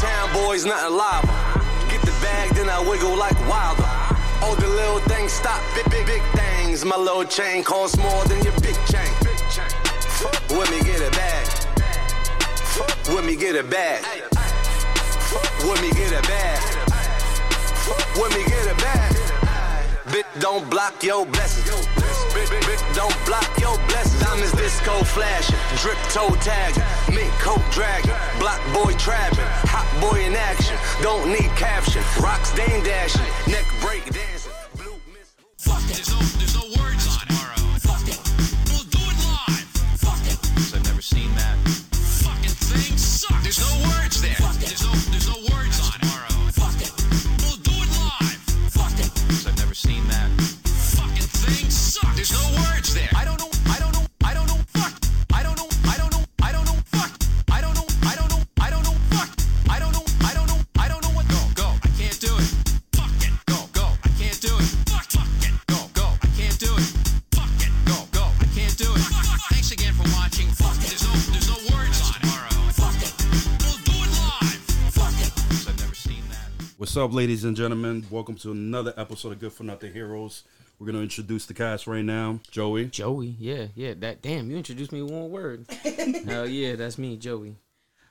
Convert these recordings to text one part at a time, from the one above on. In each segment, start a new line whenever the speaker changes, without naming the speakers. there's nothing liable. Get the bag, then I wiggle like wilder. All the little things stop, big, big, big things. My little chain costs more than your big chain. Fuck with me, get a bag. Fuck with me, get a bag. Fuck with me, get a bag. Fuck with me, get a bag. Bit don't block your blessings. Bit, bit, bit don't block your blessings. Diamonds disco flashing, drip toe tagging, mink coat dragging, block boy trapping, hot boy in action. Don't need caption, rocks dame dashing, neck break dancing. blue mist-
There's no, there's no words on it. Fuck it. We'll do it live. Fuck it. I've never seen that. Fucking thing sucks. There's no words there. There's no, there's no words on it. Fuck it. We'll do it live. Fuck it. I've never seen that. Fucking thing sucks. There's no words there. I don't know. I don't know. I don't know. Fuck. I don't know. I don't know. I don't know. Fuck. I don't know. I don't know. I don't know. Fuck. I don't know. I don't know. I don't know what. Go. Go. I can't do it. Fuck it. Go. Go. I can't do it. Fuck. Fuck it. Go. Go. I can't do it. Fuck it. Go. Go. I can't do it. Thanks again for watching. Fuck it. There's no. There's no words on it. Fuck it. We'll do it live. Fuck it. I've never seen that.
What's up, ladies and gentlemen? Welcome to another episode of Good for Nothing Heroes. We're gonna introduce the cast right now. Joey,
Joey, yeah, yeah. That damn, you introduced me with one word. Hell yeah, that's me, Joey.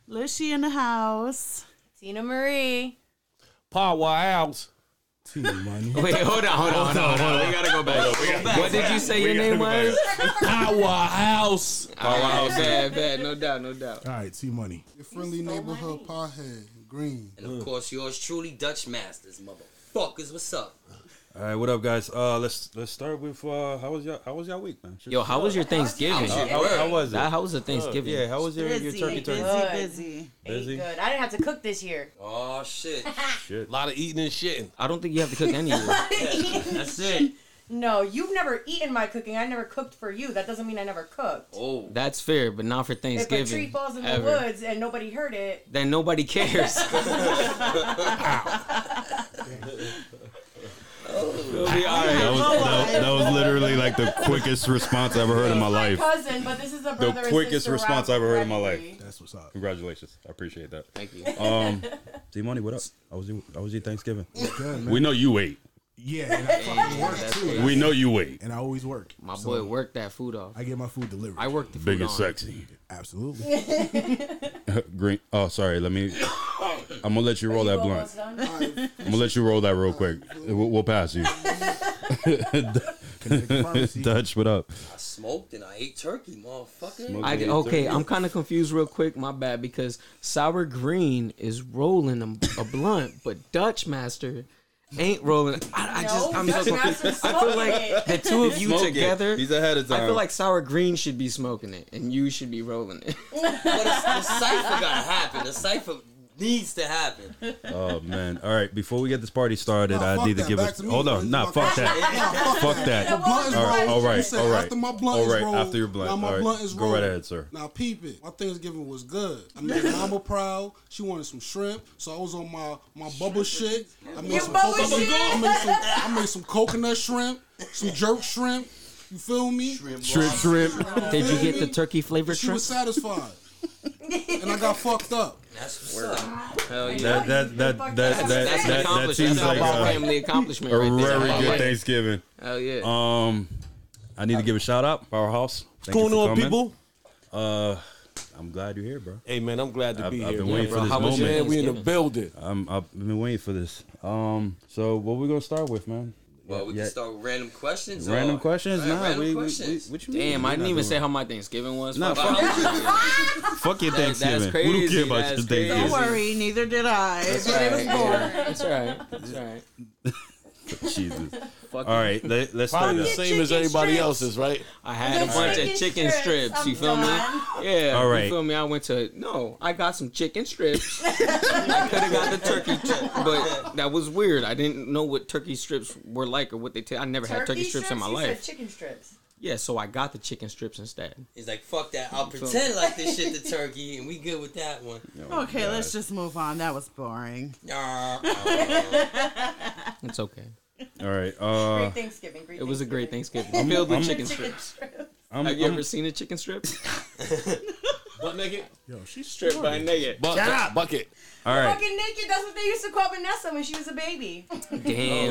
Lishy in the house.
Tina Marie.
Paw Wiles.
Wait, hold on, hold on, hold on. Hold on. We gotta go back. What did you say your name was?
Power House.
Oh, wow, bad, bad, no doubt, no doubt.
All right, T Money.
Your friendly neighborhood pothead, Green.
And
Mm.
of course, yours truly, Dutch Masters, motherfuckers. What's up?
all right, what up, guys? Uh, let's let's start with uh, how was y'all how was y'all week, man? Shit-
Yo, how was your Thanksgiving?
How was your-
how, how was it?
Nah, How
Uh,
was the Thanksgiving?
yeah, how was your, your
Busy,
turkey
busy,
turkey?
busy,
Good.
Busy?
Ate good. I didn't have to cook this year.
Oh shit!
Shit.
A lot of eating and shitting.
I don't think you have to cook any of it.
That's it.
no, you've never eaten my cooking. I never cooked for you. That doesn't mean I never cooked.
Oh,
That's fair, but not for
If
Thanksgiving.
a tree falls in
ever.
the woods and nobody heard it,
then nobody cares. We'll be all right.
That was, that, that was literally like the quickest response I ever heard in my
He's
life.
cousin, but this is a brother. and
quickest
sister
response I've ever heard in my life.
rivalry.
That's what's up.
Congratulations, I appreciate that.
Thank you.
Um, D Money, what up? How was your How was your Thanksgiving?
Good, man.
We know you ate.
yeah, and I fucking work too.
We know you ate.
And I always work.
My
So,
boy worked that food off.
I get my food delivered.
I worked the food
Big and
on.
sexy.
Absolutely.
Green. Oh, sorry. Let me. I'm gonna let you roll that
Well,
blunt.
well done.
I'm gonna let you roll that real quick. We'll, we'll pass you.
Connecticut Pharmacy.
Dutch, what up?
I smoked and I ate turkey, motherfucker.
I,
Okay,
okay,
so-
I'm kind of confused real quick. My bad, because Sour Green is rolling a, a blunt, but Dutch Master ain't rolling. I, I just,
No,
I'm
Dutch
so
Master
confused. I feel like the two of you
Smoke it.
together,
He's ahead of
I
time.
feel like Sour Green should be smoking it, and you should be rolling it.
But it's, the cipher gotta happen. The cipher needs to happen.
Oh man! All right, before we get this party started,
Nah,
I
fuck
need to
that.
give
Back
us.
to me,
Hold on,
please.
nah,
Fuck
fuck that.
Nah,
Fuck that.
The blunt is
All right,
rolled.
all right,
You said
all right.
After my blunt
All
is
right,
rolled.
after your blunt.
Now my
All right.
blunt is
Go right
rolled.
ahead, sir.
Now peep it. My Thanksgiving was good. I made mama proud. She wanted some shrimp, so I was on my my bubble shit. I made
Your
some
bubble
coconut.
shit.
I made some. I made some coconut shrimp, some jerk shrimp. You feel me?
Shrimp, shrimp.
Did you get the turkey flavored
She
shrimp?
was satisfied, and I got fucked up.
That's what's up.
Hell yeah.
That that that that that
That's
that,
an
that,
accomplishment.
seems
That's
like uh,
about
a,
family accomplishment
a
right there.
very
That's
good
about it.
Thanksgiving.
Hell yeah.
Um, I need to give a shout out, Powerhouse. Thank
What's
you
going
for
on,
coming. Uh,
people?
I'm glad you're here, bro.
Hey, man, I'm glad to
I've,
be
I've
here.
been waiting
bro.
for this
How was your-
moment.
Man, we in the building.
I'm, I've been waiting for this. Um, so what we gonna start with, man?
Well, we
Yeah.
can start with random questions.
Random
or-
questions?
Right,
nah,
random
we, we-
questions.
we- what you mean?
Damn, I
We're
didn't
not
even
doing-
say how my Thanksgiving was.
Nah,
Fuck
fuck, fuck your
That- that's
Thanksgiving. Who don't care
crazy,
about
that's
your
crazy.
Thanksgiving?
Don't
Don't worry, neither did I.
it. That's all right. That's all right.
Jesus.
Fuck
All right, let, us start.
Probably the
this.
same as
chicken
everybody
strips.
else's, right?
I had a bunch of
chicken
chicken strips.
strips,
you
I'm
feel
done.
me? Yeah.
All right.
You feel me? I went to no. I got some chicken strips. I could have got the turkey, tri- but that was weird. I didn't know what turkey strips were like or what they taste. I never had turkey strips, in my
You
life.
Said chicken strips.
yeah, so I got the chicken strips instead.
He's like, fuck that. I'll pretend like this shit to turkey, and we good with that one.
Oh
Okay, let's just move on. That was boring.
Nah.
It's okay.
All right. Uh,
Great Thanksgiving. Great
It was a great
Thanksgiving.
Thanksgiving. Filled with
I'm-
chicken
Chicken
strips.
strips.
I'm,
Have you
I'm-
ever seen a chicken strip?
Butt naked?
Yo, she's
Strip by nigga.
Butt,
Shut up.
Bucket.
All right.
Fucking naked. That's what they used to call Vanessa when she was a baby.
Damn,
Oh,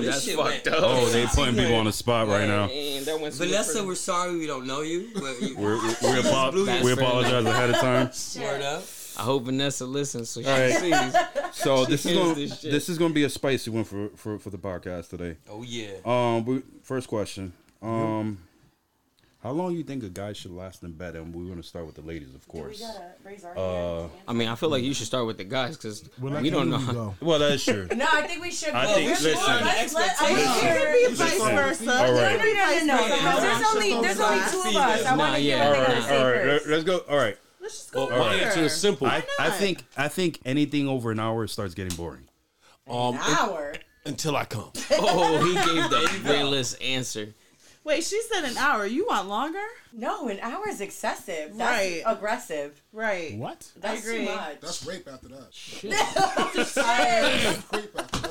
this
that's
shit
fucked
went-
up.
Oh, they putting people on the spot right now.
Damn, that went
Vanessa, we're sorry we don't know you. But you
We're, we're, we apo-
That's
we
fair.
apologize ahead of time.
word up.
I hope Vanessa listens so she
right.
sees.
So this is
hears
gonna,
this
this,
shit.
is going to be a spicy one for, for, for the podcast today.
Oh yeah.
Um, we, first question. Um, how long you think a guy should last in bed? And we're going to start with the ladies, of
We
course. Uh,
gotta raise our hand.
I mean, I feel like you should start with the guys because
We'll let
we don't
you
know.
go.
Well, that's true.
No, I think we should.
I
go.
think-
Let's-
listen.
let's- let's- I
It
want to
could
hear-
be
just
vice
saying-
versa.
All right.
No, no, no, no, no. There's only there's only two of us. I want
Nah,
to hear
yeah.
what
All
they gotta
right,
say
all right.
first.
Let- Let's go. All right.
Let's just
Well,
go
my
over.
answer is simple.
I, I
not?
think I think anything over an hour starts getting boring.
um,
Hour.
until I come.
Oh, he gave the realest answer.
Wait, she said an hour. You want longer?
No, an hour is excessive.
Right.
That's aggressive.
Right.
What?
That's
agree.
too much.
That's rape after that. rape after that.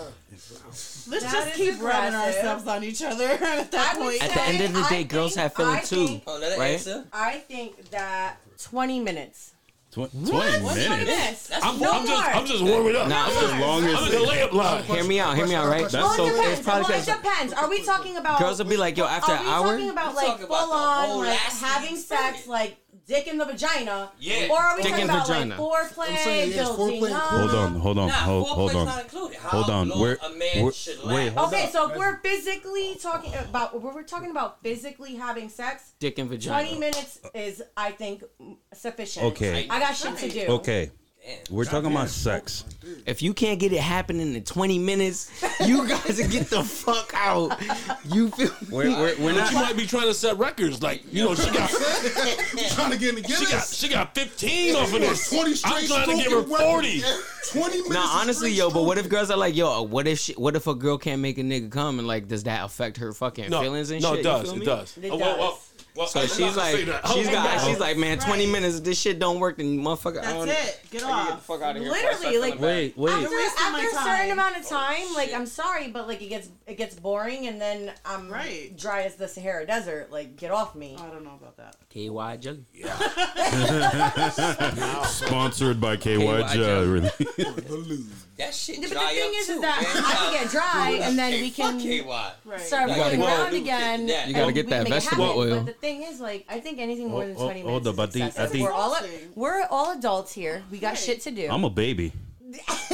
Let's
That
just
is
keep rubbing
aggressive.
ourselves on each other at that
I would
point.
say-
At
At the end of the
I
day, girls
think-
have feelings
I
too.
think-
Oh, that
Right?
answer.
I think that 20 minutes.
Tw- Twenty
Yes.
minutes.
I'm,
No
I'm just
more.
I'm just warming up.
Nah,
That's the
I'm in the
longest.
layup line.
hear me out. Hear me out. Right?
That's
well,
so-
it
it's
depends.
probably
Well, it
best.
depends. Are we talking about
Girls will be like, yo, after
Are
an
we
hour.
talking about
We
like
talking about
full
the
on,
whole
like
lasting
having sex,
experience.
like dick in the vagina?
Yeah.
Or are we
Dick
talking
in
about
vagina.
like foreplay,
I'm saying, yes,
building
foreplay
up?
included.
Hold on. Hold on.
Nah,
Hold, hold
foreplay's
on.
Not included. How
Hold on.
long
Where-
a man
where-
should
wait,
last.
hold
Okay, so if we're physically talking about, if we're talking about physically having sex.
Dick and vagina.
20 minutes is, I think, sufficient.
Okay.
I got shit to do.
Okay. We're talking about sex.
If you can't get it happening in 20 minutes, you guys get the fuck out. You feel
We're, we're, we're
But
not.
you might be trying to set records, like you know, she got
Trying to get in the
she got
Guinness.
she got 15 off of this.
20
I'm
straight
trying to give her
stroking weapon.
40.
20 minutes.
Nah,
is
honestly,
straight
yo, but what
stroking.
if girls are like, yo, what if she, what if a girl can't make a nigga come and like, does that affect her fucking
No,
feelings and
no,
shit?
it
You
does,
feel
it
me?
does.
It
Oh, well, well,
does.
well,
So
I'm not
she's
gonna
like,
say that.
she's
Oh,
got,
no.
she's like, man, 20 minutes, this shit don't work, then motherfucker, I
That's
don't
it. Get
Get the
off.
fuck out of here. before I start
Literally, like,
feeling bad.
Wait. Wait.
after,
wasting my
after a certain
time.
amount
Oh,
of time, like I'm sorry, but like it gets it gets boring, and then I'm
Right.
dry as the Sahara Desert. Like, get off me.
I don't know about that.
KY jelly.
Sponsored by KY
KY
Jelly.
The lube.
that shit
but the
dry
thing
up
is,
too,
is that
man.
I can get dry, and then we
Fuck
can
KY.
Right.
start
You
fucking
gotta-
around again.
Yeah. You
gotta
and
get
we
that
make it
vegetable
happen.
oil.
But the thing is, like, I think anything more than
Hold-
twenty
hold
minutes.
up, I
is
think- I
excessive.
think-
we're all we're all adults here. We got shit to do.
I'm a baby.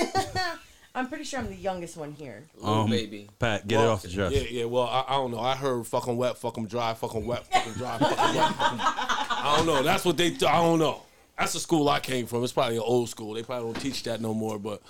I'm pretty sure I'm the youngest one here.
Little baby.
Um, Pat, get it off the chest.
Yeah, yeah. Well, I, I don't know. I heard fucking wet, fucking dry, fucking wet, fucking dry, fucking wet. Fucking... I don't know. That's what they. Th- I don't know. That's the school I came from. It's probably an old school. They probably don't teach that no more. But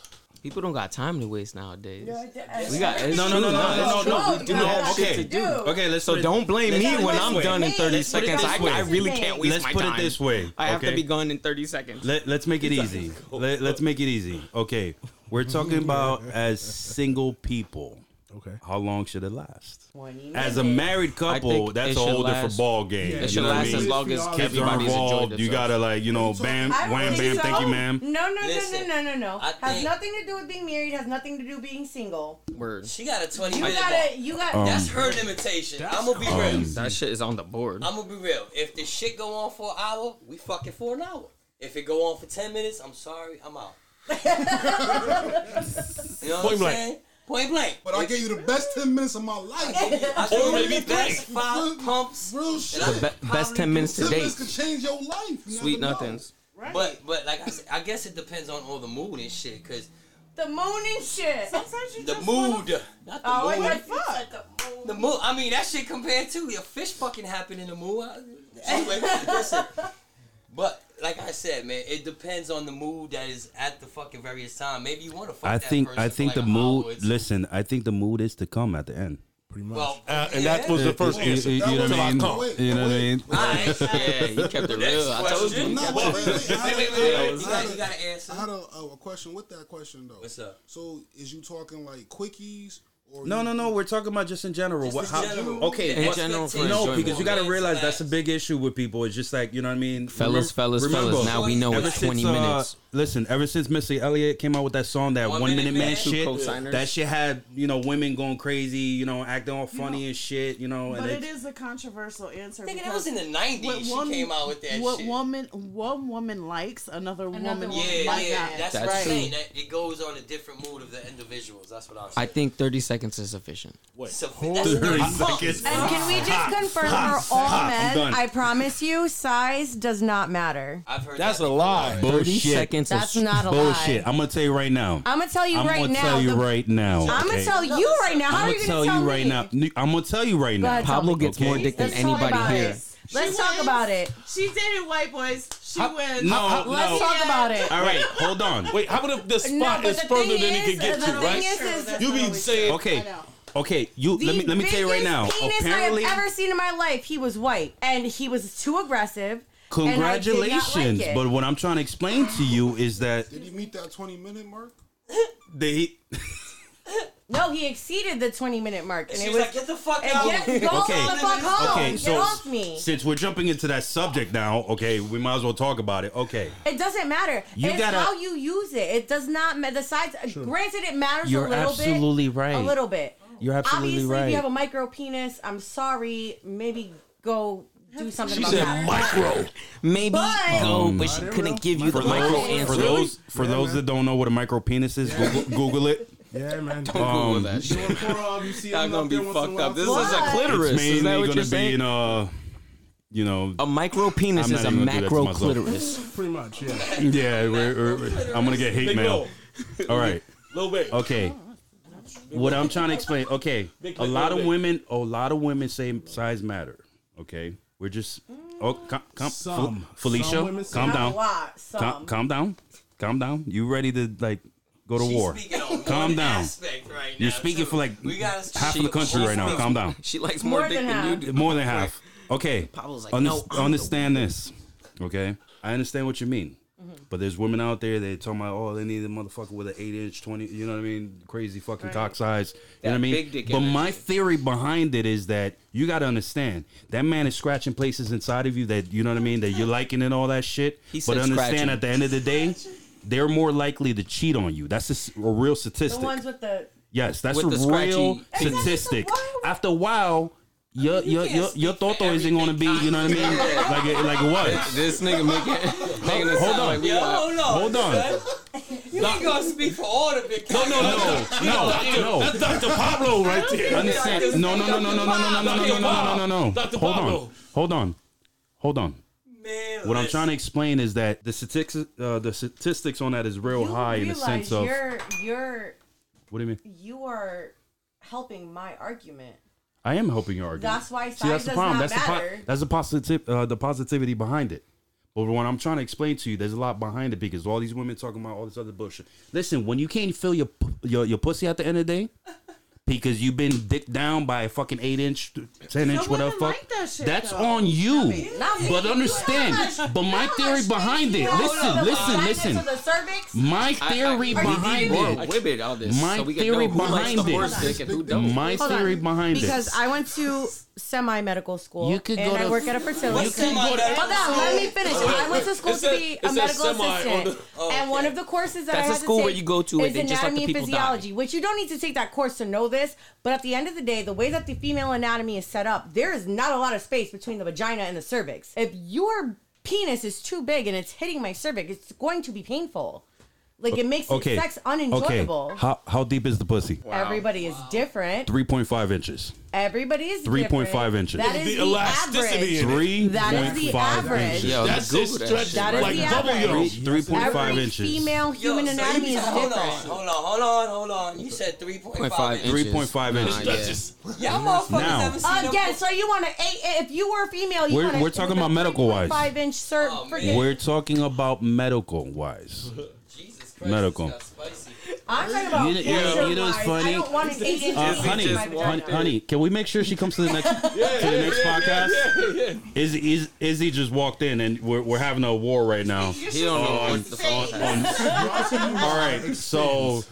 People don't got time to waste nowadays.
We
We got it's
No, no, no,
true,
no,
it's
no,
true.
no, no. We do
You got
have
shit
okay.
to do.
Okay, let's
So don't blame me
Let's put
when
it
I'm
this
done
way.
in 30
Let's put it
seconds.
this
I,
way.
I really can't waste
Let's
my
put
time.
it this way.
I have to
okay?
be gone in 30 seconds.
Let, let's make it easy. Let, let's make it easy. Okay, we're talking about as single people.
Okay.
How long should it last?
20 minutes.
As a married couple,
think
that's
it
a
should
whole different
last-
ball game.
it
you
should
know what I
last as
mean?
long as
Kids
Kids are
everybody's enjoyed
involved.
themselves.
You gotta like you know, Oh, bam,
I don't
wham,
think
bam.
so.
Thank you, ma'am.
No, no,
Listen,
no, no, no, no.
I
Has
think-
nothing to do with being married. Has nothing to do with being single.
Word.
She got a 20
You
minute
gotta,
walk.
you got.
That's her limitation. I'm gonna be real.
That shit is on the board.
I'm gonna be real. If the shit go on for an hour, we fucking for an hour. If it go on for ten minutes, I'm sorry, I'm out. you
Point
know what I'm
blank.
saying? Point blank.
But I gave you the best 10 minutes of my life.
I showed you
maybe
the best
three.
five pumps.
Real shit.
The
Be- best 10 minutes to
10
date.
minutes could change your life. You
Sweet
never know.
nothings.
Right.
But but like I said, I guess it depends on all the mood and shit. Cause
The moon and shit.
Sometimes you
the
just wanna-
mood, not the
Oh, I
mood.
got fuck.
Fuck.
The mood. I mean, that shit compared to your fish fucking happened in the mood. I- Anyway, listen. But like I said, man, it depends on the mood that is at the fucking various time. Maybe you want to fuck
I
that
think
person
I
for
think
like
the
an hour.
mood.
It's-
Listen, I think the mood is to come at the end.
Pretty much.
well,
uh, and
yeah.
that was the first
You- you-
answer.
you know
Until
what I mean?
come.
Wait,
You know what I mean?
Alright.
Yeah, you kept it real. I told you.
question.
No, wait, wait, wait. I
Wait,
had
wait,
a-
wait, wait. You
I had
got,
a-
you got to answer.
I had a, a, a question with that question, though.
What's up?
So, is you talking like quickies? Or
No,
you-
no, no. We're talking about just in general.
Just
what?
in
how,
general.
Okay.
In
what-
general for
no,
enjoyment.
because you got to
Relax,
realize that's a
relax.
big issue with people. It's just like you know what I mean.
Fellas,
Remem-
fellas, fellas. Now we know
ever
it's 20
since, uh,
minutes.
Listen, ever since Missy Elliott came out with that song, that One, Minute, Man, shit,
Two co-signers.
that shit had you know women going crazy, you know, acting all funny and shit, you know.
But
Oh, and
it
they-
is a controversial answer.
Nigga, that
because
was in the 90s
what
she
one-
came out with that
What
shit.
woman? One woman likes another, woman.
Yeah,
like
yeah,
that.
that's,
That's
what I'm
true.
saying. That it goes on a different mood of the individuals. That's what I'm
I
saying.
think 30 seconds is sufficient.
So, that's
Thirty
not-
seconds.
And can we just confirm for all
ha, I'm done.
men? I promise you, size does not matter.
I've heard
That's
that
a lie.
before.
Bullshit.
30 seconds
That's
is
not a
Bullshit.
lie.
I'm gonna tell you right now.
I'm gonna tell you
I'm
right
gonna
now.
tell you
the-
right now.
I'm gonna
okay?
tell you right now. How
I'm
are you
gonna
gonna
tell you right
me?
now. I'm gonna tell you right now.
ahead,
Pablo gets
Okay.
more dick than
Let's talk about
anybody here.
it. Let's
She
talk
wins.
about it.
She did it, white boys. She wins.
No,
Let's
no.
talk about it.
All right, hold on.
Wait, how about if the
No,
spot
but
is
the
further
thing
than it
is,
can get
the
to,
thing
right?
is, is
You be saying
I
Okay,
know.
okay. You
the
let me let me tell you right now.
biggest penis
Apparently,
I have ever seen in my life. He was white, and he was too aggressive. and I did not like
congratulations.
it.
But what I'm trying to explain to you is that
Did he meet that 20 minute mark?
they.
no, he exceeded the 20 minute mark, and
She's
it was.
like, get the fuck
and
out.
get, go
Okay.
the fuck home.
Okay,
get
so
off me.
since we're jumping into that subject now, okay, we might as well talk about it. Okay,
It doesn't matter.
You
it's
gotta-
how you use it. It does not matter. The size. Granted, it matters
You're
a little
absolutely
bit.
right.
A little bit.
You're absolutely
Obviously, if
right.
you have a micro penis, I'm sorry. Maybe go do something
she
about
said
that.
micro.
Maybe
But-
go, but she couldn't give you the
for
Micro-
micro
those
answer.
Um, for those for those that don't know what a micro penis is, Google, Google it. Um,
Yeah, man.
Google that shit.
Doing Pornhub, you see
Y'all
him
gonna
up
be
there once in a
fucked
while.
up. This
Fuck.
is a
What?
clitoris.
It's
Is that
mainly
what
gonna
you're
be
saying?
in a, you know,
A micro penis
I'm
is
not
a
even gonna do that to
macro
myself.
clitoris.
Pretty much, yeah.
yeah. We're, we're- I'm gonna get hate
Big
mail.
Bill.
All right.
Lil Baby.
Okay. What I'm trying to explain. Okay.
Big
A
leg,
lot
little
of
big.
women. A lot of women say size matter. Okay. We're just. Oh, com, com,
Some.
Fel- Felicia,
Some women say-
calm
Not
down.
A lot. Some.
Calm, calm down. Calm down. You ready to like go to
She's
war?
speaking on
Calm
one
down.
aspect right
You're
now,
speaking
too.
for like
We gotta-
half
she-
of the country
she
right now.
speaks-
Calm down.
She likes more,
More
dick
than
than, you
half.
do.
More than half. Okay.
Pablo's like,
Underst-
no, I'm the
understand this. Okay. I understand what you mean.
Mm-hmm.
But there's women out there that talking about, oh, they need a motherfucker with an eight inch, 20, you know what I mean? Crazy fucking cock size. You know what I mean?
big dick
but my
energy.
theory behind it is that you got to understand that man is scratching places inside of you that, you know what I mean? That you're liking and all that shit.
He
but
said
understand
scratching.
at the end of the day, they're more likely to cheat on you. That's a, s- a real
The
statistic.
ones with the.
Yes, that's
With
a
the scratchy-
real
Exactly,
so
statistic.
why-
After a while, your your
can't
your, your
speak for
thought isn't gonna be, you know what I mean? Like it- like what?
This nigga making, making it sound
on.
like we
Yo,
got
hold on.
Hold on.
You ain't gonna speak for all the big No,
No, no,
no.
no. That's Dr. Pablo right there.
Understand? No, no, no, no, no, no, no, no, no, no, no, no, no, no, no.
Dr.
Hold on,
Pablo.
hold on, hold on.
Man,
What I'm
listen.
trying to explain is that the statistics uh, the statistics on that is real
You
high in the
realize
sense of
you're you're
what do you mean?
you are helping my argument.
I am helping your argument.
That's why
See,
size
that's the
does
problem.
not
that's the
matter.
po- that's the positive uh, the positivity behind it. But what I'm trying to explain to you, there's a lot behind it because all these women talking about all this other bullshit. Listen, when you can't feel your p- your, your pussy at the end of the day because you've been dicked down by a fucking eight inch, ten inch,
Some
whatever
women
fuck,
like that shit,
that's
though.
on you.
Not me.
but understand, but my theory behind it. Listen, listen,
To
listen.
the cervix.
My
I- I-
theory
we need
behind
more
it.
Women, all this.
My
so we can
theory
know who likes
behind
the
it.
horse dick and who don't.
My
Hold on.
theory behind it.
Because I went to semi medical school.
You could
and
go
I
to-
work at a fertility.
What's semi-medical
Hold on, let me
school?
finish. I went to school
It
to
said-
be
it
a
said
medical
semi on
assistant,
the-
Oh,
and
okay.
one of the courses that
That's
I
a
had
school
to take
where you go to and
is
they just let the
anatomy and
people die.
physiology, which you don't need to take that course to know this. But at the end of the day, the way that the female anatomy is set up, there is not a lot of space between the vagina and the cervix. If your penis is too big and it's hitting my cervix, it's going to be painful. Like it makes sex unenjoyable.
Okay. How how deep is the pussy?
Everybody is different.
Three point five inches.
Everybody is
3.5
different.
inches.
That is
The
the,
elasticity
Average.
in it.
Three
That is the
point five
average.
inches.
Yo,
That's
Google
just
that
stretched
shit.
That is
like
the
double
average.
yo.
Three point
Every
five inches.
female
Yo,
human
so you
anatomy
said-
is
hold
different.
On, hold on, hold on, hold on. You said 3.5
3.5
inches.
Three point five
Nah,
inches.
yeah.
Just-
Y'all motherfuckers
Now-
haven't seen them
Again,
pussy.
Uh, so you want to eight? If you were a female, you
We're-
want
we're talking about medical wise.
Five inch cert.
Oh, man.
freaking-
We're talking about medical wise.
Jesus Christ,
Medical.
this got spicy.
I'm talking about
You know- you know-
Oh, pleasure
you know what's
wise.
funny?
I don't want an eight inch
Uh,
penis in
honey,
my
honey,
vagina.
honey, can we make sure she comes to the next to the next podcast? Is is Izzy just walked in and we're, we're having a war right now?
He don't know what the fuck.
All right, so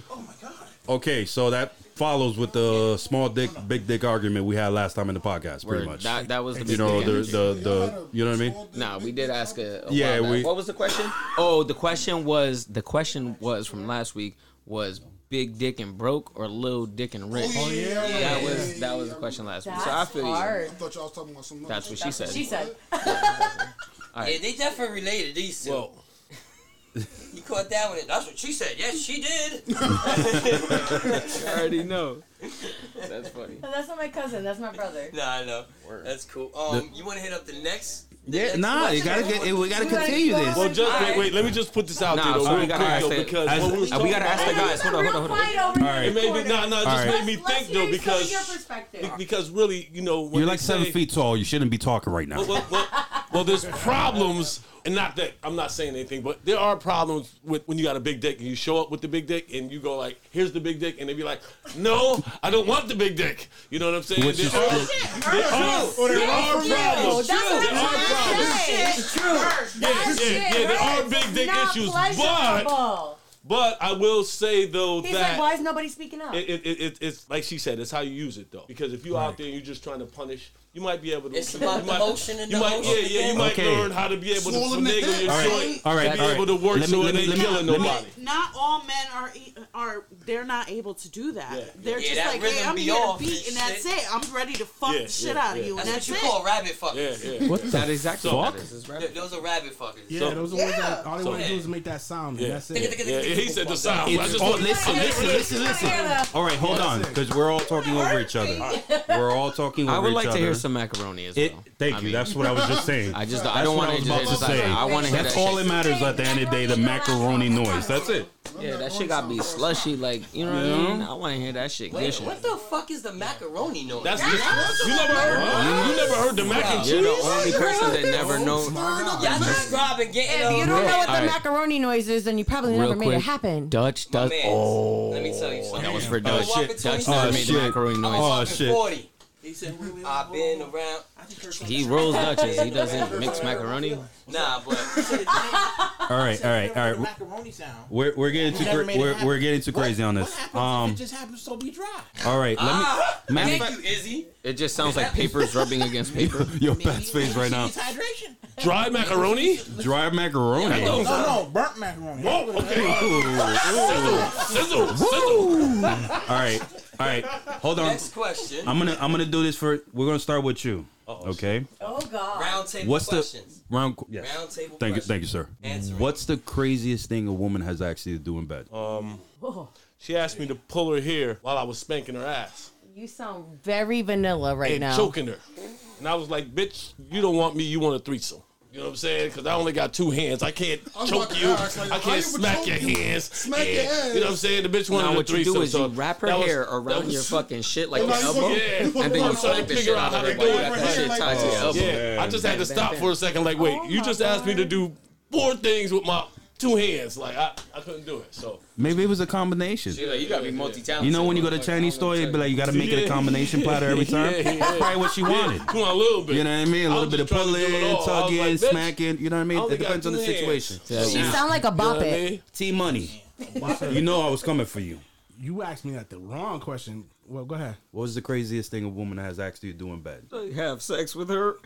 okay, so that follows with the small dick, big dick argument we had last time in the podcast, pretty
Word.
much.
That- that was the
you
big
know
thing.
the, the the you know what I mean.
Nah, we did ask a, a
Yeah,
while back.
we-
What was the question? Oh, the question was the question was from last week was big dick and broke or little dick and rich.
Oh, yeah, yeah,
that
yeah,
was
yeah,
that was the question last week. So I feel you.
I thought y'all was talking about something.
That's what she said.
She said.
All right.
Yeah, they definitely related. These two.
Whoa.
you caught that one. That's what she said. Yes, she did.
I already know. That's funny.
That's not my cousin. That's my brother.
nah, I know. That's cool. Um, you want to hit up the next? the
Yeah,
next
nah, you
question?
gotta get, we gotta
We gotta
continue this.
Well, just wait, wait. Let me just put this out
Nah,
there, though,
so we
real
gotta
quick,
ask
though,
that-
because
as-
what we, was
uh,
we
talking
gotta ask
about-
the guys. Hold on, hold on, hold on.
All right.
It made me, no, no, it just
All right.
made me think though, because be- because really, you know, when
You're
they
like seven
say-
feet tall. You shouldn't be talking right now.
Well, well, well, well, there's problems, and not that I'm not saying anything, but there are problems with when you got a big dick and you show up with the big dick and you go like, "Here's the big dick," and they be like, "No, I don't want the big dick." You know what I'm saying?
Which
There
is-
are-
That
there are- there are problems.
That's what
There
I'm
are
trying to
problems.
say.
Yeah,
That
yeah,
shit
yeah. There are
hurts.
big dick
Not
issues, but
pleasurable.
but I will say though
he's
that
like, why is nobody speaking up?
it, it, it, it, it's like she said, it's how you use it though. Because if you out there and you're just trying to punish, you might be able to.
It's about
you
the
might,
motion and
you
the
might,
motion.
Yeah, yeah, you might
Okay.
learn how to be able to
Swallow the
finagle
dick.
your
all right,
joint.
all right,
Be
all right.
able to work
Let me-
so
let
it
me-
ain't
let me-
killing
let me-
nobody.
Not all men are e- are they're not able to do that. They're
Yeah,
just
that
like, hey,
rhythm
I'm
be
here to
off and
beat, and that's
shit.
it. I'm ready to fuck
Yeah,
the shit
yeah,
out of
yeah.
you, and
That's,
that's,
what
it.
you call rabbit fuckers.
Yeah, yeah.
What the
That is exactly
fuck?
what it is. It's
Th-
rabbit.
Those are rabbit fuckers.
Yeah,
So-
those are the ones that all they
so-
want to do is make that sound.
Yeah.
And that's it.
Yeah, he said the sound. I
It's
just
all,
want-
listen, listen, listen, listen. All right, hold on, because we're all talking over each other. We're all talking over each other.
I would like to hear some macaroni as well.
It, thank
I
you.
mean,
That's what I was just saying.
I just I
That's
don't
what
want
I
to
was about to say.
I want to hear
That's
that
all
shit.
that matters at the end of the day. The macaroni noise. That's it.
Yeah, that shit gotta be slushy, like you know what I mean. I want to hear that shit.
Wait,
Good shit.
what the fuck is the macaroni noise?
That's the, you never heard. You never heard the mac and
You're
cheese.
the only person that never know.
Y'all describing getting
If you
a
don't know what the
Alright.
macaroni noise is, then you probably
Real
never made it
quick.
happen.
Dutch does.
man.
Oh,
Let me tell you something.
that was for
I
Dutch.
was walking
shit.
Dutch
27
never
Oh,
made the
shit.
macaroni noise.
Oh,
fucking
shit.
40. I've been around.
He rolls Dutches. He doesn't mix macaroni.
Nah, but
All right, all right, all right.
Macaroni sound.
We're, we're getting too cra- we're, we're getting too crazy on this. Um,
just happens to be dry.
all right,
Ah!
let me. Matter of
thank you,
fact,
Izzy.
It just sounds like papers rubbing against paper.
your best face right now.
hydration.
Dry macaroni.
Dry macaroni.
Those-
No, no, burnt macaroni.
Whoa, okay. Sizzle, sizzle, sizzle.
All right, all right. Hold on.
Next question.
I'm gonna I'm gonna do this for. We're gonna start with you. Okay.
Oh God.
round table
What's the
questions.
round? Yes.
Round table
Thank you,
questions.
thank you, sir.
Answer it.
What's the craziest thing a woman has actually to do in bed?
Um, She asked me to pull her hair while I was spanking her ass.
You sound very vanilla right
and
now.
choking her. And I was like, bitch, you don't want me, you want a threesome. You know what I'm saying? Because I only got two hands. I can't
was about
choke
to
you.
ask, like,
I
how
can't
you would
smack
choke
your
you?
hands.
Smack
Yeah.
your hands.
You know what I'm saying? The bitch wanted
Now
a
what you
threesome.
do is
so
you wrap her
that was-
hair
that
around
was-
your fucking shit like
And
an
now you
elbow,
fucking-
Yeah.
and then you
I'm trying
flip
to
the
figure out
shit out
how
of
to
her
do
body.
it.
That shit tied to your elbow.
Yeah, I just had to
Bam,
stop
bam.
for a second. Like, wait,
Oh
you
my
just asked me to do four things with my two hands. Like, I, I couldn't do it. So
Maybe it was a combination.
You, know, you gotta be multi-talented.
You know when you go to Chinese store, they be like, you gotta make it a combination platter every time.
Yeah, yeah.
That's probably what she wanted.
come on, a little bit.
You know what I mean? A
I
little
was
bit of
just trying to do it
pulling,
all. I was
tugging,
like, bitch,
smacking. You know what I
I
mean?
only
It depends
got
on the
two hands.
situation.
She sound like a
You know what
bop
I
it.
mean?
T money. You know I was coming for you.
You asked me that the wrong question. Well, go ahead.
What was the craziest thing a woman has actually to do in bed?
Have sex with her.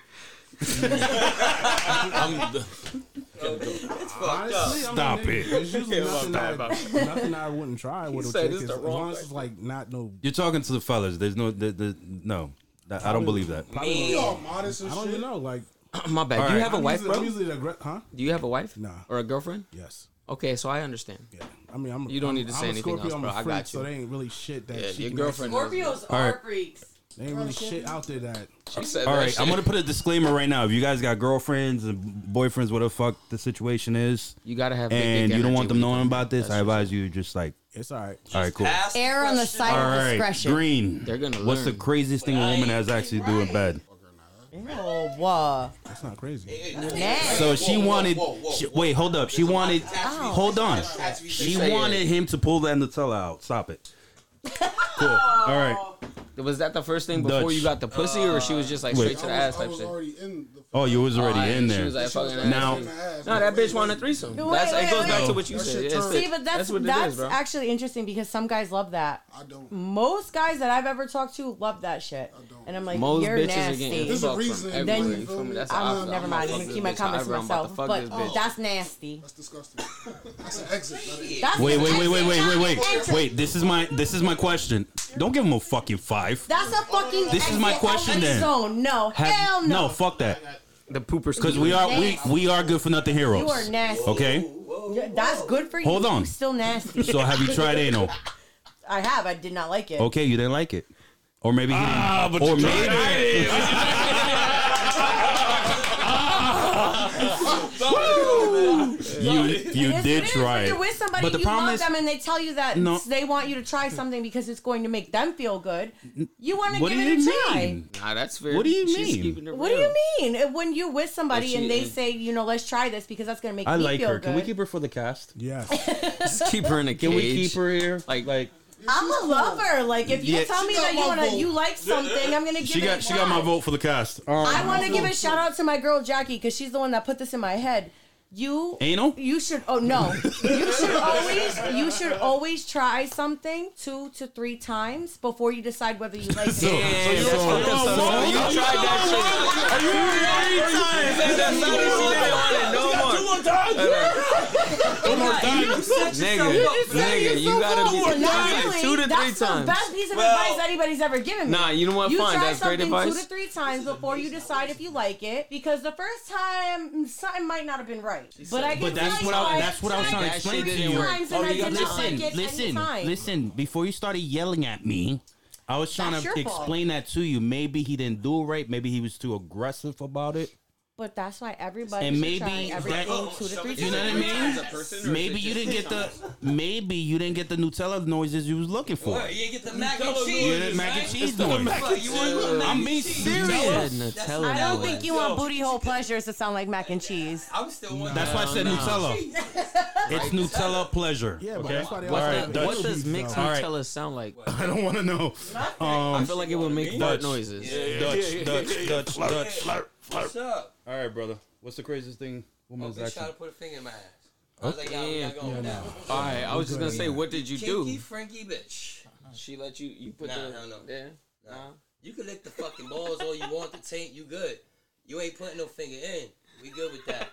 I'm the-
Honestly,
Stop it.
There's usually nothing, I, nothing I wouldn't try with a
said
chick.
it's
As
the
as
wrong
long as it's like not no.
You're talking to the fellas. There's no, the, the, no. That- I don't believe that.
Probably,
You all modest and
I don't
shit.
even know. Like,
My bad. Do you
right.
have a
I'm
wife,
usually,
bro?
I'm usually the aggre- huh?
Do you have a wife?
Nah.
Or a girlfriend?
Yes.
Okay, so I understand.
Yeah. I mean, I'm.
You don't
I'm,
need to say
I'm
anything
a Scorpio,
else,
I'm
bro.
a
I
freak,
got
so
you.
they ain't really shit that.
Yeah,
she
your
can-
girlfriend.
Scorpios
Alright.
are freaks.
They ain't really shit out there that.
She said
All
that
right,
shit.
I'm gonna put a disclaimer right now. If you guys got girlfriends and boyfriends, what the fuck the situation is,
You gotta have big
and
dick
you don't
energy
want them
when you
knowing
come
about this, I advise you just like,
It's all right.
all right, cool.
Ask the
Err on the
question.
side
All
of
right,
discretion.
Green.
They're gonna
What's the
learn.
craziest thing a woman has actually do in bed?
Ew, uh,
That's not crazy.
nasty.
So she wanted. she- wait, hold up. She wanted.
Oh.
Hold on. She wanted him to pull the Nutella out. Stop it. Cool. All right.
Was that the first thing
Dutch.
before you got the pussy, or she was just like
Wait.
straight to the
I
ass
I
type
was
shit?
already in the
Oh, you was already
Alright,
in
She
there.
was like, fucking ass.
now,
No, that bitch wanted a threesome.
No,
that's,
wait,
it goes
wait,
back
wait.
to what you said. It's-
See, but that's
what
that's,
it is, bro.
actually interesting because some guys love that. I don't. Most guys that I've ever talked to love that shit. And I'm like,
Most
you're
bitches are
nasty.
getting
There's a fucked from reason everywhere,
Then
you feel me?
you,
That's how I
I'm,
feel.
never
I'm
mind.
about
I'm
to
gonna
fuck
keep my
this
comments
bitch.
to
I'm about
myself.
to fuck
But
this bitch.
that's nasty.
That's disgusting. That's an exit. That ain't-
That's
wait, wait, wait,
nasty.
wait, wait, wait, wait, wait. This is my this is my question. Don't give him a fucking five.
That's a fucking.
This is my
exit
question
only
then.
zone. No,
Have-
hell no.
fuck that.
The pooper.
Because we are we we are good for nothing heroes.
You are nasty.
Okay.
Yeah, That's good for you.
Hold on.
You're still nasty.
So have you tried anal?
I have. I did not like it.
Okay, you didn't like it, or maybe he didn't.
Ah, but
or
you
maybe
tried Ah.
you you
Yes,
did
it is.
try
When
it.
you're with somebody,
but the
you
problem
love
is,
them, and they tell you that
No.
they want you to try something because it's going to make them feel good. You want to
what do
give
you
it a try.
mean?
Nah, that's fair.
What do you
She's
mean?
keeping it
What do
real.
you mean? If- When you're with somebody
If she
and they
is-
say, you know, let's try this because that's going to make
I
me
like
feel
her.
good.
Can we keep her for the cast?
Yes.
Just keep her in a cage.
Can we keep her here?
Like-
like
I'm a lover. Like if you
Yeah.
tell me
She got
that you
my
want to,
vote.
you like something, I'm going to give
she
it.
got
a
she got my
try.
vote for the cast. Um,
I want to give a shout out to my girl Jackie because she's the one that put this in my head. You
Anal?
You should. Oh no. you should always. You should always try something two to three times before you decide whether you like
So-
it.
Yeah,
so
that's
you're-
fucked up.
so-
So
so-
you
so-
tried that shit. Said that side and she didn't want it no more.
Oh
Nigga, nigga, you gotta
Not
be like two to three
that's the
times.
best piece of advice anybody's ever given me.
Nah, you know what?
You
Fine,
try
that's great
something two
advice.
to three times before you decide if you like it, because the first time something might not have been right. But I can
But that's
tell
what
you
I-
I
that's what I was
tried
trying to
two
explain to
three
you.
times and I did not like it
listen,
any
listen,
time.
listen. Before you started yelling at me, I was trying
That's
to
your fault.
explain that to you. Maybe he didn't do it right. Maybe he was too aggressive about it.
But that's why everybody
And
should
maybe
try everything
that-
two to three times.
You know what I mean? Maybe you didn't get the maybe you didn't get the Nutella noises you was looking for.
What? You get the mac and
Nutella
cheese.
The mac and
right?
cheese noise.
Fuck, you want the mac
I'm
and
being
cheese?
serious.
I don't think you want
Yo.
booty hole pleasures to sound like mac and cheese.
I'm still wondering.
That's why I said Nutella. It's Nutella pleasure.
Yeah, but
okay?
that's why they
All
all
right,
have it.
Dutch.
What does mixed
All right.
Nutella sound like?
I don't want to know.
I
Um,
feel like it would make fart noises.
Dutch, Dutch, Dutch, Dutch.
What's up?
All right, brother. What's the craziest thing?
I'm
Woman's
Oh,
just trying to put a finger in my ass. I was like, y'all,
Yeah.
y'all going down.
All right, I was just gonna say, what did you
Kinky,
do?
Frankie bitch.
She let you. You put
Nah,
the.
hell no.
Yeah.
Nah. You can lick the fucking balls all you want. The taint, you good. You ain't putting no finger in. We good with that.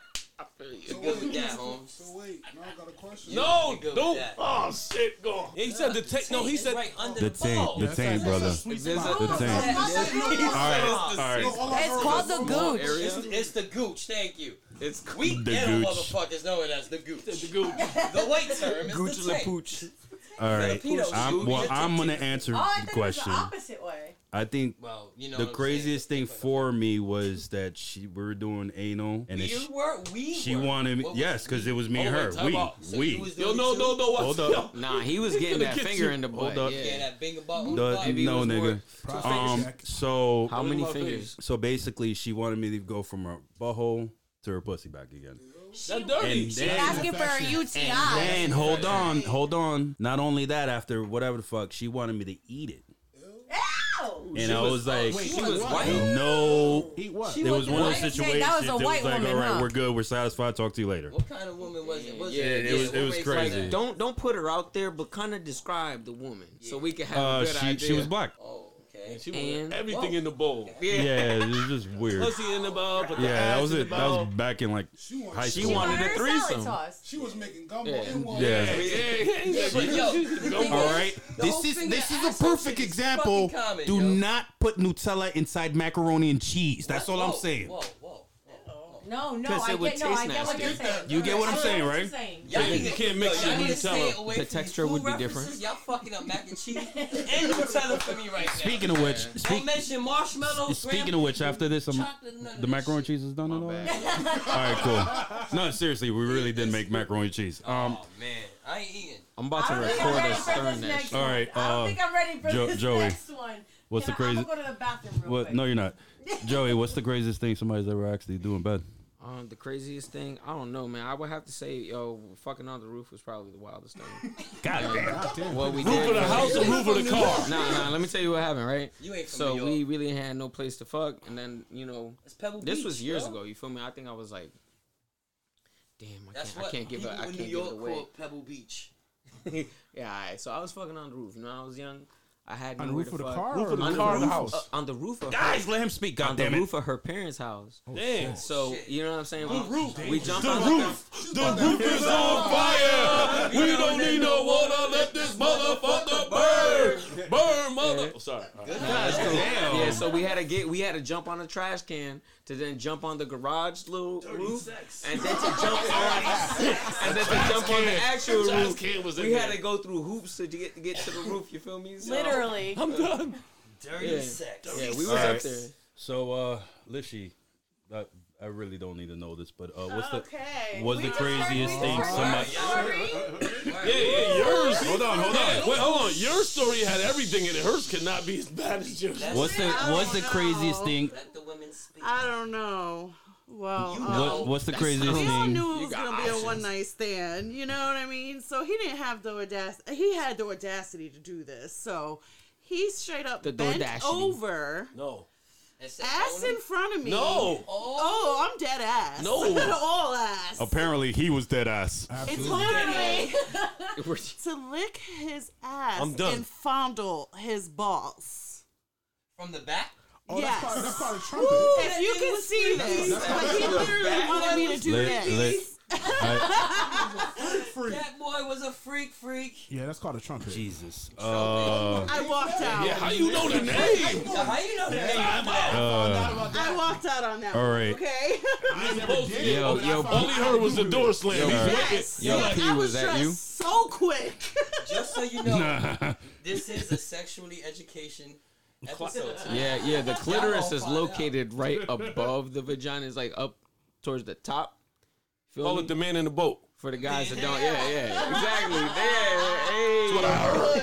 We good with that, Holmes.
So wait, now I got a question.
No,
You good with
don't.
that.
Oh shit, go. on. He said the tape. No, he
It's
said.
right under
The
the,
taint,
ball.
the taint, brother.
Sweet
There's
spot.
a-
The taint.
No,
All right, all right.
all I heard
It's called
was-
the
Small
gooch.
area.
It's the gooch. Thank you.
It's
We
The
ghetto
gooch.
motherfuckers know it as the gooch.
The
The
gooch.
white term is
Gooch
the
la
taint.
pooch.
All right.
Filipinos
I'm,
do
well,
get
I'm
to-
gonna answer
Oh,
the question.
opposite way.
I think
Well, you know
the
what I'm
craziest
saying.
thing for me was that she we were doing anal and it,
You were we.
she
were.
wanted me.
What was
Yes, because it was me and
Oh, wait,
her.
time
We,
out. So
you
we.
was doing
Yo, no,
too?
no, no. I-
Hold up.
yo.
Nah, he was getting
gonna
that
get
finger
you.
in the butt.
Hold up.
Yeah,
Yeah.
that bing bong.
The-
bong.
Maybe it
no,
was
nigga.
more-
Um, so
How many
my face.
fingers?
so basically, she wanted me to go from her butthole to her pussy back again.
That dirty.
And then-
Asking for a UTI.
And hold on, hold on. Not only that, after whatever the fuck, she wanted me to eat it,
Ow!
and I was, like,
She was white.
no.
Eat what?
It was one of those
white.
situations.
That was a
it
white
like,
woman,
all right,
huh?
we're good, we're satisfied. Talk to you later.
What kind of woman was it? Was
Yeah,
it,
it was-
it was
what race
crazy.
that?
Don't don't put her out there, but kind of describe the woman so we can have
Uh,
a good
she
idea.
she was black.
Oh, okay.
She was
And-
everything in the bowl.
Yeah.
Yeah, it was just weird.
Pussy in the bowl, but the
Yeah,
ass
that was
in
it.
The
That
bowl.
was back in like
She wanted-
high
she
school.
wanted- a threesome.
She was making gumbo
Yeah.
and one.
Yeah.
Yeah,
But yo, the thing
All
is,
right.
the
This
whole
is
finger
this
ass
is a
whole
perfect
shit is
example.
fucking common,
Do
yo.
not put Nutella inside macaroni and cheese. That's all I'm
Whoa,
saying.
Whoa, whoa. whoa.
No, no,
Because
I
it would
get no, I get
taste
what
nasty.
you're saying.
You get what I'm
I
saying,
what you're
right?
saying.
Y'all
Yeah,
niggas-
you can't mix
yo, y'all
it with
niggas stay
Nutella.
away
The
from these
texture would
food
be
references.
different.
Y'all fucking up mac and cheese and Nutella for me right now.
Speaking of which,
don't
speak,
mention
Oh,
marshmallows.
speaking
graham
of which, after this, I'm,
chocolate, none of
the
that
macaroni and
shit.
cheese is done and all that. All right, cool. No, seriously, we really did make macaroni and cheese. Um,
Oh man, I ain't eating.
I'm about
I
to
don't think I'm
record
ready
us
for this
stirring that.
next
shit.
one.
All right,
I
uh,
don't think I'm ready for
Jo-
this
Joey,
next one.
what's the
Can I-
crazy-
I'm gonna go to the bathroom real
what?
quick.
No, you're not, Joey. What's the craziest thing somebody's ever actually do in bed?
Oh Um, the craziest thing, I don't know, man. I would have to say, yo, fucking on the roof was probably the wildest thing.
Goddamn.
What we
Roof
did
of the
was-
house or roof of the car?
Nah, nah. Let me tell you what happened, right?
You ain't from
so
New York.
we really had no place to fuck, and then you know,
It's Pebble
this
Beach,
was years
yo.
ago. You feel me? I think I was like, damn, I
That's
can't, I
what
can't give it,
people
I
in
can't
New
give
York
it away.
call Pebble Beach.
yeah, all right. so I was fucking on the roof. You know, when I was young. I had
On the
nowhere
roof
to
of the
fuck.
car Roof or of the
on
car or
uh, roof,
the house?
uh, on the roof of
Guys, let him speak.
on the
Goddamn it.
roof of her parents' house.
Oh.
Damn.
So
shit.
you know what I'm saying?
Oh, The roof.
We jump
The
on
roof. The roof is on fire. We don't need no water. Let this motherfucker burn. Burn, mother. Oh, sorry. All right.
Damn.
Yeah, so we had to get we had to jump on a trash can to then jump on the garage little roof and then to jump on and then to jump on the
can.
actual
Trash
roof.
can was in
we had
there.
to go through hoops to get to get to the roof. You feel me? So,
Literally.
I'm done.
Dirty
Yeah.
sex.
Yeah, we was
All
up
right.
there.
So, uh, Lishy, I, I really don't need to know this, but uh, what's
Okay.
the what's
We
the
just heard-
craziest
we
thing
just heard
somebody?
your story.
Yeah, yeah, yours.
Hold on, hold
Yeah,
on.
wait, hold on. Your story had everything in it. Hers could not be as bad as yours.
What's the
I
what's the
don't
craziest
know.
thing?
Let the women speak.
I don't know. Well,
You
um,
What, what's the craziest
we all
thing?
knew it was
got
gonna be a one night stand. You know what I mean? So he didn't have the audacity. He had the audacity to do this. So he straight up
The
bent
Dordacity.
over,
No.
That's sex,
ass
don't
in
it?
front of me.
No.
Oh, I'm dead ass.
No.
all ass.
Apparently, he was dead ass.
It's
Absolutely.
literally
We're-
to lick his ass
I'm done.
and fondle his balls.
From the back?
Oh,
yes.
that's called, that's called a trumpet.
if you can see this, like he literally wanted me to do
Let-
this.
let- I-
That boy was a freak freak.
Yeah, that's called a trumpet.
Jesus. Uh,
I walked out.
Yeah, how you know the name?
Now, how you know that?
uh,
I walked out on that.
All
one,
right.
Okay. Oh,
I ain't supposed to.
Yo, yo,
Only her was the door slam. He's
Yo,
wicked.
Yes.
Yo,
Like,
P,
I
was
was,
that
dressed
you?
so quick.
Just so you know, this is a sexually education episode. tonight.
yeah, yeah. The clitoris is
Y'all gonna find
located right above the vagina. It's like up towards the top. Feel
Call
me?
it the man in the boat.
For the guys that don't, yeah, yeah, exactly. Yeah,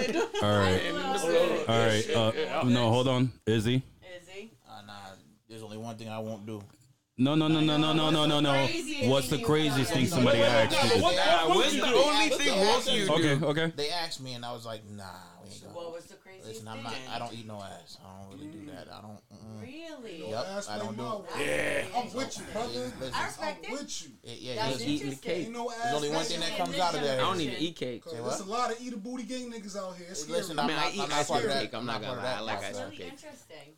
hey.
all right, all right. Uh, no, hold on, Izzy.
Izzy.
Uh, nah, there's only one thing I won't do.
No, no, no, no, no, no, no, no, no.
Craziest
What's the
thing you
craziest
done.
thing somebody asked you?
What would
What's
you
the
do?
only thing won't you do?
Okay, okay.
They asked me, and I was like, nah, we ain't gonna.
What was the craziest
Listen,
thing?
I'm not. I don't eat no ass. I don't really do that. I don't. Mm-mm.
Really?
Yep,
Ass
I don't
ain't
do.
no-
Yeah.
I'm with you, brother.
I
Listen,
respect
I'm
it.
with you.
it, yeah,
That's
yeah.
Eating the
interesting.
cake.
Ain't no ass.
There's only one thing that comes out of
I
there.
don't even eat cake.
Say
There's
what?
a lot of eat a booty gang niggas out here. It's scary.
Listen, I'm
Man, I
not.
eat
I'm
ice
not part of
cream
that.
cake. I'm not gonna
part of
lie. I
that
like
process.
ice cream.
Really
Okay.
interesting.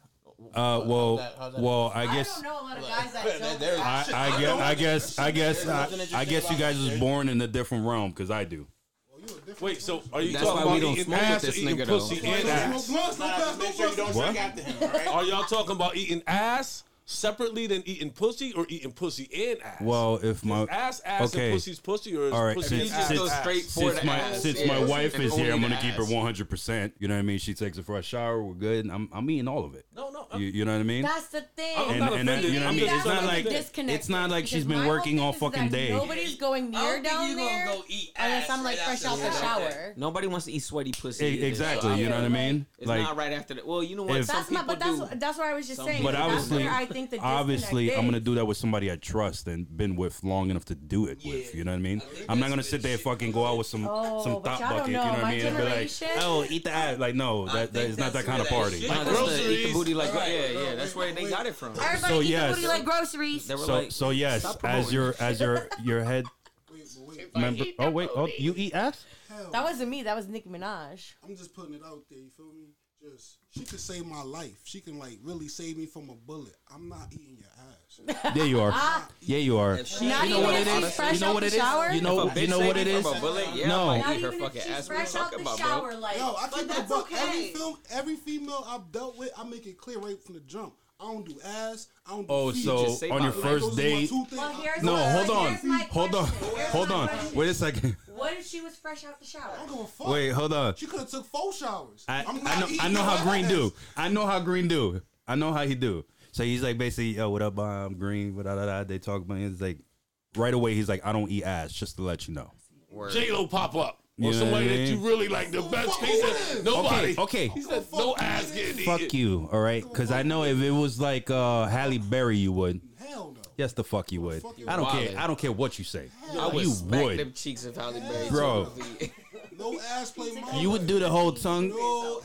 Uh, well, well, I
I
guess.
don't know a lot of guys that don't.
There's-
I, I guess I guess I guess
nothing
I,
interesting
I guess you
about
guys is born in a different realm because I do.
Oh, you a different
Wait, so are you
That's
talking
why we
about
don't
eating
smoke with
ass or
this
eating
nigga,
pussy
though.
and
No
ass?
blunts, no pass, no blunts.
What?
Are y'all talking about eating ass separately than eating pussy or eating pussy and ass?
Well, if my
ass, ass,
okay.
and pussy's pussy, or is
All right,
pussy
since-
and ass?
Just go
Since-
straight for
since
the
my
ass.
since
yeah.
my wife
And
is here, I'm
only
gonna
the
keep her
ass.
100. percent You know what I mean? She takes it for a shower. We're good. And I'm I'm eating all of it.
No, no,
You, you know what I mean?
That's the thing.
I'm
And,
not
and that,
offended.
you know what I
I'm
mean?
just
It's not
saying
like
that-
disconnected.
it's not like she's
Because my
been
whole
working
thing
all
is that
fucking day.
Nobody's going near
I don't think
down
you gonna
there
go eat ass
unless I'm like
right
fresh out
after
the
this.
shower.
Nobody wants to eat sweaty pussy.
E-
either,
Exactly.
so
You know what I mean?
It's not right after that. Well, you know what?
If-
Some
That's my,
people
but that's
do.
that's what I was just
Some
saying.
people
But
do.
that's
obviously,
where I think the
obviously,
disconnect
I'm gonna
is.
do that with somebody I trust and been with long enough to do it with. You know what I mean?
think
I'm not
that's
gonna
where
sit
the
there and
shit
fucking go out with some
Oh,
some
but
thought
y'all don't
bucket. You know
know.
what
My
I mean? And be like,
generation-
oh, eat the ass. Like, no,
I
that, that
think
is not that
that's
kind of
where that
party.
shit
Nah, that's the eat the
Groceries.
booty like
Right.
yeah, yeah. That's where they got it from.
Everybody eat
So,
the booty
yes.
like groceries.
They were
So,
like,
so yes,
stop
as
promoting.
your as your your head
Wait, but wait,
member. Oh wait, oh you eat ass?
hell,
That wasn't me. That was Nicki Minaj.
I'm just putting it out there. You feel me? Just she could save my life. She can like really save me from a bullet. I'm not eating your ass.
Yeah, you are. Yeah, you are.
Ah. Not
Ah. You know
even
what
if
it
she's
is?
fresh
You know
out
what
the
it is?
shower?
You know you know what it is? No.
no,
Not
Not
eat her
even if
fucking
she's
ass. What are you
fresh out
talking
the
about,
shower.
bro?
Like,
Yo, I
But
keep it a
that's
buck. Every
okay.
film, every female I've dealt with, I make it clear right from the jump. I don't do ass. I don't do
Oh,
feet.
so
just say
on your
my-
Those
first
are my
date.
two things.
Well, here's
No,
my-
hold on,
here's my
hold on,
question. Here's
hold
my
on.
question.
Wait a second.
What if she was fresh out the shower?
I don't give a fuck.
Wait, hold on.
She could have took four showers.
I,
I'm
I
not
know I
eating
know
your
how Green
ass.
do. I know how Green do. I know how he do. So he's like basically, yo, what up, um, Green? What da, da, da. They talk about it. It's like right away he's like, I don't eat ass, just to let you know.
J Lo pop up.
You
Or
know
somebody
what I
that you
mean?
really like the best. He said, nobody.
Okay, okay.
He said, no ass getting eaten.
Fuck you, all right? Because I know if it was like uh, Halle Berry, you would.
Hell no.
Yes, the fuck you would.
Fuck you
I don't
wildin'.
care. I don't care what you say.
I would
you
smack them
would.
cheeks of Halle Berry,
Bro.
too.
No ass play, mama.
You would do the whole tongue,
No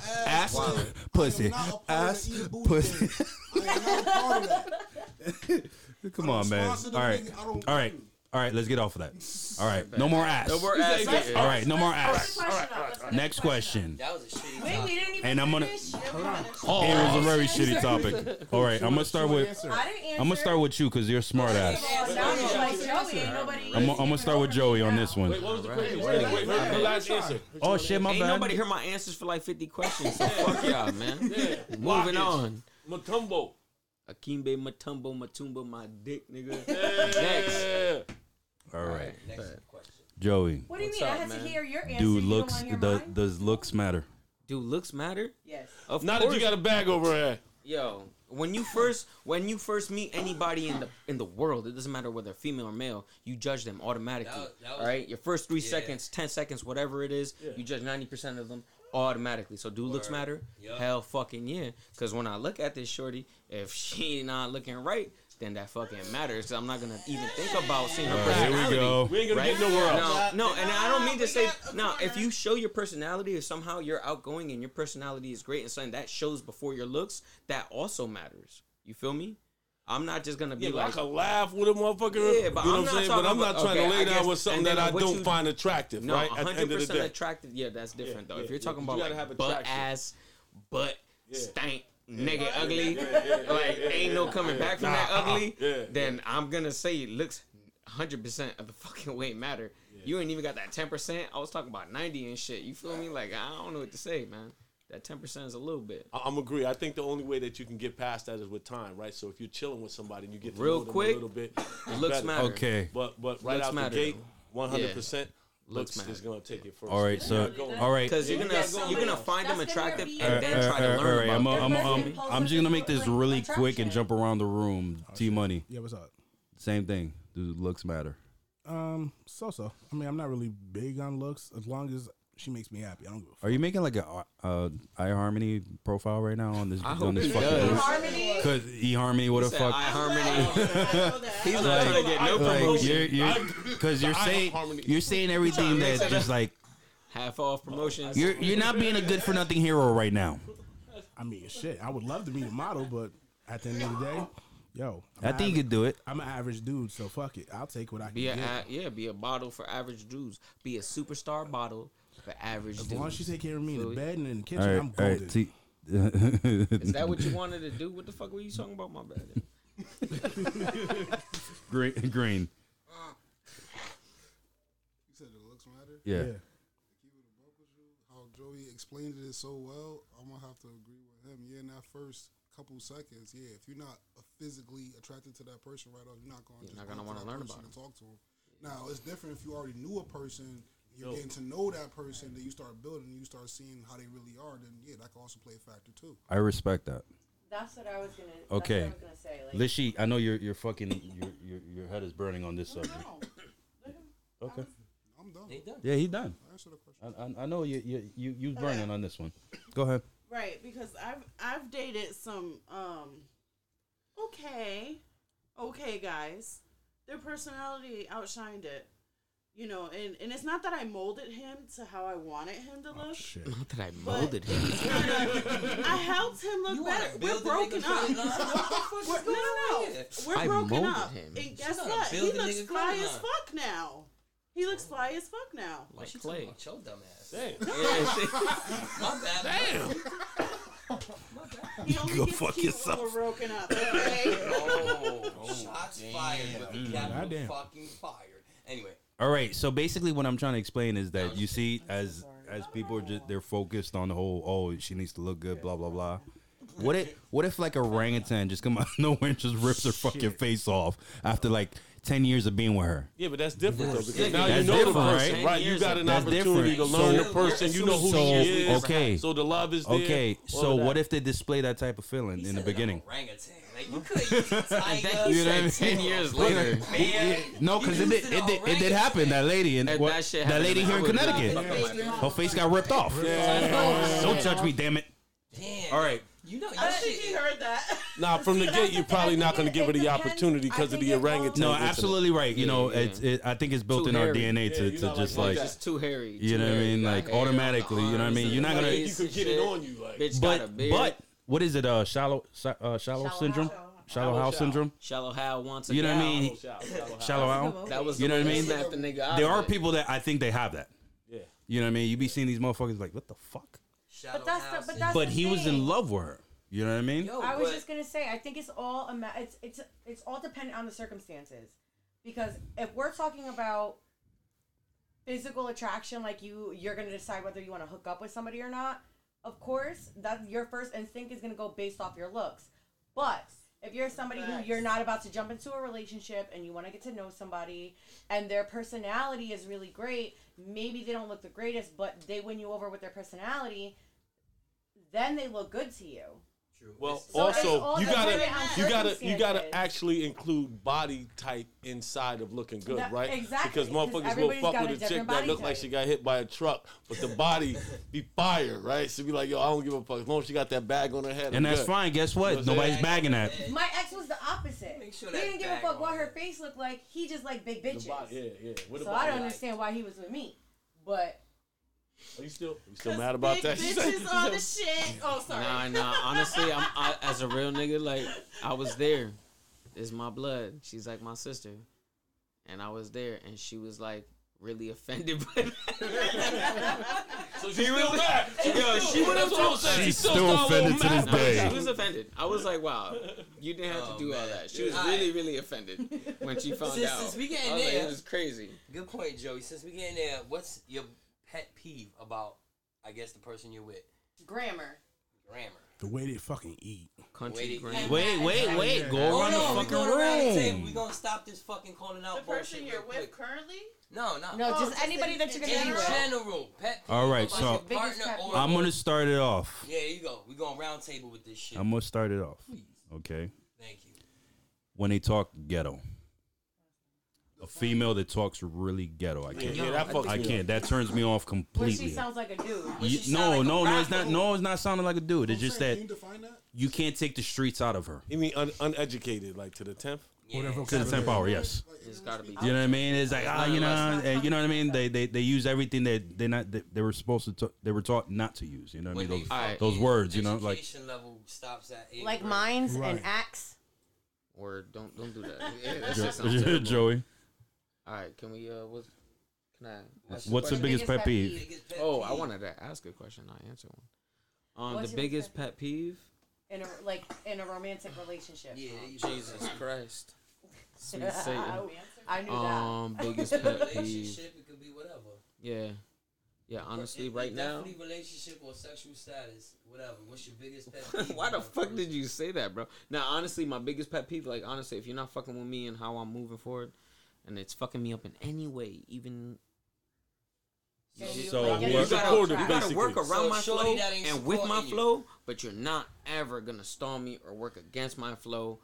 ass,
ass, play. I am
pussy,
not a part
ass,
of the eat a booty
pussy.
thing. I am not a part of that.
Come on, man.
sponsor
All
the
right,
nigga. I
all
don't-
right, all right. Let's get off of that. All right, no more ass.
No more ass getting.
All right, no more ass.
All right, all right,
Next question.
That was a shitty
Wait, we
topic.
didn't even.
And I'm gonna-
finish.
It was a very shitty topic. All right, I'm gonna start
Short
with
answer.
I didn't answer.
I'm gonna start with you because you're a smart ass.
Now it's like, Joey, ain't nobody-
I'm, gonna- I'm gonna start with Joey on this
Wait,
one.
what was the question? Wait, wait, wait, wait, last answer.
Oh shit, my
Ain't nobody
bad.
heard my answers for like 50 questions, so fuck y'all, man. Moving
Blockage.
on.
Matumbo.
Akimbe Matumbo Matumbo, my dick, nigga. Next.
All right, Joey.
What do you
What's
mean? I
up,
had
man?
to hear your answer.
Do
you don't
looks
wanna hear
do-
mine?
does looks matter?
Do looks matter?
Yes.
Of
Now that
course.
you got a bag over her,
Yo, when you first when you first meet anybody in the in the world, it doesn't matter whether they're female or male, you judge them automatically.
That was- that was-
all right, your first three
yeah.
seconds, ten seconds, whatever it is, you judge ninety percent of them automatically. So do looks
Word.
matter?
Yup.
Hell fucking yeah. Because when I look at this shorty, if she not looking right, then that fucking matters. 'Cause I'm not gonna even think about seeing her
All right, here
personality.
we go.
we ain't gonna
Right?
get nowhere else.
No, no, and I don't mean
we
to say
got a
no. If
corner.
you show your personality, if somehow you're outgoing and your personality is great and something that shows before your looks, that also matters. You feel me? I'm not just gonna be
Yeah, but I
like,
can laugh with a motherfucker.
Yeah, but
you know what
I'm
I'm
not
saying? But
talking
I'm not
about-
trying
okay,
to
I
lay down
guess-
with something
and
that
then
I
what
don't
you-
find attractive,
no,
right? At the end of
100
the
percent
day.
attractive. Yeah, that's different
yeah,
though. if
yeah,
you're talking
you
about
gotta
like
have
butt
attraction.
ass, butt stank, nigga ugly,
yeah,
like
yeah,
ain't no coming back from that
Nah, uh-uh.
ugly,
Yeah,
then I'm gonna say it looks. 100% of the fucking way matter. You ain't even got that 10%. I was talking about 90 and shit. You feel me? Like, I don't know what to say, man. That 10% is a little bit.
I- I'm agree. I think the only way that you can get past that is with time, right? So if you're chilling with somebody and you get to
Real
know them
quick,
a little bit, it's
looks
better.
matter.
Okay.
But but right
Looks
out the
matter,
gate,
though.
100 percent
Looks
looks is
matter.
gonna take it first.
All right, so all right.
Because you're
Yeah,
gonna
you gotta go
you're gonna
with-
find them
that's gonna
attractive
be-
and then try to
all
learn
right, I'm,
about them.
I'm, I'm,
Everybody
I'm,
pulls up
I'm just gonna
to
make this
like
really quick and
attraction.
jump around the room. T Money,
Oh, Yeah, what's up?
same thing. Do looks matter?
Um, so so. I mean, I'm not really big on looks as long as she makes me happy. I don't give a fuck.
Are you making like a uh, iHarmony profile right now on this
I
on
hope
this
he
fucking?
does.
Harmony.
Because eHarmony, what the
Said
fuck?
iHarmony.
I know that.
He's not trying to get no
like
promotion.
you're you're because you're
The
saying
iHarmony.
you're saying everything that's just like
Half off promotions.
you're you're not being a good for nothing hero right now.
I mean, shit. I would love to be the model, but at the end of the day, yo, I'm
I
an
think you
average-
could do it.
I'm an average dude, so fuck it. I'll take what I can
be a,
get.
a- yeah, be a bottle for average dudes. Be a superstar bottle for average
as long as she
dudes.
take care of me in the
Fluid.
bed and in the kitchen,
All
I'm
right, all
golden.
right. T-
Is that what you wanted to do? What the fuck were you talking about, my bad?
green, green.
You said it looks matter.
Yeah.
yeah.
How Joey explained it so well, I'm gonna have to agree with him. Yeah, in that first couple seconds, yeah, if you're not uh, physically attracted to that person right off, you're not gonna
You're
just
not
go
gonna
to
wanna
that
learn
person
about
and talk to him. Now it's different if you already knew a person. You're getting to know that person, then you start building, you start seeing how they really are. Then yeah, that can also play a factor too.
I respect that.
That's what I was gonna. that's
Okay.
what I was gonna say. Like,
Lishy, I know your your fucking your, your your head is burning on this subject. Okay.
I'm done.
They done.
Yeah, he's done.
Answer the question.
I, I, I know you you you you burning on this one. Go ahead.
Right, because I've I've dated some um okay okay guys. Their personality outshined it. You know, and, and it's not that I molded him to how I wanted him
Oh,
to look.
Shit.
Not that I
But-
molded him.
I helped him look
You wanna
better. We're
build a
broken
nigga
up.
credit line? What the fuck is
We're, no,
going
no,
on
no.
here?
We're
I
broken
molded
up.
him.
And guess
gotta
what?
build
He
a
looks
nigga
fly
credit
as
line.
fuck now. He looks fly as fuck now.
Why
Like
she
Clay.
talking about your dumb ass?
Damn.
My bad.
He only
Go
gets
fuck
cute
yourself.
when we're broken up. Okay.
Oh, shots fired with the capital
Goddamn.
fucking fired. Anyway,
All right. So basically, what I'm trying to explain is that you see, as as people are just they're focused on the whole oh she needs to look good, blah blah blah. What if what if like a orangutan just come out of nowhere and just rips her fucking face off after like ten years of being with her?
Yeah, but that's different though because
Yeah,
now you
that's
know the
different,
person,
right?
right? You got an
That's
opportunity to
different.
learn
So-
the person. You know who
So
she is.
okay,
So the love is there.
okay.
all
So
of that.
what if they display that type of feeling
he
in the
said an
beginning?
Orangutan. Like you could use a tiger.
You
You know what I mean?
Ten years later.
Man,
No,
you
because it
used
did, it did
an
it did
orangutan.
happen. That lady and
If
what-
that shit
that,
happened to
lady
me,
here
I
in
would've
Connecticut,
been
her face got ripped off.
Damn.
Don't touch me, damn it.
Damn.
All right,
You know, you
I don't think
shit-
he heard that.
Nah, from the
But
gate,
I
you're
think-
probably
I
not
think
going to
it-
give her
it
the
depends.
opportunity
I
because of
think
the
it all-
orangutan.
No,
incident.
absolutely right. You know,
Yeah,
It's, it, I think it's built
Too
in our
hairy.
DNA
Yeah,
to,
you
to
know,
just
like,
like,
you
Just too hairy.
You
too
know what I
hairy.
mean?
Got
Like,
hair off the
automatically, you know what I
arms
mean?
and
You're not
the
gonna-
Like, you
legs
could
and
get it
shit.
on you, like
Bitch got a
but
beard.
but what is it? Uh, shallow si- uh, shallow
Shallow
syndrome,
house.
shallow house syndrome.
Shallow Hal wants a
You know what I
gal.
mean? Shallow house.
That was
You
the
know what I
one
mean?
that Snapped the nigga out
There
of
are
it.
people that I think they have that.
Yeah.
You know what I mean? You be seeing these motherfuckers like, what the fuck?
Shadow
But that's the-
House
but
is-
that's-
But he was in
thing.
love with her. You know what I mean?
Yo,
I was
but-
just gonna say, I think it's all a ma- it's it's it's all dependent on the circumstances, because if we're talking about physical attraction, like you you're gonna decide whether you want to hook up with somebody or not. Of course, that's your first instinct is gonna go based off your looks. But if you're somebody who you're not about to jump into a relationship and you want to get to know somebody and their personality is really great, maybe they don't look the greatest, but they win you over with their personality. Then they look good to you.
True.
Well,
It's-
So it's
also
all
you gotta
dependent on
you gotta you gotta
circumstances.
actually include body type inside of looking good,
That-
right?
exactly,
Because
'cause
motherfuckers will
everybody's
fuck
got a
with a chick
different
that
body
look like
type.
she got hit by a truck, but the body be fire, right? She be like, yo, I don't give a fuck as long as she got that bag on her head. I'm
And that's
good.
fine. Guess what?
You know what I'm
Nobody's bagging that.
My ex was the opposite.
Make sure
he
that
didn't give a
bag
fuck what
on
her
it.
face looked like. He just liked big
The
bitches.
body, yeah, yeah. What
so
about
I don't
you?
understand why he was with me. But
Are you still you still mad about
Big
that? She said- she
Bitches on the
said-
shit. Oh, sorry.
Nah, nah. Honestly, I'm I, as a real nigga. Like I was there. It's my blood. She's like my sister, and I was there, and she was like really offended by that.
so she's still mad.
Yo, she would have
That's what I'm saying.
She's
She
still
sound a little
offended to
mad
this day.
about
She was offended. I was like, wow, you didn't have
Oh,
to do all
man.
that. She was
Yeah.
really, really offended when she found
Since-
out.
since we getting
I was like,
there.
This is crazy.
Good point, Joey. Since we getting there, what's your pet peeve about? I guess the person you're with,
grammar.
grammar.
The way they fucking eat.
Country
Wait,
grand.
Wait, wait, wait. Go
Oh,
around
Hold on, we
the
going around the table.
fucking
We
room.
gonna stop this fucking calling out
The person
bullshit
you're
real
with
quick.
currently?
No, no.
No,
Oh,
just
just
anybody
in-
that you're
in
gonna be
in
general.
with.
general, pet peeve
All right,
about
so-
your
Biggest
partner
pet
or
peeve.
I'm gonna start it off.
Yeah, you go. We going round table with this shit.
I'm gonna start it off.
Please.
Okay.
Thank you.
When they talk ghetto, a female that talks really ghetto, I
Yeah,
can't.
yeah, that fucks
I
me up.
can't. That turns me off
Where she
completely.
sounds like a dude.
When
You-
she sound
no,
like a
no, no, it's
rock.
not. No, it's not sounding like a dude. It's
I'm
just
saying,
that
Can you define that?
you can't take the streets out of her.
You mean un- uneducated, like to the tenth?
Whatever.
To the
vocabulary.
tenth hour, yes.
Like,
It's
everyone
gotta
speak-
be.
You know what I mean? It's like ah,
not-
you know,
that's
not
and you know what I mean.
something
They they, they use everything that they not they, they were supposed to. ta- they were taught not to use. You know what I
When
mean?
they
Those,
fuck,
those
yeah,
words. You know, like
education level stops at eight
Like
grade.
mines and
Right.
axe.
Or don't don't do that. Yeah, that
Jo-
shit sounds terrible.
Joey.
All right, can we? Uh, what's can I? ask a
What's the
question?
biggest pet peeve?
Biggest pet
Oh, I
peeve.
wanted to ask a question, not answer one. Um,
What's
the
your
biggest pet peeve?
In a like in a romantic relationship.
Yeah, you-
Jesus Christ, sweet
I,
Satan.
I knew
Um, biggest pet peeve.
Relationship, it could be whatever.
Yeah, yeah. Honestly,
It- it
right now.
definitely relationship or sexual status, whatever. What's your biggest pet peeve?
Why the fuck did you say that, bro? Now, honestly, my biggest pet peeve, like, honestly, if you're not fucking with me and how I'm moving forward, and it's fucking me up in any way, even
that.
So
like,
we're-
you're
you gotta,
supportive,
you gotta
basically.
work around
So
my
shorty
flow
that ain't
and with my
supporting you.
flow, but you're not ever gonna stall me or work against my flow.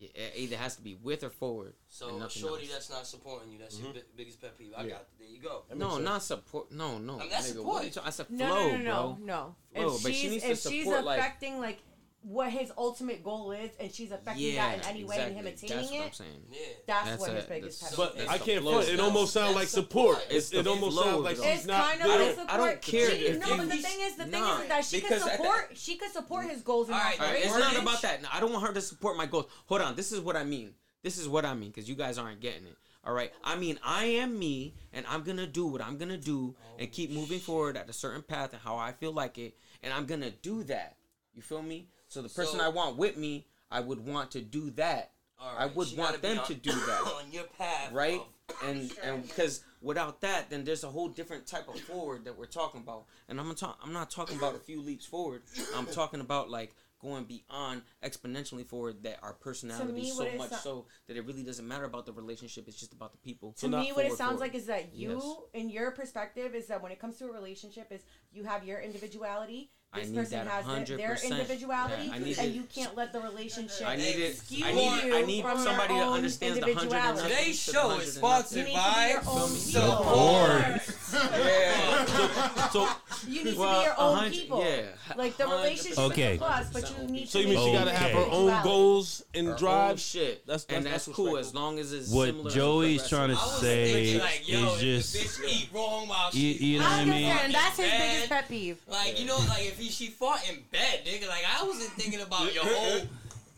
It it either has to be with or forward. and
So
nothing
shorty,
else.
that's not supporting you. That's
Mm-hmm.
your bi- biggest pet peeve. I got. There you go.
no, not support. No, no,
I mean, that's
nigga, what
support.
you talk- I said
No,
flow,
no, no, no,
bro.
no.
Flow,
if
but she
she's,
needs to
if she's
support, like-
affecting like what his ultimate goal is, and she's affecting
Yeah,
that in any way, and him
exactly.
attaining
that's
it,
What I'm saying.
Yeah.
that's,
That's
what
a-
his biggest
that's-
pet
But
peeve is.
I can't
flow,
front. It
though.
almost sounds like
That's the
support.
point.
It's
It
the
almost
flow,
sounds like
though.
she's
It's
not.
kind of like
good.
support.
I don't care
She,
if
no,
you-
but the thing is, the thing
Nah,
is that she could
because at
support. she could support his goals and
All right,
All right, it's
Words.
not about that. No, I don't want her to support my goals. Hold on, this is what I mean. This is what I mean because you guys aren't getting it. All right, I mean I am me, and I'm gonna do what I'm gonna do, and keep moving forward at a certain path and how I feel like it, and I'm gonna do that. You feel me? So the person
So-
I want with me, I would want to do that.
All
I
right,
would
she
want
gotta be
them
on-
to do that
on your path,
right?
of-
And and because without that, then there's a whole different type of forward that we're talking about. And I'm gonna talk, I'm not talking about a few leaps forward. I'm talking about like going beyond exponentially forward that our personality
me,
so
what it
much
so-
so that it really doesn't matter about the relationship. It's just about the people.
to me, what it sounds like
is
is that you,
Yes.
in your perspective, is that when it comes to a relationship, is you have your individuality.
I
This
need
person
that
has their- their
100%.
individuality,
Yeah, I need
and
it.
you can't let the relationship
I need it.
excuse
I need
you
it. I need
from your
somebody that
own
understands the hundred. and
individuality.
nothing
Today's
to the
show
hundred
is
and nothing.
You
sponsored
need to be
by
your own
Support.
people.
Yeah.
So,
You need to
Well,
be your own
100
people.
yeah.
Like the relationship
Okay.
is a plus, but you need
So
to
you mean
make
she
it
gotta have her
your
own
duality.
goals and
drive
drive?
shit.
That's-
and
that's-
that's,
that's
cool
respectable.
as long as it's similar
What
to
Joey's
the
trying to
rest
I was
say
thinking like, yo,
is
if the
just,
bitch eat wrong while
you,
she.
you know what
I
I mean?
understand. That's his
Man.
biggest pet peeve.
Like you know, like if he, she fought in bed, nigga. Like I wasn't thinking about your whole.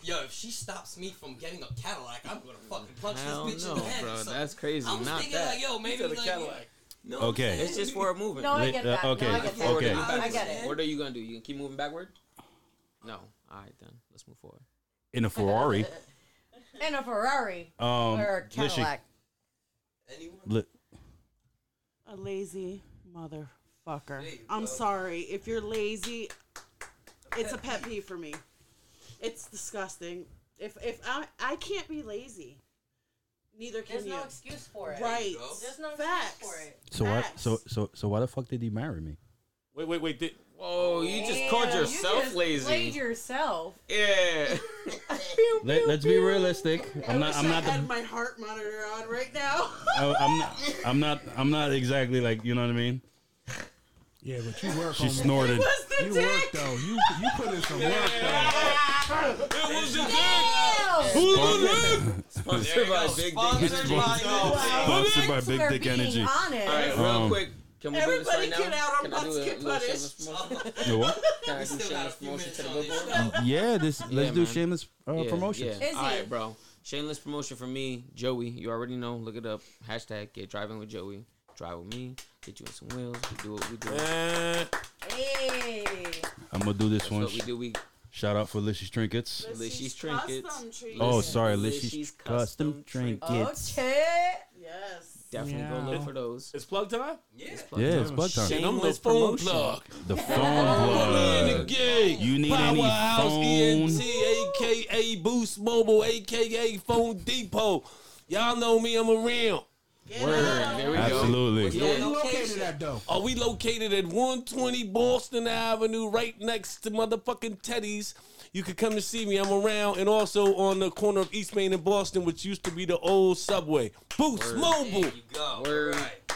Yo, if she stops me from getting a Cadillac, I'm gonna fucking punch this
of- Hell
bitch
no,
in the head. or
bro.
something.
That's crazy.
I was
Not
thinking
that.
like, yo, maybe
Said a
like,
Cadillac.
no,
Okay.
it's just for a movement.
No, I
Lit-
get
uh,
that.
okay,
No, I get that.
okay.
I get it.
What are you gonna do? You gonna keep moving backward? No. All right then. Let's move forward.
In a Ferrari.
And a Ferrari
Um,
or a
listen,
Cadillac.
Anyone?
li-
A lazy motherfucker. I'm sorry. If you're lazy, it's a pet peeve for me. It's disgusting. If if I I can't be lazy, neither can
There's
you.
no excuse for it.
right.
go.
There's no
Facts.
excuse for it.
so why?
Facts.
So so so why the fuck did he marry me?
Wait, wait, wait. Did,
Whoa, you just called
Damn, you
yourself
just
lazy.
Played yourself.
Yeah.
Let, let's be realistic. I'm not. I'm not.
I had
The,
my heart monitor on right now.
I, I'm not. I'm not. I'm not exactly like you know what I mean.
Yeah, but you work.
She
on
snorted.
What's the
You
dick?
work though. You you put in some work though.
Ew.
Sponsored by Big Dick.
Sponsored by Yo.
Sponsored by
Thanks
Big
for
Dick
being
Energy.
honest.
All right, real
Um,
quick. Can we
Everybody
do this right
get
now?
out, I'm
Can
about
I do
to
a
get
little
punished.
shameless promotion?
You know what?
Can I do
Still got a
shameless
few
promotion
minutes
to the
on this
billboard?
show.
Yeah. This. Let's
Yeah,
do
man.
shameless uh, promotions.
Is
All
he?
right, bro. Shameless promotion for me, Joey. You already know. Look it up. Hashtag get driving with Joey. Drive with me. Get you in some wheels. We do what we do.
eh,
Hey.
I'm gonna do this
That's
one.
what we do. We
Shout out for Lishy's trinkets.
Lishy's
Custom
trinkets.
trees.
Oh, sorry,
Lishy's
Lishy's
custom
custom trinkets.
Okay.
Yes.
definitely
Yeah.
gonna look for those.
it's plug time.
Yeah.
Yeah, it's bug time.
Shit, I'm the
Shameless
phone
promotion.
plug.
The phone plug.
Gay.
You need any
Powerhouse E
phone?
ENT, aka Boost Mobile, aka Phone Depot. Y'all know me, I'm around.
Word. There we go.
Absolutely.
Where you located at though?
Are we located at 120 Boston Avenue, right next to motherfucking Teddy's? You could come to see me. I'm around, and also on the corner of East Main and Boston, which used to be the old subway. Boost Mobile.
There you go.
Word.
All right.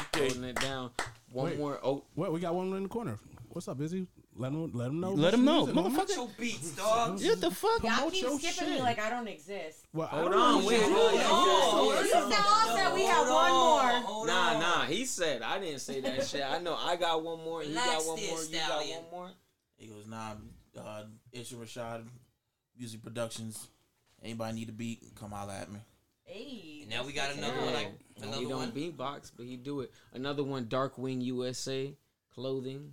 Okay.
Holding it down. One
Wait.
more. Oh,
What we got one in the corner. What's up, Izzy? Let him let him know.
Let him know, motherfucker.
Your beats, dog.
What the fuck?
Y'all
Promote
keep
your
skipping me
shit.
like I don't exist.
Well,
hold
I don't
on.
know.
Wait.
Oh,
You said also that we have one more.
Hold
Nah,
on.
nah. He said I didn't say that shit. I know. I got one more. You got
Relax
one
there,
more. You got
stallion.
one more.
He goes, nah, uh, Isha Rashad, Music Productions. Anybody need a beat? Come holla at me.
Hey.
Now we got another one. Like
he
another
don't
one.
beatbox, but he do it. Another one. Darkwing USA clothing.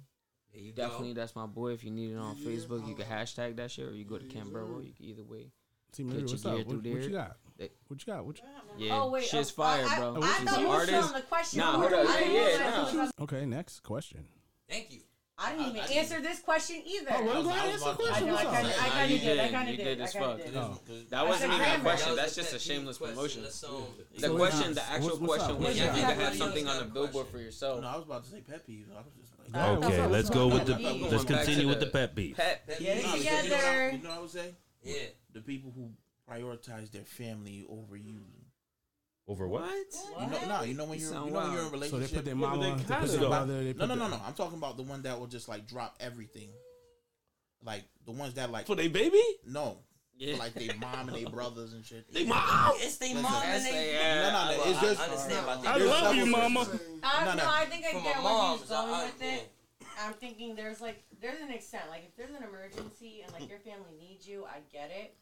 There you
Definitely,
go.
that's my boy. If you need it on Facebook, you can hashtag that shit, or you go to Cambrero. You can either way.
See, Mary,
Get your
what's
gear
up?
through
What, what
there.
you got?
They-
What you got? What you,
Yeah,
Oh wait,
shit's
oh,
fire,
I-
bro.
I, I
She's
thought
an
you were still
artist.
on the question.
Nah,
board.
hold up.
I didn't
Yeah,
realize
yeah,
what you was-
okay, next question.
Thank you.
I didn't even answer this question either.
Oh, I'm glad
I was
it's a
about to-
I
question.
know, I
What's
kind
up?
of,
Nah,
I kind
you
of did, I
did.
kind
You
of
did
did, I
as
kind
fuck.
of did.
Oh.
That wasn't
said
even a
Cambrero.
That
question.
was
That's
a
just a
pet peeve
shameless
question.
promotion.
Let's, um,
The
So
question,
it's-
the actual
what's- what's up?
question was
What's
you
up?
need to have
What's up?
something on the
What's up?
billboard for
No,
yourself.
I was about to say pet peeves. I was just like,
Alright, what's
Okay,
up?
let's go with the.
Going
Let's
back to
continue with
the-
the pet beef.
Pet.
That
Yeah,
beef.
you
Yeah,
know what I-
together.
You know what I would say?
Yeah.
The people who prioritize their family over you.
Over what?
You know, no, you know when
You
you're,
sound
you know when you're in
wild.
a relationship.
So they put their
but
mama,
they
they
kinda
put their
don't.
mother,
No,
they put
no, no,
their-
no. I'm talking about the one that will just like drop everything. Like the ones that like
For they baby?
no,
Yeah.
for, like they mom and they brothers and shit.
They mom.
It's they mom and
That's a-
they.
No,
yeah.
no, no. It's
I-
just
I understand about that.
I
there's
love you,
several-
mama.
I,
No,
no,
no.
I think I
From
get
my
where he was
mom's, I-
going
I-
with it. I'm thinking there's like there's an extent. Like if there's an emergency and like your family needs you, I get it.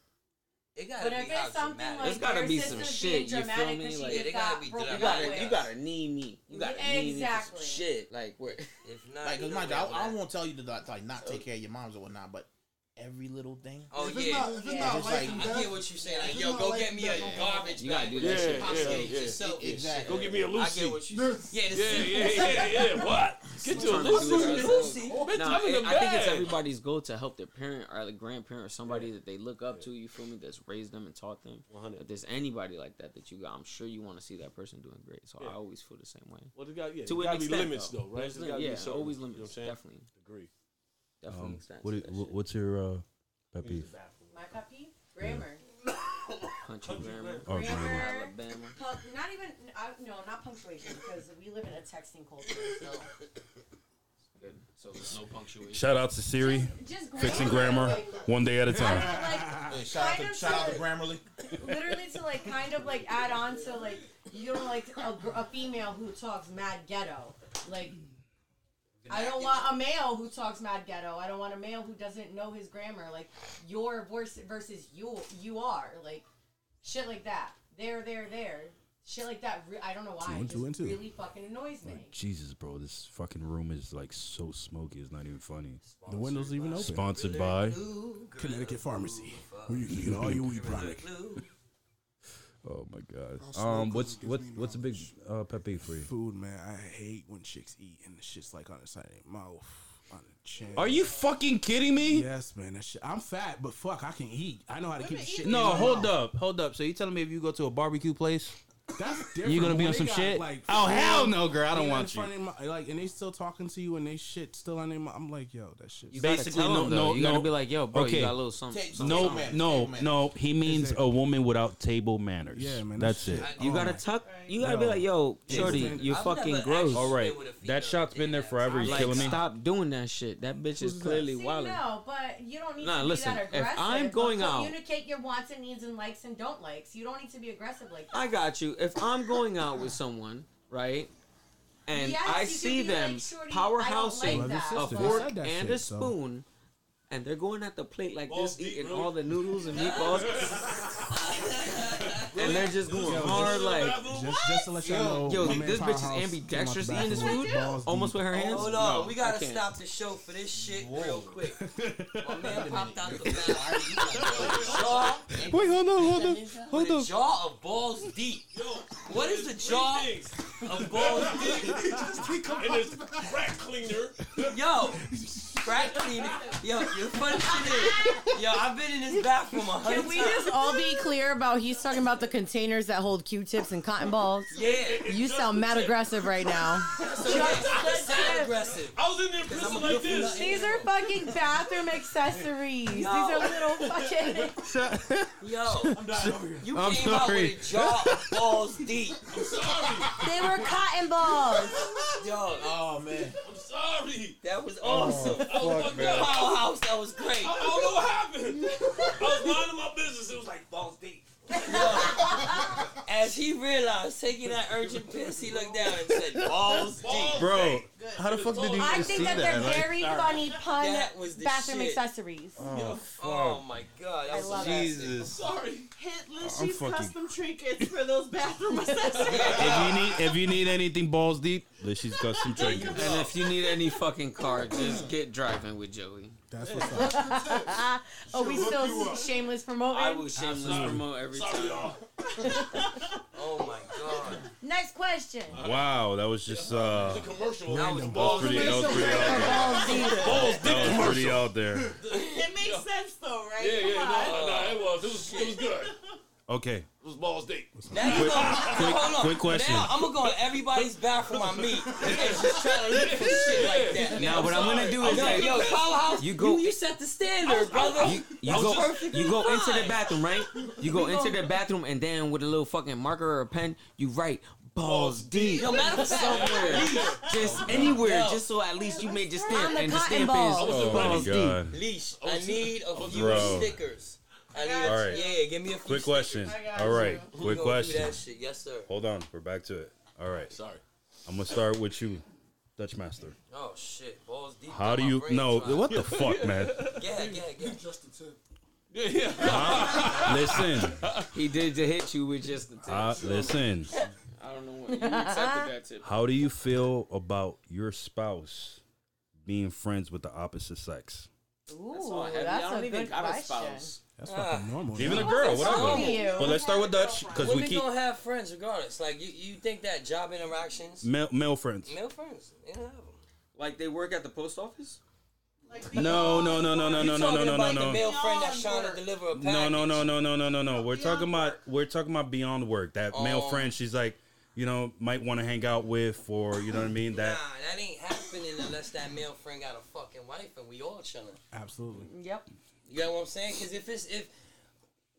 It
But
gotta
if
be
it's
out
something
dramatic.
like
There's gotta
your
be some
sister's
shit,
being
you feel
dramatic
me?
'cause she
Like,
Yeah, they
just
gotta
got
be
broken
You
dramatic.
up with.
gotta, you gotta knee me. You gotta knee me. for some
Exactly.
Shit, like where.
If not,
Like,
you
'cause
know
mind you, I,
what I'm
I
at.
won't tell you to like, like, not take care of your moms or whatnot, but every little thing.
Oh
if it's
yeah.
not, if it's
Yeah.
not
It's
life
like,
and
I
death,
get what you're saying. Like,
It's
yo,
not
go
like
get me
that.
a garbage
You
bag.
gotta do that
Yeah,
shit.
I'm
yeah,
saying
yeah.
yourself.
Exactly.
Go give me a
I
Lucy.
get what you.
Yes.
Yeah, this
Yeah, yeah, yeah, yeah. What? Get you a
Trying to do
Lucy.
it ourselves.
Bitch,
Nah,
I'm in
it-
the
I think it's
bag.
everybody's goal to help their parent or the grandparent or somebody that they look up to. You feel me? That's raised them and taught them.
100.
If there's anybody like that that you got, I'm sure you want to see that person doing great. So I always feel the same way.
Well, there got, yeah,
To
there
an
gotta be
extent,
limits,
though.
though, right?
There's
There's gotta be
yeah,
certain-
always
you know
limits,
what I'm saying?
definitely.
Agree.
Definitely
Um,
extends
what
to
do-
that
wh-
shit.
what's your uh, pet beef?
My puppy, grammar.
Country grammar,
Oh, grammar.
Grammar.
Alabama.
Punk, not even I, no, not punctuation because we live in a texting culture. So
good. So there's no punctuation.
Shout out to Siri,
Just
fixing grammar one day at a time.
Like,
Hey, shout out
kind
to
of
shout out to
to-
Grammarly.
literally to like kind of like add on to like you don't like a, gr- a female who talks mad ghetto like I don't want a male who talks mad ghetto. I don't want a male who doesn't know his grammar. Like your versus versus you you are like shit like that. There there there shit like that. Re- I don't know why.
Two
it
and
just
two and two.
really fucking annoys me.
Jesus, bro, this fucking room is like so smoky. It's not even funny.
The windows even open.
Sponsored by.
Connecticut Pharmacy, where you can get all your weed product.
Oh my god.
I'll smoke
Um,
'em,
what's
gives
what
me
what's a big uh, pet peeve for you?
Food, man. I hate when chicks eat and the shit's like on the side of their mouth, on the chin.
Are you fucking kidding me?
Yes, man. That shit. I'm fat, but fuck, I can eat. I know how to keep the shit.
eat
in
No,
my
hold
mouth.
up, hold up. So you telling me if you go to a barbecue place,
That's different.
You gonna be
When
on
they
some
got,
shit? Oh, hell no, girl, I
they
don't
in
want
front
you.
of my- like, and they still talking to you, and they shit still on their. mou- I'm like, yo, that shit.
Ba- Basically,
Basically,
no-
no,
no-
You gotta
no.
be like, yo, bro,
Okay.
you got a little something.
Take-
No,
take a minute,
no,
take a minute.
no. He means a woman without table manners.
Yeah, man, that
That's it.
shit.
You
Oh
gotta
my-
tuck. You gotta be like, yo, shorty,
Jason,
you're
I've
fucking
never
gross.
actually
All right,
Stay with a female.
that shot's been there
Yeah.
forever. You
like,
killing me?
stop doing that shit. That bitch is clearly
See,
wild.
no, but you don't need
Nah,
to
listen,
be that
if
aggressive.
I'm
But
going out-
communicate your wants and needs and likes and don't likes. You don't need to be aggressive like that.
I got you. If I'm going out with someone, right, and
Yes,
I
you can
see
be
them
like, "Shorty, I don't
powerhousing
like that,
a
Brothers, sisters, I
fork
said that
and
shit,
a
so.
spoon, and they're going at the plate like
Balls
this,
deep,
eating
bro.
all the noodles and meatballs, and they're just going hard like.
Just, just to let you know,
Yo,
my man
this bitch is
Powerhouse
ambidextrous
came out
eating
the
this
bathroom
food,
with balls
almost
deep.
with her hands.
Hold on,
No,
we
I
gotta
can't.
stop the show for this shit real quick. My man popped out the jar.
Wait, hold on, hold on,
With
hold
a
on.
jar of balls deep. What is the jar of balls deep?
And this crack cleaner.
Yo, crack cleaner. Yo, the funny shit is, yo, I've been in this bathroom a hundred
Can
times.
we just all be clear about he's talking about the containers that hold Q-tips and cotton balls?
yeah,
You sound mad aggressive right now.
so yeah, sound aggressive.
I was in there pissing like this.
These are fucking bathroom accessories. These are little fucking.
Yo,
I'm dying over here.
you
I'm
came out
sorry.
with a jar of balls deep.
They were cotton balls.
Yo,
Oh man,
I'm sorry.
that
Oh,
was awesome.
I was fucked up.
Powerhouse, that was great.
I don't know what happened. I was minding my business. It was like balls deep.
As he realized taking that urgent piss, he looked down and said, "Balls deep."
Balls
Bro,
deep.
how the fuck did you
I
even
think
see
that
that?
they're
Like,
very funny pun
That was the
bathroom
shit.
accessories.
Oh, my god, that
I
was
love
amazing.
Jesus.
Sorry.
Hitless,
I'm
she's
fucking-
custom trinkets for those bathroom accessories.
If you need if you need anything balls deep, then she's got some trinkets.
And if you need any fucking car, just get driving with Joey.
That's what's up.
Oh, we still shameless
I
promoting.
will shameless promote every
Sorry,
time.
y'all.
Oh my god.
Next question.
Wow, that was just uh, that
Commercial.
That was
was
balls
pretty, that was pretty, out,
Balls deep.
Balls deep.
that was pretty out there.
it makes sense though, right?
Yeah, yeah,
Come on.
no, no, no, it was. It was, it was good. It
Okay,
was balls deep.
Now you gonna, hold on.
quick question.
Now I'm gonna go in everybody's bathroom I meet and just try to look for shit like that.
Now what I'm gonna do is
Yo,
like,
yo, powerhouse, you
You
go,
go-
you, set the standard, brother.
You, you
That was
go
perfectly
you go into
fine.
the bathroom, right? You go into the bathroom and then with a little fucking marker or a pen, you write balls deep
Yo, matter of fact,
somewhere, just anywhere,
Yo.
just so at least you made your
On
stamp
the
and the
cotton
stamp
balls.
is
oh my
balls deep.
god.
leash. I need a few
Bro.
stickers. I need,
All
right.
yeah, give me a few
Quick
stickers.
question.
I got
All right,
you.
We
quick
gonna do
question.
that shit. Yes, sir.
Hold on, we're back to it. All right,
Sorry.
I'm gonna start with you, Dutch Master.
Oh shit, balls deep.
How
in
do
my
you?
brain
No,
fried.
what the fuck, man?
Yeah, yeah, yeah.
Just a tip.
Yeah, yeah.
Listen,
He did to hit you with just the tip.
uh, listen.
I don't know what you accepted that tip.
How do you feel about your spouse being friends with the opposite sex?
Ooh,
heavy. I
that's
don't
a
even
good
got a
question.
spouse.
That's fucking normal.
Even
yeah.
a girl,
wrong
whatever.
with you?
But let's start with Dutch because we
Women
keep
gonna have friends regardless. Like you, you think that job interactions,
male, male friends.
male friends, they don't have them.
Like they work at the post office?
Like,
No, no, no, no, no,
You
no, no,
talking
no, no,
about
no,
the
no.
male friend that's
Beyond
trying to
work.
deliver a package.
No, no, no, no, no, no, no, no. We're
Beyond
talking about
work.
we're talking about beyond work. That male
Oh.
friend, she's like, you know, might want to hang out with, or you know what I mean.
Nah,
That
that ain't happening unless that male friend got a fucking wife and we all chilling.
Absolutely.
Yep.
You know what I'm saying? Because if it's if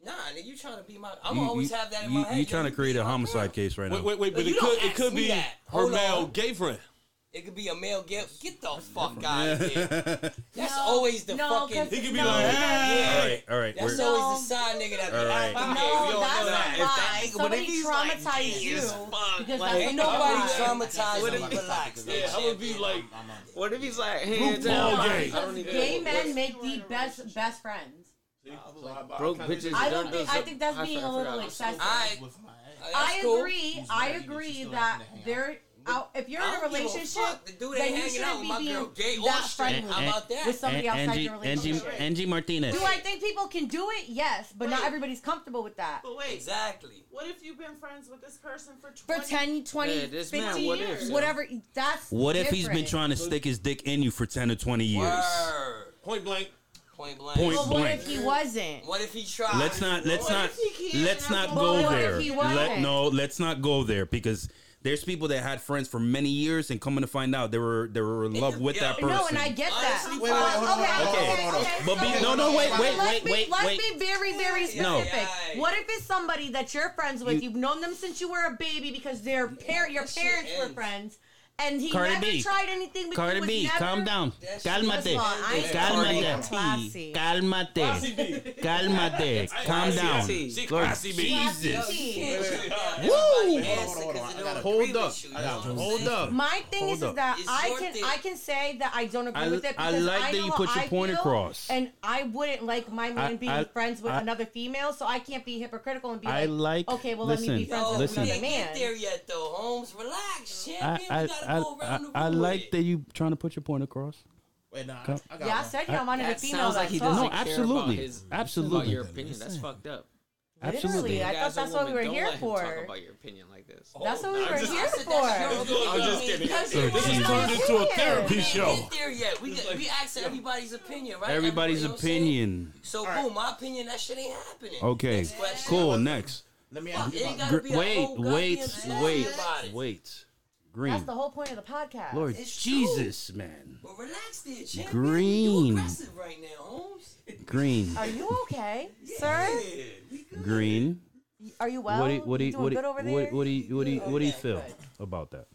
nah, nigga, you trying to be my, I'm
you,
gonna always
you,
have that in
you,
my head.
you trying
yo,
to create
be
a
my
homicide
girl.
case right now?
Wait, wait, wait. But
you
it
don't
could, it
ask
could
me
be
that.
her
Hold
male
on.
gay friend.
It could be a male gift. Get the fuck out of here. That's always the
no,
fucking.
'cause- He could be no, like, because-
yeah.
All right, all right,
That's
we're-
always the side nigga that be
All right.
out the
No,
game. We all
that's
know that.
not
If that
why.
nigga- but
Somebody
if he's like,
traumatized
"Yeah,
you,
it's fuck,"
because
like,
that's
ain't
not
nobody
why.
traumatized
What if-
me. Relax.
Yeah, I would be like, what if he's like, hands
RuPaul
out?
game.
I don't even
Gay men make the best best friends.
Broke bitches.
I don't
done
think-
does
I think that's
I
being a
forgot-
little
I forgot.
excessive.
I,
I agree. I agree that there. Out, if you're in
I
a
don't give a
relationship,
fuck. The dude
then
ain't
you
hanging out
shouldn't
with
be
my
being
girl, gay or
that
straight.
friendly
How about that?
with somebody outside
Angie,
your relationship.
Angie, Angie Martinez.
Do I think people can do it? Yes, but not
Wait.
everybody's comfortable with that.
But wait,
Exactly.
what if you've been friends with this person for 20
For 10, 20,
Yeah, this
15
man, what if,
years,
yo?
whatever. That's
What if he's been
different.
trying to stick his dick in you for ten or twenty years?
Word.
Point blank.
Point blank.
Point
But what
blank.
if he wasn't?
What if he tried?
Let's not. Let's
What
not.
if he can't
Let's
have
not
one?
go
What if
there.
he
Let,
won't?
no, let's not go there because there's people that had friends for many years and coming to find out they were they were in love with that person.
No, and I get that.
Honestly,
Uh,
wait,
okay,
hold
okay,
Okay.
okay, okay.
But be-
so-
no, no, wait,
but
wait,
let's
wait,
be-
wait,
Let's
wait.
be very, very specific.
No.
What if it's somebody that you're friends with? You've known them since you were a baby because their par- your
That shit
parents were
ends.
friends, and he
Cardi
never
B.
tried anything with
Cardi
you. was
B,
never-
calm down.
That shit
First
Calmate.
of all, I ain't
Cardi B.
Calmate.
Classy.
Calmate. Calmate. Calm down.
Classy.
She
Lord,
classy, B.
Jesus.
Woo!
Hold up. Hold up.
My thing
Hold
is,
up.
is that
It's
I
your
can
thing.
I can say that I don't agree
I-
with it
I
because I
like that
know
you put
how
your
I
point
feel,
across.
and I wouldn't like my man
I-
being
I-
friends with
I-
another female, so I can't be hypocritical and be
I like-
okay, well let me
listen,
be friends with
listen.
we
another
ain't get
man.
there yet, though, Holmes. Relax,
I,
champion.
I,
we gotta
I,
go
I,
around the
I
room
like
with
that you trying to put your point across.
Wait, nah,
Come-
I got
Yeah, I
one.
said yeah, I wanted a
That
female.
sounds like
that's
he
all.
doesn't
No,
care
absolutely.
about his about
Absolutely.
your opinion. That's fucked up.
Absolutely.
Literally, I thought
As a
that's what we
woman,
were
don't
here
let him
for.
Talk about your opinion like this.
it.
That's what we
Hold
were
on.
here
I said
for.
that's your
I'm just
opinion.
kidding.
That's
So
your
this is
opinion.
turned into a therapy
We
show.
ain't get there yet. We, get, we asked everybody's opinion, right?
Everybody's
Everybody, you know what I'm saying?
opinion.
So, boom, my opinion, that shit ain't happening.
Okay.
Next question.
Cool. Next.
Let me
Fuck,
ask
it
you
ain't
about
gotta be a
Wait,
whole
wait,
goddamn
wait,
thing about it.
wait.
That's
Green.
the whole point of the podcast.
Lord
It's
Jesus, man.
But relax there, champion.
Green.
You aggressive right now, Holmes.
Green.
Are you okay, sir?
Green.
Are you well?
what do you, what do
You
you,
doing
what do
good over
you,
there?
what, what do you, what do you, what do you
Okay,
feel
good.
about that?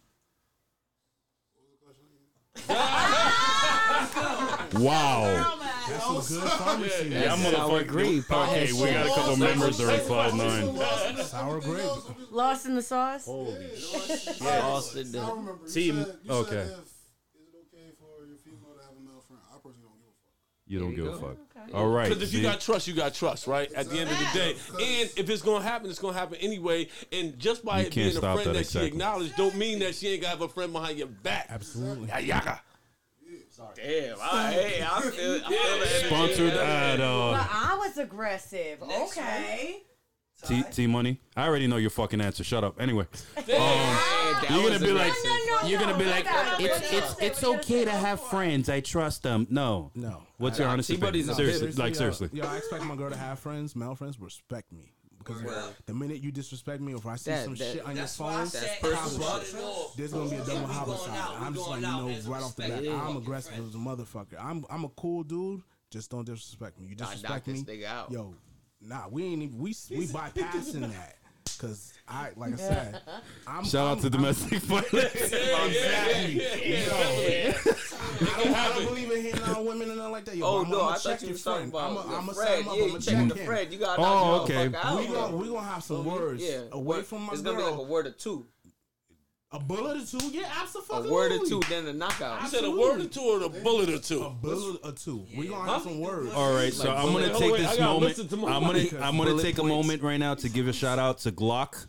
wow.
That's some good pharmacy.
Yeah, motherfucker. Green. Okay, we got a couple members that are in Cloud Nine.
Sour grape.
Lost in the sauce.
Austin,
I remember. You
Team-
said, you
okay.
Said if, is it okay for your female to have a male friend? I personally don't give a fuck.
You don't give a fuck. All right.
Because if you
see?
got trust, you got trust, right? At the end of the day, and if it's gonna happen, it's gonna happen anyway. And just by
You
it
can't
being a
stop
friend that,
that
she
exactly.
acknowledged, don't mean that she ain't gotta have a friend behind your back.
Absolutely.
Yaga.
damn. I, hey, I feel, I feel it.
sponsored ad, uh,
But I was aggressive. Okay.
T T Money. I already know your fucking answer. Shut up. Anyway, um,
Hey, that
you're gonna
was
be like,
aggressive.
No, no,
you're gonna
no,
be
no,
like,
no, no,
it's
no, no,
it's
no,
it's
no, no,
okay to
no,
have friends. I trust them. No.
No.
What's your honest opinion?
T-Buddy's a
Seriously,
uh,
like seriously.
Yo, yo, I expect my girl to have friends, male friends, respect me. Because the minute you disrespect me, or if I see
That-
some
that-
shit on your
That's why I
phone,
said
pop
personal
up,
shit.
there's gonna be a double
We going
homicide.
out, we
I'm just
going
like, you
out
know,
as a
right off the bat,
respected
I'm
fucking
aggressive
friend.
as a motherfucker. I'm I'm a cool dude. Just don't disrespect me. You
Nah, knock
disrespect
this
me,
nigga out.
yo. Nah, we ain't even we we bypassing that. Cause I like I said, I'm
Shout out
I'm-
to
I'm-
domestic violence.
Exactly. Yo. I don't, I don't believe in hitting on women and nothing like that. Yo,
Oh
I'm,
no,
I'm
I
check
thought you
your
were talking
friend.
about
I'm
the
gonna set
Fred.
him up.
Yeah,
I'm
you
gonna
checking
check
the
him.
Fred. You got
Oh,
knock the
okay.
motherfucker out.
We gonna we gonna have some words
yeah.
away
Word-
from my
It's
girl.
gonna be like a word or two.
a, bullet or two. Yeah, absolutely.
A word or two, then the knockout.
You said a word or two or a bullet or
A
two.
bullet or two. We gonna have some words.
All right, so I'm gonna
bullet-
take
Oh, wait, I
this
gotta
moment.
listen to my
I'm gonna
mic.
I'm gonna
Bullet
take a
points.
moment right now to give a shout out to Glock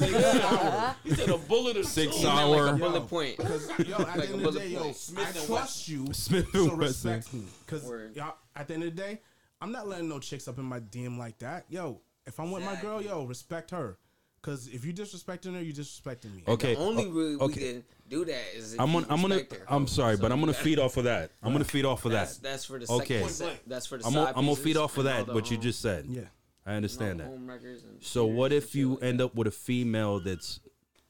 You said a bullet or
Six
two.
hour.
Like a
Yo.
bullet point.
Yo, at the end of
bullet
the day, yo,
point.
I trust you.
Smith and
so
Wesson.
respect me, cause
Word.
y'all, at the end of the day, I'm not letting no chicks up in my DM like that. Yo, if I'm with my girl, yo, respect her, cause if you disrespecting her, you disrespecting me.
Okay.
The only
o-
way we
okay.
can do that is if
I'm
you
gonna I'm gonna
respect her.
I'm sorry, but I'm gonna
that-
feed off of that. I'm gonna feed off of
That's
that.
that's for the
Okay.
second. set. That's for the.
I'm
side
gonna, I'm gonna
pieces
feed off of
and
that.
all the,
What you
um,
just said.
Yeah.
I understand that.
home records and
So
shit
what
and
if
shit
you
like
end up with a female that's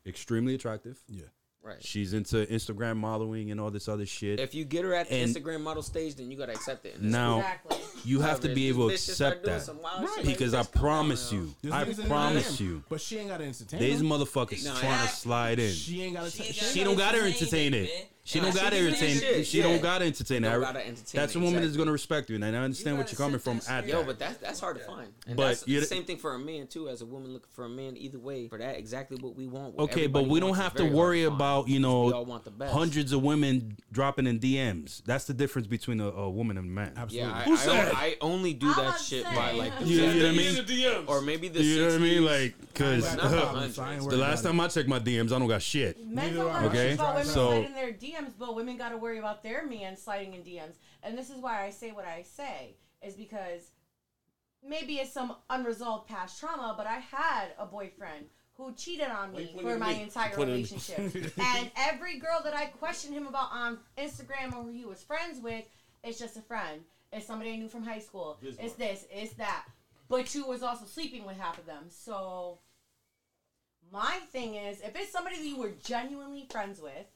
extremely attractive,
Yeah.
Right.
She's into Instagram modeling and all this other shit.
If you get her at the
And-
Instagram model stage, then you gotta accept it. And
now
Exactly.
you have to
Whatever,
be
if
able to
this bitch start
accept
doing
that
some wild shit like
because I
this, come on
promise
now.
you,
This
I
nigga's in the
promise
gym,
you,
But she ain't got to entertain.
these
him.
motherfuckers
No,
trying to
that-
slide in.
She ain't got to.
ain't
She don't gotta entertain it.
man.
She
Nah,
don't
she
gotta
can do
entertain
that shit,
it. She
yeah.
don't gotta entertain
Don't
it.
gotta entertain
That's
it,
a woman that's
exactly.
gonna respect you, and I understand what
gotta
you're coming
sit
from
that
at
shit
Yo,
that.
but that's that's hard to find. And
But
that's
you-
the same thing for a man too, as a woman looking for a man. Either way, for that exactly what we want. what
Okay, but
everybody
we don't
wants is
have to
very hard
worry
find.
about you
We all
know
want the best.
hundreds of women dropping in DMs. That's the difference between a, a woman and a man.
Yeah, I,
Who
I,
said?
I only do
I'm
that
about
shit
to
by
say.
like the
You, you know what I
70s,
mean?
or maybe the
You know what I
60s.
mean? Like, cause
Not
Not the
about
hundreds.
it. I ain't
the
worried
last
about
time I checked my DMs, I don't got shit.
Men don't
Neither do
want
I.
to worry
Okay,
about women
so-
sliding their DMs, but women got to worry about their man sliding in DMs. And this is why I say what I say is because maybe it's some unresolved past trauma, but I had a boyfriend who cheated on me for my entire relationship. and every girl that I questioned him about on Instagram or who he was friends with, it's just a friend. It's somebody I knew from high school. It's this, it's that. But you was also sleeping with half of them, so. My thing is, if it's somebody that you were genuinely friends with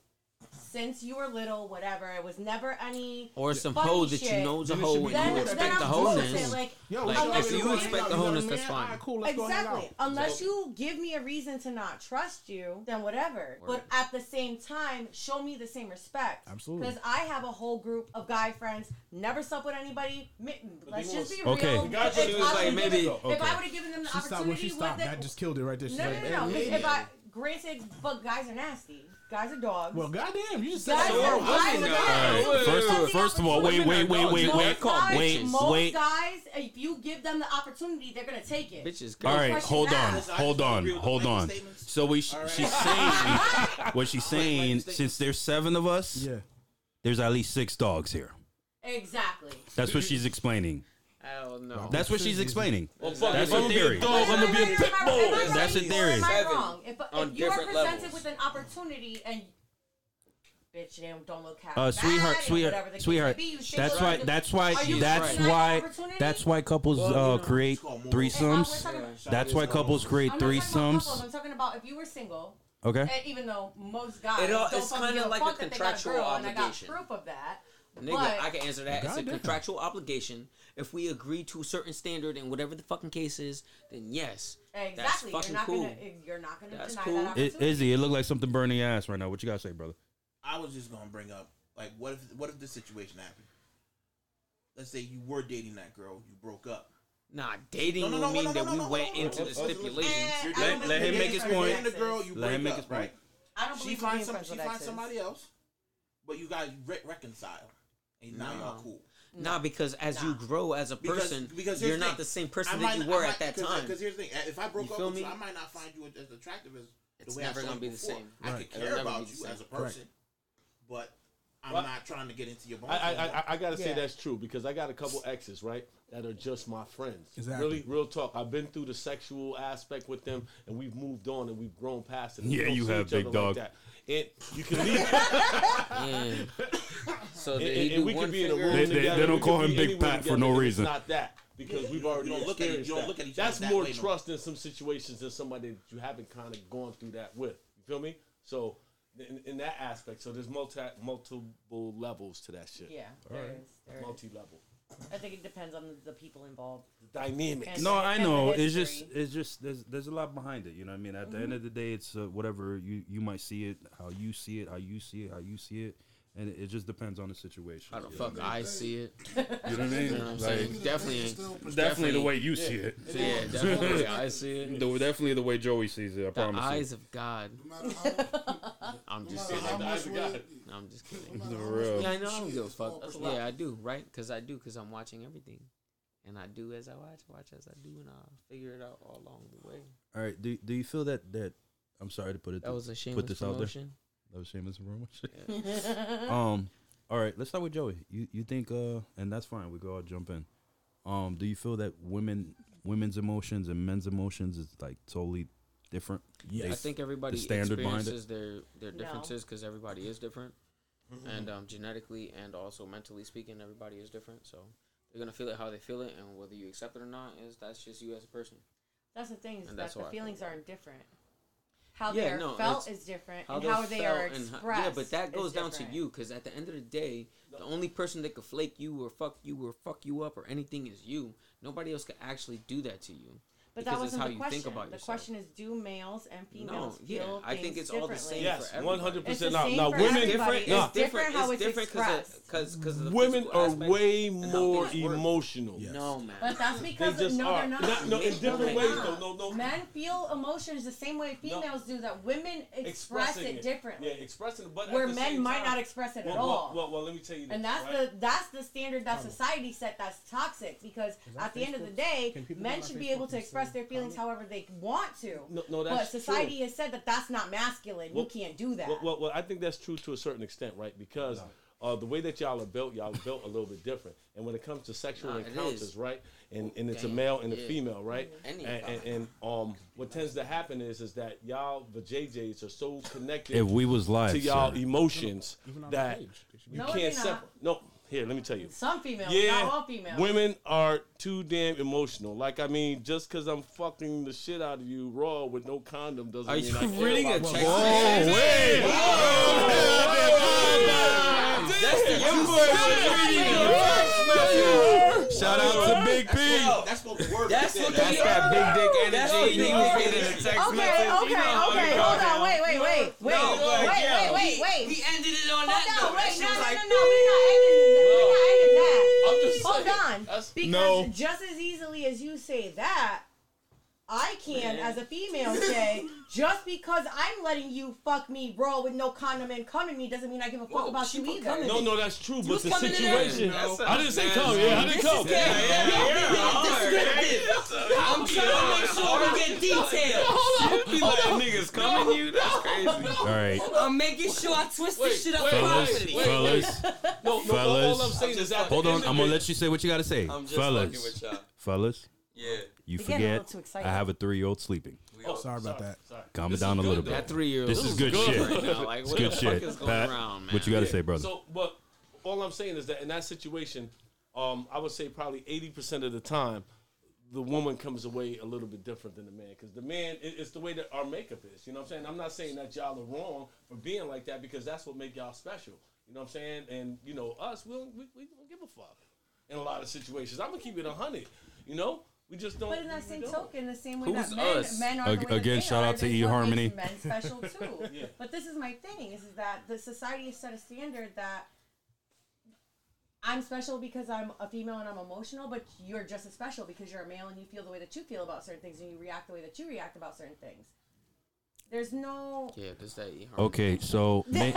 since you were little, whatever, it was never any.
or some
funny
hoe that you
shit,
know's a
Then it
hoe
should be cool.
and you
Then, then
expect the
I'm cool with it.
wholeness.
Like,
Yo,
Like,
we already
if you
go hang
expect
out.
the
You got a
wholeness,
man?
that's fine.
All right, cool. Let's go hang
exactly.
out.
Unless you give me a reason to not trust you, then whatever. But at the same time, show me the same respect.
Absolutely.
Because I have a whole group of guy friends, never slept with anybody. Mi- Let's
they
just be
won't-
real.
Okay. The
guy
If
friend
I
was like,
would've
maybe-
given- If I would have given them the
She stopped when she
opportunity
stopped.
with
That
it,
just killed it right there. She's
No,
like,
no, no.
"Hey,
no.
lady."
If I, granted, but guys are nasty. Guys are dogs.
Well, goddamn, you just said
guys
that.
So
are
Well,
are women,
guys are
though.
guys.
Alright,
first-
That's the
first of all, wait,
opportunity.
wait, wait,
Most
wait, wait.
guys-
Wait,
most
wait.
guys, if you give them the opportunity, they're gonna take it.
Bitches,
All right,
question
hold on,
asked.
I
hold
just
on,
agree with the
hold
blanket
on.
statements.
So we, sh- she's saying what she's saying.
statements.
Since there's seven of us,
Yeah.
there's at least six dogs here.
Exactly.
That's what she's explaining.
hell no.
That's what she's explaining.
Well, fuck,
That's
if I'm
a
gonna be
theory.
a dog, I'm gonna be a pit
Am I-
bull.
am I right
That's a
or
theory.
Am I
Seven
wrong? If,
on
if you are
different
presented
levels.
with an opportunity and bitch, they don't, don't look half
Uh,
bad
sweetheart,
and
sweetheart,
whatever the case may
sweetheart.
be, you think
That's
those
why.
are-
That's why.
Are you
That's
presenting
why.
that opportunity?
That's why couples uh, create threesoms.
And I- we're talking-
That's why couples create
I'm not talking about couples,
threesomes.
I'm talking about if you were single.
Okay.
And even though most guys
It all-
don't
it's
fucking
kinda
give
like a
fuck that they got
contractual
girl, And
obligation.
I got proof of that.
Nigga,
but
I can answer that. It's a
Goddamn.
contractual obligation. If we agree to a certain standard and whatever the fucking case is, then yes. That's
exactly,
fucking
you're not
cool.
gonna you're not gonna
That's
deny
cool.
that
It-
I-
opportunity.
Izzy, it looked like something burning your ass right now. What you gotta say, brother?
I was just gonna bring up like what if what if this situation happened? Let's say you were dating that girl, you broke up.
Nah, dating
No, no, no,
will mean
no, no,
that
no,
we
no,
went
no, no.
into the
Let's- let's-
stipulations.
Eh,
You're
I
dating-
don't
let
believe
him
in
make his
friends
point.
with
dating the girl, you
Let
break
him make
up,
his point.
right?
I don't
She
believe in being
finds some,
friends
she
with
finds
exes.
somebody else, but you guys re- reconcile, and now y'all cool.
Nah, because as you grow as a person,
here's
you're
the
not
thing.
the same person
I
that
might-
you
I
were
might-
at that
'cause-
time.
Because here's the thing: if I broke
You
up
feel
with you,
me?
I might not find you as attractive as
It's
the way
never
I saw
gonna
you
be the
before.
same.
I
Right.
could
It'll
care
never be
about
the
you as a
same.
person, but I'm not trying to get into your bones.
I, I, I, I gotta say
Yeah.
that's true because I got a couple exes, right, that are just my friends.
Exactly.
Really, real talk. I've been through the sexual aspect with them, and we've moved on and we've grown past it. We
Yeah,
don't
you
see
have,
each other
big dog.
Like that. And you can leave.
Mm.
Yeah. so
and,
that he
and
do
we
one
could be in a
finger-
room
They- they-
together.
they don't
we could
call
be
him Big
anywhere
Pat for
together,
no
and it's
reason.
Not that because we've
you
already
don't look at it-
experienced
you don't
that.
look at each other
That's
that
more
way no more.
trust in some situations than somebody that you haven't kind of gone through that with. You feel me? So. In, in that aspect, so there's multi multiple levels to that shit.
Yeah, there is, there is.
Multi level.
I think it depends on the people involved.
Dynamics.
And-
No, I know.
the
It's just,
history.
it's just. There's, there's a lot behind it. You know what I mean? At the end of the day, it's uh, whatever you, you might see it, how you see it, how you see it, how you see it, and it, it just depends on the situation.
How the
you
fuck
Know
I see it.
what I mean? You know what I mean?
You know what I'm
Like,
saying? Definitely.
It's
ain't-
still perspective.
definitely the way you see it.
Yeah, definitely. the way I see it.
The- definitely the way Joey sees it. I
The
promise.
eyes of God.
No matter how-
I'm
no
just
matter how
kidding.
much
God.
weight-
No, I'm just
no
kidding.
matter how
For real.
much
Yeah, I know.
weight
I don't
shit,
give a
it's
fuck.
all perspective.
Yeah, I do, right? Because I do, because I'm watching everything. And I do as I watch, watch as I do, and I'll figure it out all along the way.
All right. Do, do you feel that that I'm sorry to put it
That was a
put
shameless
this out there.
promotion.
That was shameless promotion. um. All right. Let's start with Joey. You you think uh and that's fine. We go all jump in. Um. Do you feel that women women's emotions and men's emotions is like totally different? Yes.
I think everybody
standard behind it?
experiences their their
No. Mm-hmm.
differences because everybody is different, and um, genetically and also mentally speaking, everybody is different. So they're gonna feel it how they feel it, and whether you accept it or not is that's just you as a person.
That's the thing is
And
that
that's
the
why I
feelings are indifferent. how
Yeah,
they are
no,
felt
it's-
is different
how
and
they're
how they are
felt and
expressed.
how- yeah, but that
is
goes down to
different.
you because at the end of the day, the only person that could flake you or fuck you or fuck you up or anything is you. Nobody else could actually do that to you.
But
because
that
it's
wasn't
how
the
you
question.
think about
the
yourself.
question is, do males and females
No, yeah,
feel
I think
things
it's all the same
differently?
Yes,
for
one
everybody.
hundred
It's the
percent. Now,
same
now
for
women,
everybody.
different.
It's
nah,
different how it's expressed.
because because
women are way
and how
more
things work.
emotional.
No man.
But that's because
just
no,
are.
they're not.
Not- no, in
They're
different
not.
ways, though. No, no.
Men feel emotions the same way females do. That women express it differently.
Yeah, expressing it, but at
Where
the
men
same
might
time-
not express it
well,
at
well,
all.
Well, well, let me tell you this.
and that's
right?
the that's the standard that society set that's toxic because at the end of the day
Can people
men
go on
should be
Facebook
able to
and
express
say
their feelings however they want to
No- no,
but
that's
society
true.
has said that that's not masculine
Well,
you can't do that
Well, well, well, I think that's true to a certain extent, right? Because uh, the way that y'all are built, y'all are built a little bit different. And when it comes to sexual
Nah, it
encounters,
is.
right? And and it's
Damn,
a male and a
yeah. Mm-hmm.
female, right? And,
Any
and, and um, what tends to happen is is that y'all the JJs are so connected
If we was live,
to y'all
sir.
emotions
on
that
stage,
you
No,
can't
they're not.
separate. No, here, let me tell you.
some females
Yeah,
not all females
women are too damn emotional. Like, I mean, just because I'm fucking the shit out of you raw with no condom doesn't
Are
mean
you
I care
reading
about
a
you.
check?
Hey!
That's the young boy.
Shout out to Big P.
That's what works.
That's what they
That
are.
big dick
That's
energy.
what
He
you
was
are.
getting a text
okay
message.
okay okay hold on wait wait wait wait wait wait wait wait
He ended it on
Hold
that
on,
note. That
wait,
shit
no,
was
no, no,
like,
no, we're not ending that. We're not ending that.
I'm just
Hold
saying.
on.
That's-
because
No.
just as easily as you say that, I can, as a female, say, just because I'm letting you fuck me raw with no condom and come at me doesn't mean I give a fuck
Whoa,
about
she
you
put
either.
cum in
No, no, that's true, but
was
the
coming in there.
situation.
No.
I didn't say
That's
come.
nasty.
Yeah, I didn't come.
I'm trying to make sure we get details.
You letting niggas come in you? That's crazy.
All right,
I'm making sure I twist
Wait,
this shit up
wait,
properly.
wait, wait.
fellas.
No, no,
Fellas.
all I'm saying is that.
Hold on, I'm gonna let you say what you gotta say,
I'm just fucking
fellas.
with y'all.
Fellas,
Yeah.
You're
you
getting a little
forget
too
I
excited.
have a three-year-old sleeping.
We all-
Oh, Sorry about that.
Calm it down a little
That
bit.
three year old.
This is good shit.
Right now. Like,
It's
what
good
the
shit.
fuck is going
Pat,
around, man?
what you gotta say, brother?
So, but all I'm saying is that in that situation, um, I would say probably 80% of the time, the woman comes away a little bit different than the man because the man it, it's the way that our makeup is. You know what I'm saying? I'm not saying that y'all are wrong for being like that because that's what make y'all special. You know what I'm saying? And you know us, we don't, we, we don't give a fuck in a lot of situations. I'm gonna keep it hundred. You know, we just don't.
But in that
we
same
don't.
token, the same way
Who's
that men,
us?
men are
Ag-
the way that
again,
they
shout
are,
out to E
is what
eHarmony.
makes Men special too.
Yeah.
But this is my thing: is, is that the society has set a standard that I'm special because I'm a female and I'm emotional, but you're just as special because you're a male and you feel the way that you feel about certain things and you react the way that you react about certain things. There's no
Yeah, does that eat hard?
Okay, so ma-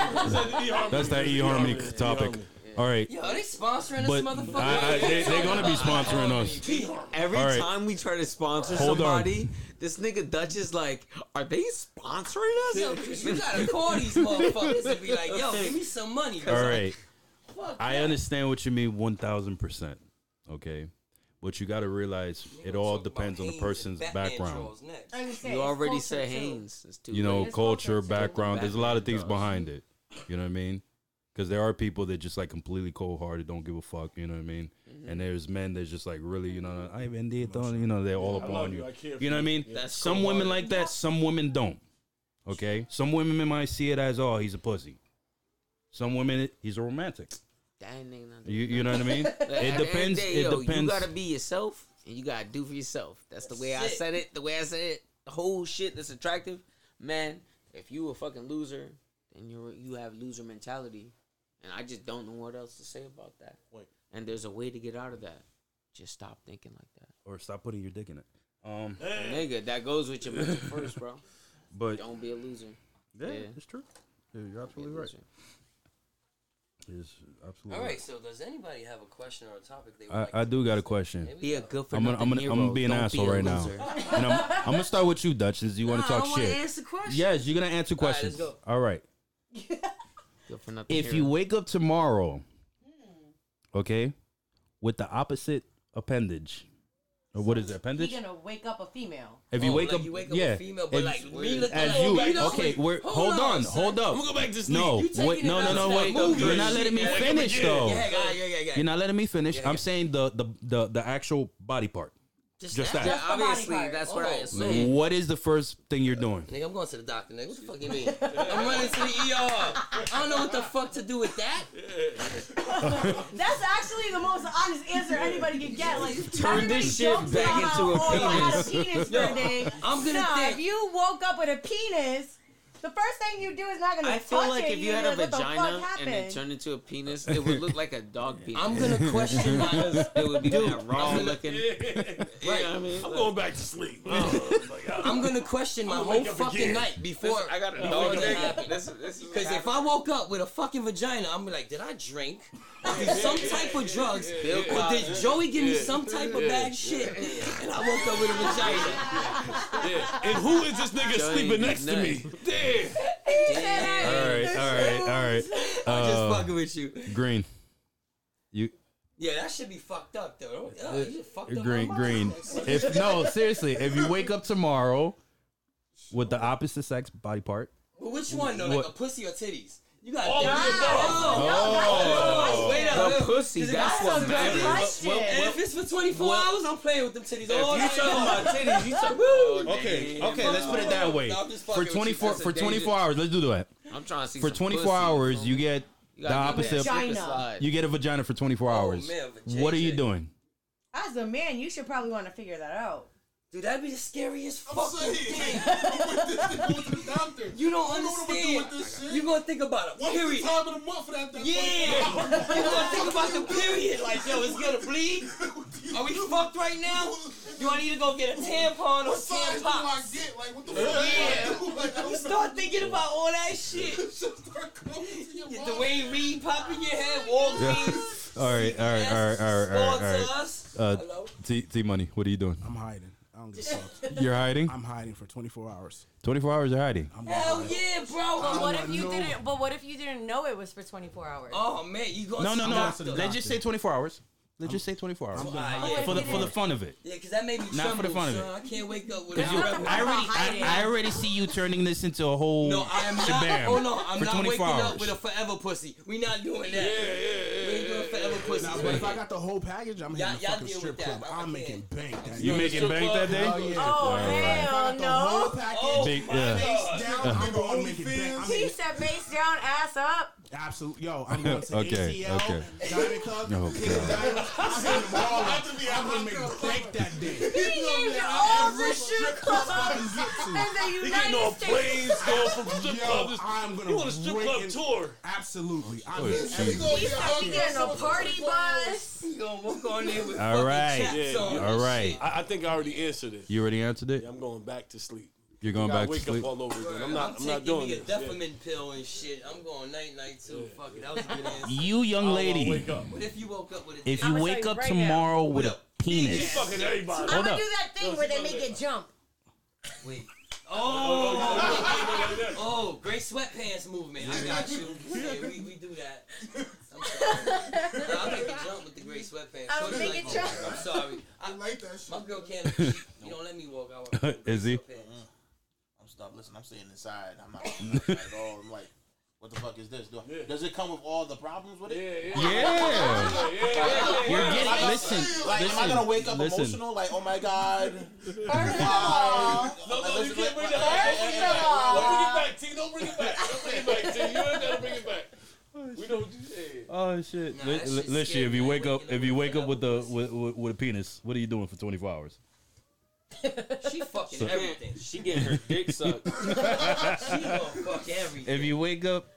that's that e-harmony topic. All right,
Yo, they sponsoring
but
this motherfucker.
I, I, they, they're gonna be sponsoring us.
Every
All right.
time we try to sponsor
Hold on.
somebody, this nigga Dutch is like, "Are they sponsoring
Yo,
us?"
you gotta call these motherfuckers and be like, yo, give me some money.
All right,
Fuck
I
that.
understand what you mean one thousand percent. Okay, but you gotta realize it all
Talk about
depends on the
Haynes and
person's
Batman
background.
draws next.
I understand,
You
it's
already
culture,
said
too.
Haynes. It's too
you know,
late.
It's culture,
culture,
too.
background. There's a lot of
Background
things
does.
behind it. You know what I mean? Because there are people that just like completely cold hearted, don't give a fuck. You know what I mean?
Mm-hmm.
And there's men that's just like really, you know, I even did though. You know, they're all up
love
on
you.
you.
I care for
You know what I
you.
mean?
That's
some
cold-hearted.
women like that. Some women don't. Okay. Some women might see it as, oh, he's a pussy. Some women, he's a romantic.
That ain't nothing.
You, you know what I mean? It depends. It
You
depends.
gotta be yourself, and you gotta do for yourself. That's the way I
That's it.
said it. The way I said it. The whole shit that's attractive, man. If you a fucking loser, then you you have loser mentality, and I just don't know what else to say about that.
Wait.
And there's a way to get out of that. Just stop thinking like that,
Or stop putting your dick in it. Um,
nigga. That goes with your mental first, bro.
but
Don't be a loser.
yeah,
yeah.
it's true. Yeah, You're
Be a
absolutely right.
loser.
It's absolutely
All
right.
right, so does anybody have a question or a topic they would
I,
like
I
to
do got a
discuss?
question.
Maybe
Be a
not.
good for
I'm gonna, I'm gonna,
hero.
I'm gonna be an
Don't
asshole
a
right now,
loser.
and I'm, I'm gonna start with you, Dutch, since you want
Nah,
to talk
I wanna
shit.
answer questions.
Yes, you're gonna answer
All right,
questions.
let's
All right.
Good for nothing.
If you
hero.
wake up tomorrow, okay, with the opposite appendage, or what is it?
He
Appendage?
gonna wake up a female.
If you
Oh,
wake
like
up,
you wake up a
yeah,
female, but
if-
like me looking
as
like-
you,
Oh, wait, no,
okay,
wait.
we're
Hold
hold
on,
on,
son.
hold up.
I'm gonna go back to sleep.
No,
You taking
wait,
it
no, no,
outside
no,
the
wait.
movie.
You're not letting me
Yeah,
finish
yeah,
though.
Yeah, yeah, yeah, yeah.
You're not letting me finish.
Yeah,
I'm
yeah.
saying the, the the the actual body part. Just
Just
that.
Yeah,
the body
obviously,
part.
that's what I
Oh.
assume.
What is the first thing you're doing?
Nigga, I'm going to the doctor, nigga. What the fuck you mean? I'm running to the ER. I don't know what the fuck to do with that.
That's actually the most honest answer anybody could get. Like,
Turn this shit
everybody jokes
back
about,
into a
"Oh, I had
penis."
a penis for a day.
I'm gonna
Nah,
think-
if you woke up with a penis, the first thing you do is not gonna
I
touch
feel like
it.
if you
You're
had a
gonna be like, "What the
vagina
fuck
and it
happened?"
turned into a penis, it would look like a dog penis.
I'm gonna question my.
it would be kinda raw looking. You know what I
Right.
mean?
I'm
Look,
going back to sleep. Oh, like, I-
I'm gonna question my
I'm gonna
whole
wake up
fucking
again.
night before.
I got a
before
dog
it
nigga.
happened.
This, is- this is
Because if I woke up with a fucking vagina, I'm like, did I drink? Did some type of drugs? Or did Joey give me some type of bad shit? And I woke up with a vagina.
yeah. And who is this nigga
Johnny
sleeping next to me? Damn.
He said, "I
All
ate
right,
the
all right, all right.
shrooms."
I'm
Uh,
just fucking with you.
Green. You
Yeah, that should be fucked up though. Oh, you just fucked up my
green
mind.
green. If no, seriously, if you wake up tomorrow with the opposite sex body part,
But which one though? Like a
What?
pussy or titties? You got
Oh,
that.
yeah,
Oh, wait up, wait
the
up.
pussy,
Is it
that's
also
what
good?
matters.
Question.
And if it's for 24 hours, I'm playing with them titties all
If
day.
you talking about titties, you Oh, talking about
Okay, okay, let's put it that way.
No, I'm just fucking
For
with you.
24
That's a
for 24
dangerous-
hours, let's do that.
I'm trying to see
For
some
24
pussy.
hours, you get the
gotta give me that
opposite.
slip and
Vagina.
slide.
You get a vagina for 24 hours.
Oh, man,
what are you
vajayjay.
doing?
As a man, you should probably want to figure that out.
Dude, that'd be the scariest
I'm
fucking
saying,
thing.
with this nigga going to the doctor.
You don't
know what I'm gonna do
understand.
with this shit?
You're gonna think about it.
What's
Period.
the time of the month for that? that
Yeah. You're gonna think about the period. Like, yo, it's gonna bleed. Are we fucked right now? Do I need to go get a tampon or
What size do I
tampons?
get? Like, what the fuck? do I do? Like, I don't
Start thinking about all that shit.
Just start coming to your
The
mind.
Dwayne Reed popping your head, Walgreens,
All right, all right, all right, all right, all right. All
sponsor
right.
us.
Uh,
Hello?
T, T Money, what are you doing?
I'm hiding. I don't give a fuck.
You're hiding?
I'm hiding for 24 hours.
24 hours of hiding.
I'm gonna
Hell
hide.
yeah, bro.
But what if
wanna
you
know.
didn't? But what if you didn't know it was for 24 hours?
Oh man, you going
No,
to
no,
the
no.
doctor.
Let's just say 24 hours. Let's just say 24 hours.
Ah, yeah.
For the for the fun of it.
Yeah, cause that made me
Not
tremble,
for the fun of
son.
it.
I can't wake up
Cause
without
you,
trembling.
I already,
hiding.
I, I already see you turning this into a whole
No, I am not.
shabam
Oh no, I'm
for
not
24
waking
hours.
up with a forever pussy. We not doing that. Yeah, yeah, yeah. We ain't doing forever pussy.
Nah, but if I got the whole package, I'm
Y'all-
hitting the
y'all
fucking
deal
strip
with that.
club.
I
I'm
can't.
making bank that
You
night.
making bank that day?
Oh, yeah.
Oh,
If I
hell
got the whole
no.
package
Oh,
Big-
my
yeah.
God.
down, I'm going to make it bank. I'm
He
making
said face down, ass up.
absolute. Yo, I'm going to
Okay,
ACL,
okay.
Diamond Club,
Oh,
King
God.
of Diamonds. I'm hitting them all up. I'm going to make bank that day.
He named all the strip clubs in the
He getting on
United States.
planes, going from strip club.
Yo,
to-
I'm going to
You want a strip club tour?
Absolutely. I'm
You
hitting
gonna
He
be
said
out
he
here
getting a
somewhere
party
for 24 hours.
bus.
You gonna walk on there with
All
fucking
right.
chaps
Yeah,
on.
yeah.
and
All right.
shit.
I, I think I already answered it.
You already answered it.
Yeah, I'm going back to sleep.
You're going
I
back to
wake up
sleep.
all over again. I'm
I'm,
not. I'm
taking
not doing
me a
this. Yeah.
Defamil pill and shit. I'm going night night too. Fuck it, that was a good answer.
You young lady,
Wake up.
What if you woke up with a
if
dick?
you
I'ma
wake
tell
up
you right now.
tomorrow with a
She's
penis,
fucking everybody.
I'm
Hold
gonna
up.
do that thing where they make it jump.
Wait. Oh, oh, great sweatpants movement. I got you. Yeah, we, we do that. I'm sorry. No, I'll make a jump with the great sweatpants.
I'll
Shorty
make
like,
a jump.
"Oh, I'm sorry. I,
I like that shit.
my girl can't. She, you don't let me walk out. with great
Is he?
sweatpants.
I'm stop. Listen, I'm staying inside. I'm not I'm not outside at all. I'm like, what the fuck is this? Do I- Does it come with all the problems with it?
yeah, you're getting. Listen,
Like, am I
listen,
gonna wake up
listen.
emotional? Like, oh my god.
First of all,
No, no, you can't bring that
first of all,
back. Don't bring it back, T. Don't bring it back. Don't bring it back, T. You ain't gotta bring it back. We know what you said.
Oh shit!
Nah,
Li-
that
li-
shit's
listen,
scary,
if you
man.
wake up,
Waking up
if you
with
wake up with
without
the with, with, with a penis, what are you doing for 24 hours?
She fucking
So-
everything. She
She getting her dick sucked.
gonna fuck everything.
If you wake up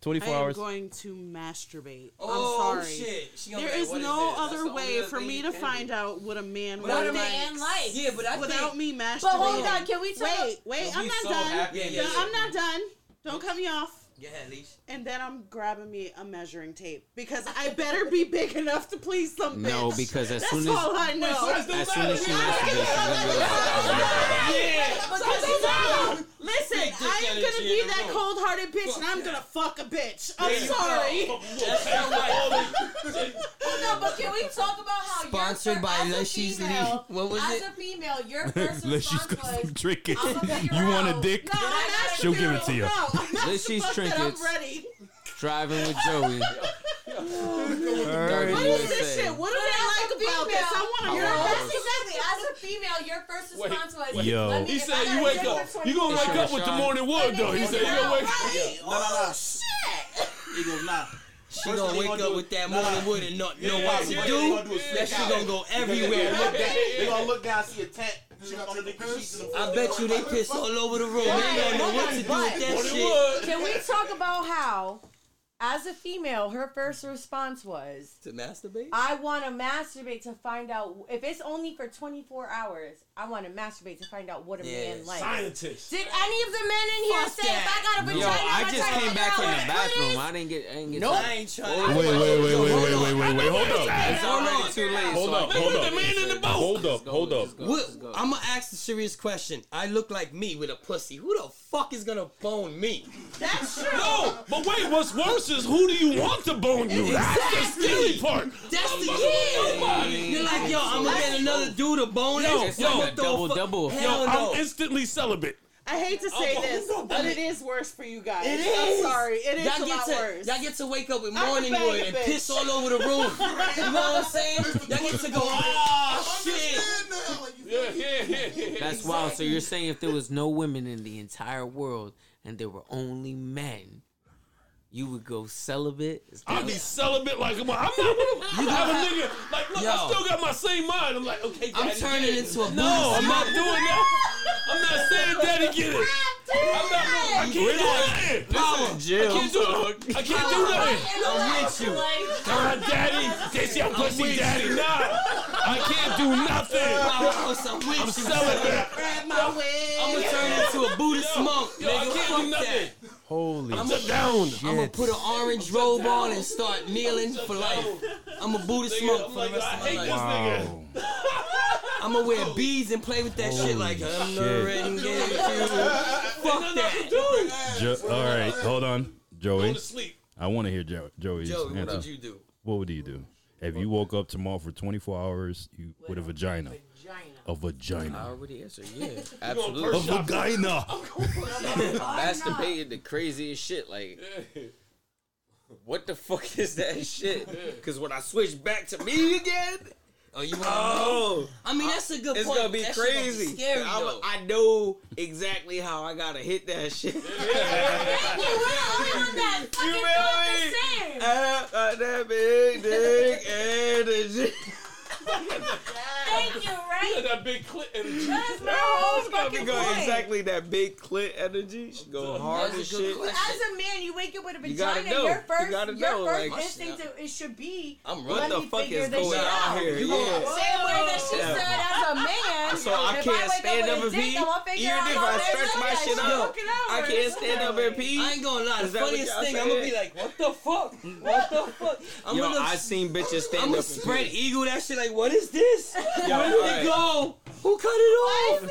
24
I am
hours,
going to masturbate.
oh
I'm sorry.
shit. She gonna
There
be like,
is
"What
no
this? That's the
other
only
way
other
for
thing
me
you
to
can
find
do."
out what a man
Without
really
a
what
man.
likes
man likes.
Yeah, but I
without
think,
me masturbating.
But hold on, can we tell?
wait, wait, I'm
we
not
so
done.
happy. Yeah,
yeah,
No,
yeah.
I'm not done. Don't cut me off.
Yeah, Leash.
And then I'm grabbing me a measuring tape because I better be big enough to please some bitch.
No, because as
that's
soon as-
all I know.
as soon as she masturbates, she's gonna be like,
Because no, listen,
Big dick
I am gonna
energy
be
in the
that
room.
cold-hearted bitch, and I'm gonna fuck a bitch. I'm sorry.
That's not right.
No, but can we talk about how your
Sponsored
fir-
by
as a
Lushy's
female-
Lee. What was
as
it?
a female, your first
let you
response was,
drink it.
I'ma figure
You want a
out.
dick?
No, I'm asking
She'll give it to you.
No, I'm not
Let's use
fuck that
trinkets.
I'm ready.
driving with Joey.
All right.
What is this shit? What do
But
they
as
like
a
about this? I want to
You're
know.
that's exactly as a female, your first
Wait,
response was,
wait.
Yo.
Let me,
He
if I
said
gotta
you
do
wake
it
up.
for
You
20
gonna wake up
Sean,
with the
Sean.
morning wood though. He said you gonna wake up.
Right.
No, no,
Shit.
no. He goes, nah.
Oh, She gonna wake up with that morning wood and not know what to
yeah,
do.
yeah, yeah,
That she gonna go
They're
everywhere.
gonna look down, they gonna look down see a tent under the sheets. and the
I bet you they piss all over the room. They don't know what to do with that
Morning
shit.
wood.
Can we talk about how, as a female, her first response was,
To masturbate?
I want to masturbate to find out if it's only for 24 hours. I want to masturbate to find out what a
Yeah,
man likes.
Scientist.
Did any of the men in here
Fuck
say if I
that.
got a vagina?
Yo, I
I'm
just
trying to
came
find
back
out
from
what
the
it
bathroom.
is?
I didn't get. I didn't get.
No,
time.
I ain't trying.
Wait, wait, wait, wait, wait, wait, wait, wait. Hold
It's
up.
already too late.
Hold
so I
up,
can't
hold
do
up.
it.
Man in the
So
boat.
Hold up,
go,
hold up.
let's go,
What,
let's go.
I'm gonna ask a serious question. I look like me with a pussy. Who the fuck is gonna bone me?
That's true.
No, but wait. What's worse is who do you want to bone you? That's the scary
Exactly.
part.
That's the
Nobody.
key. You're like, yo, I'm gonna get another dude to bone.
Yo,
us.
it's like a
What the
double,
fuck?
double.
Hell no.
I'm instantly celibate.
I hate to say
Oh,
this,
no,
but
but-
it is worse for you guys.
It
I'm
is.
sorry. It is
Y'all
a
get
lot
to
worse.
y'all get to wake up with
I could
morning
bang
wood
a
and
bitch.
piss all over the room. you know what I'm saying? Y'all get to go, ah shit.
Understand now, like, you
Yeah, yeah, yeah, yeah.
That's wild. So you're saying if there was no women in the entire world and there were only men, you would go celibate? Is
I'll
that-
be celibate like I'm, I'm not gonna have a nigga. Like, look, I
Yo.
still got my same mind. I'm like, okay,
I'm
daddy,
turning
get it.
into a
No,
boozy.
I'm not doing that. I'm not saying daddy get it. I'm not. I can't do that.
Power.
I can't do that. I can't do that.
I'm with you.
Ah, daddy, this your pussy, daddy. Nah, I can't do nothing.
Powerhouse, I'm with you.
I'm celibate.
my way.
I'm gonna turn into a Buddhist monk,
Yo,
nigga.
I can't do
Fuck
nothing.
that.
Holy
I'm a down.
I'm gonna put an orange robe on and start kneeling for life. I'm a Buddhist monk
Nigga, I'm
for the
like,
rest
I
of my
hate
life.
this nigga.
Wow.
I'm gonna wear beads and play with that shit like I'm
shit.
the renegade. Fuck that.
Jo- all right, hold on,
Go
Joey.
to sleep.
I want to hear jo- Joey's
Joey, what
answer.
did you do?
What would you do if you woke up tomorrow for 24 hours you, with a vagina? A
I
vagina.
already answered. Yeah,
A
absolutely.
vagina.
Masturbated the craziest shit. Like, what the fuck is that shit? Because when I switch back to me again,
Oh, you want
oh,
I mean, that's a good
it's
point.
gonna be
That shit gonna be
crazy.
scary,
I'm-
though.
I know exactly how I gotta hit that shit. You feel me? I got that big dick energy.
Thank you, right?
That big clit energy.
That is my whole
It's gonna be
fucking
good.
point.
Exactly that big clit energy. She go hard
That's a
as
good
shit.
question.
As a man, you wake up with a
You gotta
vagina.
know.
Your first,
You gotta
your
know,
first
like-
instinct to- it should be.
I'm
What
running.
the
me
fuck
figure
is
this
going
shit
on
out.
here?
You
Yeah.
gonna-
Same way that she
Yeah.
said as a man.
So I
if
can't
wake
stand
with
up
a
and
dick,
pee,
I'm gonna figure
even
out
if
how
I
this
stretch
shit
my
is.
shit
Fuck
out,
it out
I
first.
can't stand up and pee.
I ain't gonna lie.
Is
The
that what
funniest
y'all
thing, I'm gonna
said?
be like, what the fuck? What the fuck? I'm
Yo,
gonna.
I seen bitches
I'm
stand
gonna
up.
spread eagle that shit like, what is this?
And
Where did it go? Who cut it off?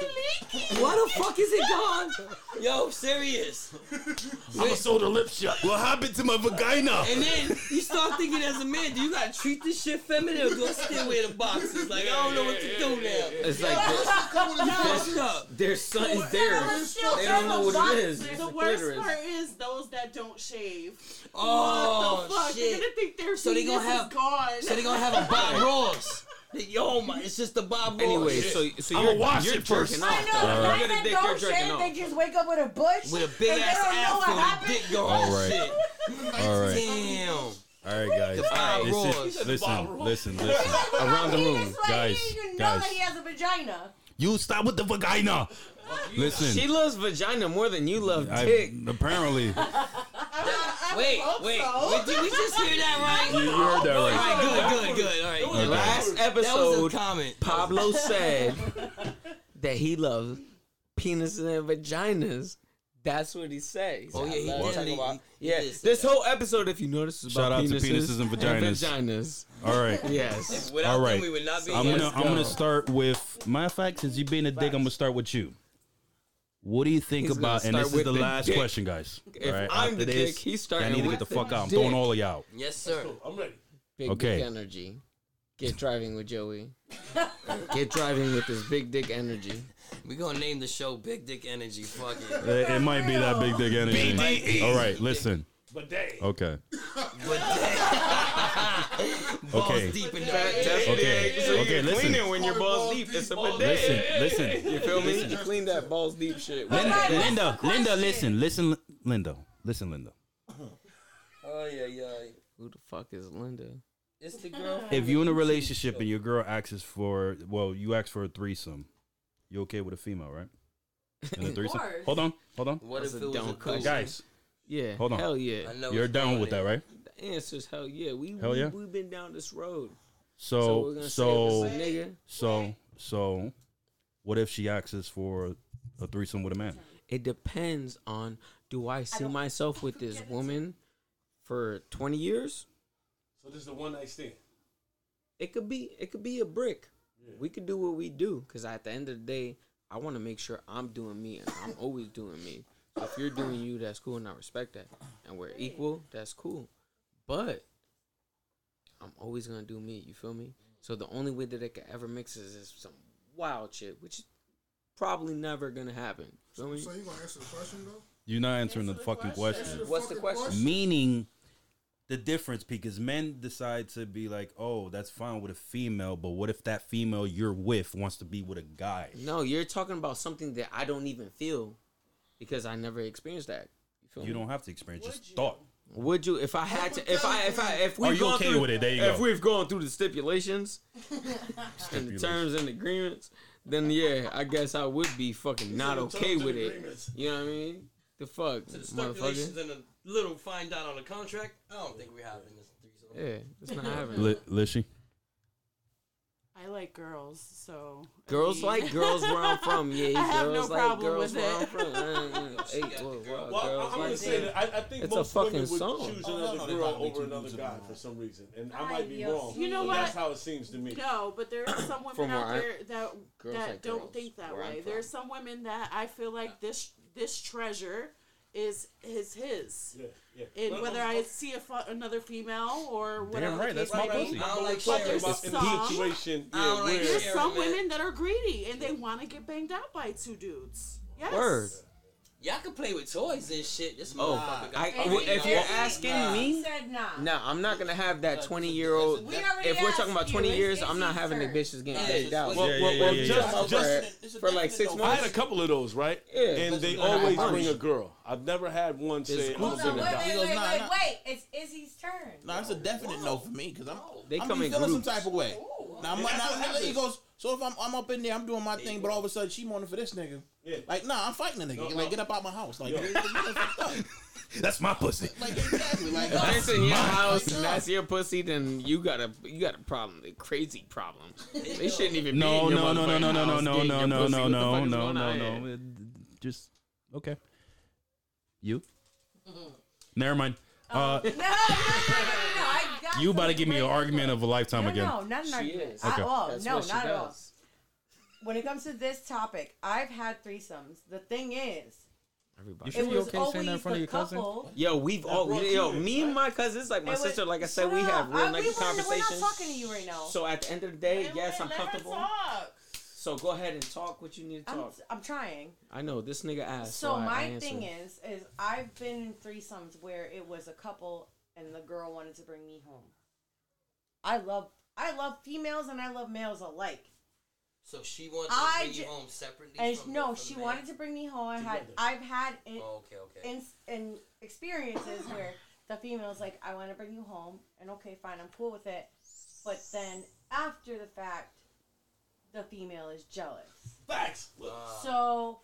Why the fuck is it gone? Yo, serious.
I'm a soda lip shot. What happened to my vagina?
And then you start thinking as a man, do you gotta treat this shit feminine or do I still wear the boxes? Like, I don't know what to do now.
It's like there-
Fucked up.
there's something there.
Still
They don't know what it is. It's
The
a
worst
clitoris.
part is those that don't shave.
Oh,
what the fuck? They're
shit.
gonna think their
So they gonna
penis is
have-
gone.
So they're gonna have a Bob Ross. Yo, my, it's just the Bob Ross.
Anyway,
shit.
so so
I'ma
you're
wash
you're
it first.
jerking
I
off.
know.
though.
Right.
You get a
They
dick, you're
don't
jerking
shave.
off.
They just wake up with a bush.
with a
and
big
they
ass
don't know what
afro, and
happened.
dick gone
All right.
shit.
All right.
Damn.
All right, guys.
Bob
Listen,
Ross.
listen, listen, listen.
Around
the room. Guys,
you know
guys.
that he has a vagina.
You stop with the vagina. Listen.
She loves vagina more than you love
I-
dick.
apparently,
Wait, wait. wait, Did we just hear that right?
you heard that
All
right.
right, good, good, good. All right.
The last
That was
episode,
a comment.
Pablo said that he loves penises and vaginas. That's what he said. He said,
Oh, yeah,
"I
he
love
did.
talking
He-
about-"
he- he
yeah.
did say
This
that.
whole episode, if you notice, is
Shout
about
out to penises and vaginas.
vaginas.
All right.
Yes.
Without
All
them,
right.
we would not be
I'm
here.
gonna I'm gonna start with matter of fact, since you being a dick, I'm gonna start with you. What do you think
He's gonna
about? And
start
this is
with
the
the
last
dick.
question, guys.
If
All right,
I'm
after
the dick,
this,
he's
I
starting
need to get
with
the
the
fuck out. I'm throwing
dick.
all of y'all.
Yes, sir.
I'm ready.
Big
Okay.
dick energy. Get driving with Joey. Get driving with this big dick energy.
We're gonna name the show Big Dick Energy. Fuck it.
E. It, it might be that big dick energy. All right, listen.
But they.
Okay.
Balls
Okay.
deep in
That-
that.
that's-
Okay.
So you
Okay,
can
listen.
clean it when your balls deep. It's a bidet.
Listen, listen.
You feel me? You clean that balls deep shit. with
Linda,
that.
Linda, Linda, listen, listen, Linda, listen, Linda.
Oh yeah, yeah.
Who the fuck is Linda?
It's the girl. from
If you in a
YouTube
relationship
show.
and your girl asks for, well, you ask for a threesome, you okay with a female, right? And a threesome.
course.
Hold on, hold on,
what if
That's
it
a
was a
dumb
couple?
question.
guys.
Yeah.
Hold on.
Hell yeah.
I know
You're
it's
down
going
with that,
in.
right?
The answer is hell yeah. We
Hell yeah.
we, have been down this road. so we're
So,
gonna
so,
say it's a nigga.
so, so, what if she asks us for a threesome with a man?
It depends on do I see myself with this woman for 20 years?
So this is a one night stand.
It could be it could be a brick. We could do what we do cuz at the end of the day, I want to make sure I'm doing me and I'm always doing me. So if you're doing you, that's cool and I respect that. And we're equal, that's cool. But I'm always going to do me, you feel me? So the only way that it could ever mix is, is some wild shit, which is probably never going to happen. Feel me?
So you gonna answer the question though?
You're not answering the fucking question.
What's the question?
meaning the difference because men decide to be like, oh, that's fine with a female, but what if that female you're with wants to be with a guy?
No, you're talking about something that I don't even feel because I never experienced that. You feel
You
me?
don't have to experience, just thought.
Would you if I had to if I if I if
Are
we've
you
gone
okay
through
with it? There you
if
go.
we've gone through the stipulations and the terms and agreements, then yeah, I guess I would be fucking not
terms
okay
and
with it.
agreements.
You know what I mean? The fuck,
To the stipulations
motherfucker.
and a little find out on the contract. I don't think we're having this threesome.
Yeah, it's not happening.
L- Lishy,
I like girls, so I
Girls
mean-
like girls where I'm from. Yeah,
I have no
girls like
problem
girls
with
where I'm
it.
from. Uh, uh, hey,
got the
whoa,
girl.
whoa,
Well, I,
girls
I'm gonna
like
say
that.
that I, I think
It's a
most
fucking
women would
song.
choose
Oh, no,
another
no, they
girl
probably
over
choose
another
a
guy
girl.
for some reason, and I might be wrong.
You know
but
what?
That's how it seems to me.
No, but there are some women
From
out
where I-
there that
Girls
that
like
don't
girls,
think that
where I'm
way.
from.
There's some women that I feel like this this treasure is is his.
Yeah, yeah.
And
But
whether
I'm-
I see a fu- another female or whatever,
right,
the
that's
case
my
may be,
pussy.
I don't like
But
sharing.
there's
about in
some-
a situation
I
yeah,
don't like
where
there's
sharing.
some
man.
women that are greedy and they want to get banged out by two dudes. Yes.
Word.
Y'all can play with toys and shit. This
Oh,
motherfucker got.
I, if you're asking
He
me,
said nah.
no, I'm not gonna have that 20 year old.
We already
If we're talking about
asked
20
you,
years,
it's-
I'm not
it's
having the
absurd.
bitches getting
Yeah,
baked
it's
out.
just-
Well,
Yeah,
well,
yeah,
well
yeah,
just,
yeah.
just
It's a
For like
definite
six
no.
I
months.
had a couple of those, right?
Yeah.
And they
Listen,
always
I-
bring a girl. I've never had one say,
It's
I'm
cool.
gonna
Hold on,
bring a
wait,
guy.
wait, wait,
Nah,
wait,
nah.
wait. It's Izzy's turn.
No, it's a definite no for me because I'm
They
I'm
come
be
in
feeling some
groups.
type of way. Now, my,
that's
now
what
nigga, he
happens.
goes. So if I'm I'm up in there, I'm doing my thing, but all of a sudden she moaning for this nigga.
Yeah.
Like, nah, I'm fighting the nigga. like,
No, no.
get up out my house. Like,
Yo.
that's my pussy.
like exactly. Like, no.
That's in your
Like,
house
no.
and that's your pussy, then you got a you got a problem, a crazy problem. They shouldn't even
No,
be in
no, no, no,
your motherfucking
no, no, no,
house
no,
getting
no,
your
no,
pussy.
no,
What the fuck
no,
is
no,
going on
no,
here?
no. It- Just okay. You? Never mind. Uh,
No, no, no, no, no, no. I got
you about to give me an
something.
argument of a lifetime
No,
again.
no, not an
She
argument
is.
at
Okay.
all.
That's
no,
what she
not at all.
does.
When it comes to this topic, I've had threesomes. The thing is,
Everybody.
it was always the couple.
Yo, we've all yo, me and my cousin, it's like my
It was-
sister, like I said,
Shut
we
up.
have real
I- we
nice
weren't- We're
conversations.
not talking to you right now.
So at the end of the day, yes, I'm
Let her
comfortable.
talk.
So go ahead and talk what you need to
I'm,
talk.
I'm trying.
I know this nigga asked.
So my thing
is.
is, is I've been in threesomes where it was a couple and the girl wanted to bring me home. I love, I love females and I love males alike.
So she wants to
I
bring
ju-
you home separately.
And
from
no,
from
she
the man?
wanted to bring me home. I had, I've had in,
Oh, okay, okay.
in, in experiences where the female's like, I want to bring you home, and okay, fine, I'm cool with it. But then after the fact, the female is jealous.
Facts.
So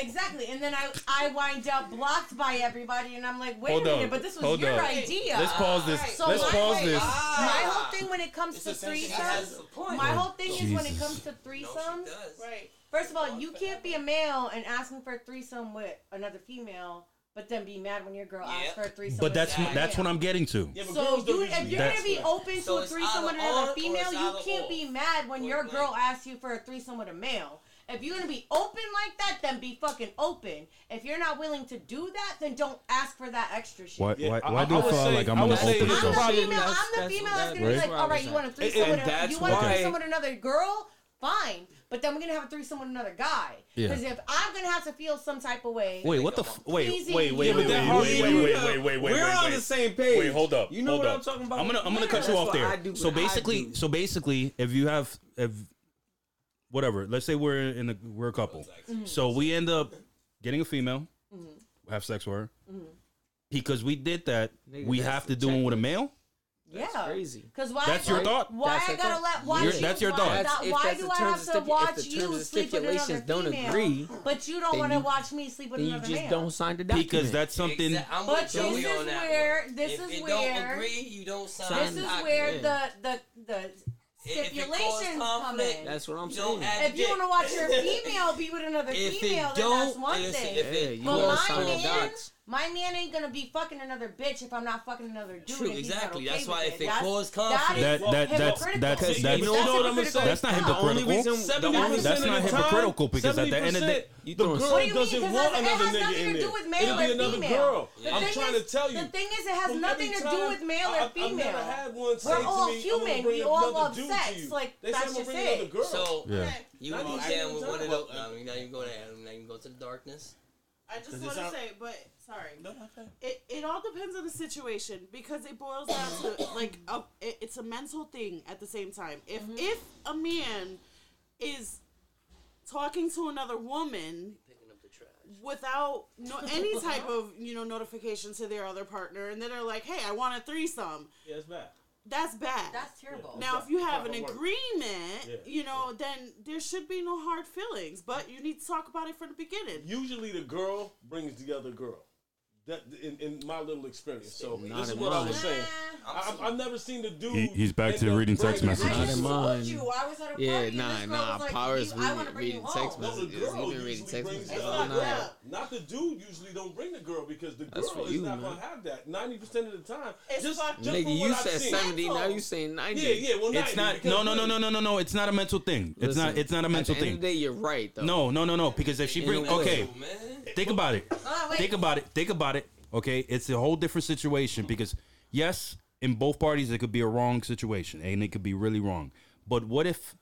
exactly, and then I I wind up blocked by everybody, and I'm like, wait
Hold
a minute,
up,
but this was
hold
your
up.
idea.
Let's pause this.
So
Let's
my-
pause
wait,
this.
My whole thing when it comes
It's
to
the same thing I had
threesomes,
as a
my whole thing is when it
Jesus.
comes to
No, she
threesomes.
does.
Right.
First of all, you can't be a male and asking for a threesome with another female, but then be mad when your girl asks
Yeah.
for a threesome.
But that's
Yeah,
that's what I'm getting to.
Yeah, but
So
girls don't
you,
usually
if you're
That's-
gonna be open
So
to a
it's
threesome with
either on
another
or
female,
it's
you
either
can't
or.
be mad when
Point
your
blank.
girl asks you for a threesome with a male. If you're gonna be open like that, then be fucking open. If you're not willing to do that, then don't ask for that extra shit.
Why,
Yeah,
why,
I-
why
I-
do
I
I
would
feel
say-
like
I
I'm on
would
the
say
whole
I'm
this-
thing?
the
Probably
female.
that's-
I'm the
that's-
female that's,
that's
gonna be
where
like,
I
all
was
right, you
at.
want a threesome
And
with a,
that's
you want a
why-
threesome with another girl? fine. But then we're gonna have a threesome with another guy.
Yeah.
Because if I'm gonna have to feel some type of way,
Wait, what the? F- wait,
Easy.
wait, wait,
Yeah,
wait, wait,
but that
wait, wait, wait, wait, wait, wait, wait.
We're on
wait.
the same page.
Wait, hold up.
You know
hold
what
up.
I'm talking about?
I'm gonna, I'm gonna cut
That's
you off
what
there.
I do,
so
what I
basically,
do.
so basically, if you have, if whatever, let's say we're in a we're a couple,
Mm-hmm.
so we end up getting a female, have sex with her,
Mm-hmm.
because we did that.
Nigga,
we
that's
have
the
to do it with a male.
yeah,
crazy.
Because why?
That's your
I-
thought?
Why
That's
I
your
gotta
thought.
let? Why
Your-
you-
that's your
why
thought.
I
That's-
got-
if
Why
that's
do
the
I
terms
have
and
to
stipu- if
watch
the terms
you
and
sleep with another
stipulations don't
female,
agree,
But you don't
then
want to
you-
watch me sleep with
Then you
another
just
man.
don't sign the document.
Because that's something.
Exact- I'm
But
with Joey
this is
on that
where-
one.
this
if
is
it
where-
don't agree, you don't sign.
This
the
is
document.
where
in.
the the the
If it causes
stipulations come
conflict,
in.
That's what I'm
You don't
saying.
add
If you
dick.
want to watch your female be with another
If it
female, then
don't-
that's one
listen,
thing.
if
Yeah, you
But
all
wanna
my
sign the
man,
docs.
my man ain't gonna be fucking another bitch if I'm not fucking another dude.
True,
if he's not
exactly.
okay
That's
with
why
it.
if it
That's-
cause
that is
conflict-
That- that- that's-
hypocritical.
that's-
Because
that's-
you know
you know
what
what
I'm
I'm
gonna say?
That's not
hypocritical.
hypocritical.
Only reason
the only reason
That's not hypocritical because at the end of the
you
the
the girl
girl
doesn't want another
it has
nigga
nothing
in
to
there.
do with male
It'll be
or
another
female.
girl.
The
I'm
thing
trying
is-
to tell you.
The thing is, it has
From
nothing to
every time,
do with male
I-
or
I've
female.
never had one say
We're
to
all
me, "I'm
human.
gonna bring
We all
another
love
dude
sex."
to you.
Like,
They say,
that's
"I'm gonna
just
bring another
it.
girl.
So
Yeah.
you
Not
go
even
down
saying
with
time.
one of those. Now you even go down. Now you go to the darkness.
I just
Does it
want to
sound-
say, but sorry, it, it all depends on the situation because it boils down to like a, it- it's a mental thing at the same time. If if a man is talking to another woman without no any type of you know notification to their other partner, and then they're like, "Hey, I want a threesome,"
Yeah, it's bad.
that's bad.
That's terrible.
now, if you have an
Proper work.
agreement,
Yeah,
you know, then there should be no hard feelings, but you need to talk about it from the beginning.
Usually the girl brings the other girl. That in, in my little experience. So
Not
this is
in
what I
mine.
was saying.
I'm
I, I've- I've never seen the dude.
He- he's back to
end up
reading text
bringing-
messages.
I
Not in
just told
mine.
you. I was at a party
Yeah,
and
nah,
this girl
nah.
was like,
Powers
you, I want
reading,
to bring you
reading text
home.
No, the
messages. He's
girl
been reading
usually
text
brings
messages
the
It's
other
not
girl.
that.
Not, the dude usually don't bring the girl because the
That's
girl
for
is
you,
not
man.
gonna have that. Ninety percent of the time,
It's
just,
fucked
just
up.
from
Nigga,
what
you
I've
said
seen.
70, now
Mental.
you saying 90.
Yeah, yeah. Well,
It's not. No, no, no, no, no, no, no. It's not a mental thing. It's
Listen,
not. It's not a mental
At the
thing.
end of the day, you're right, though.
No, no, no, no. Because if she
In
brings,
a way.
okay,
Oh, man.
think about it.
Oh, wait.
Think about it. Think about it. Okay, it's a whole different situation because yes, in both parties it could be a wrong situation and it could be really wrong. But what if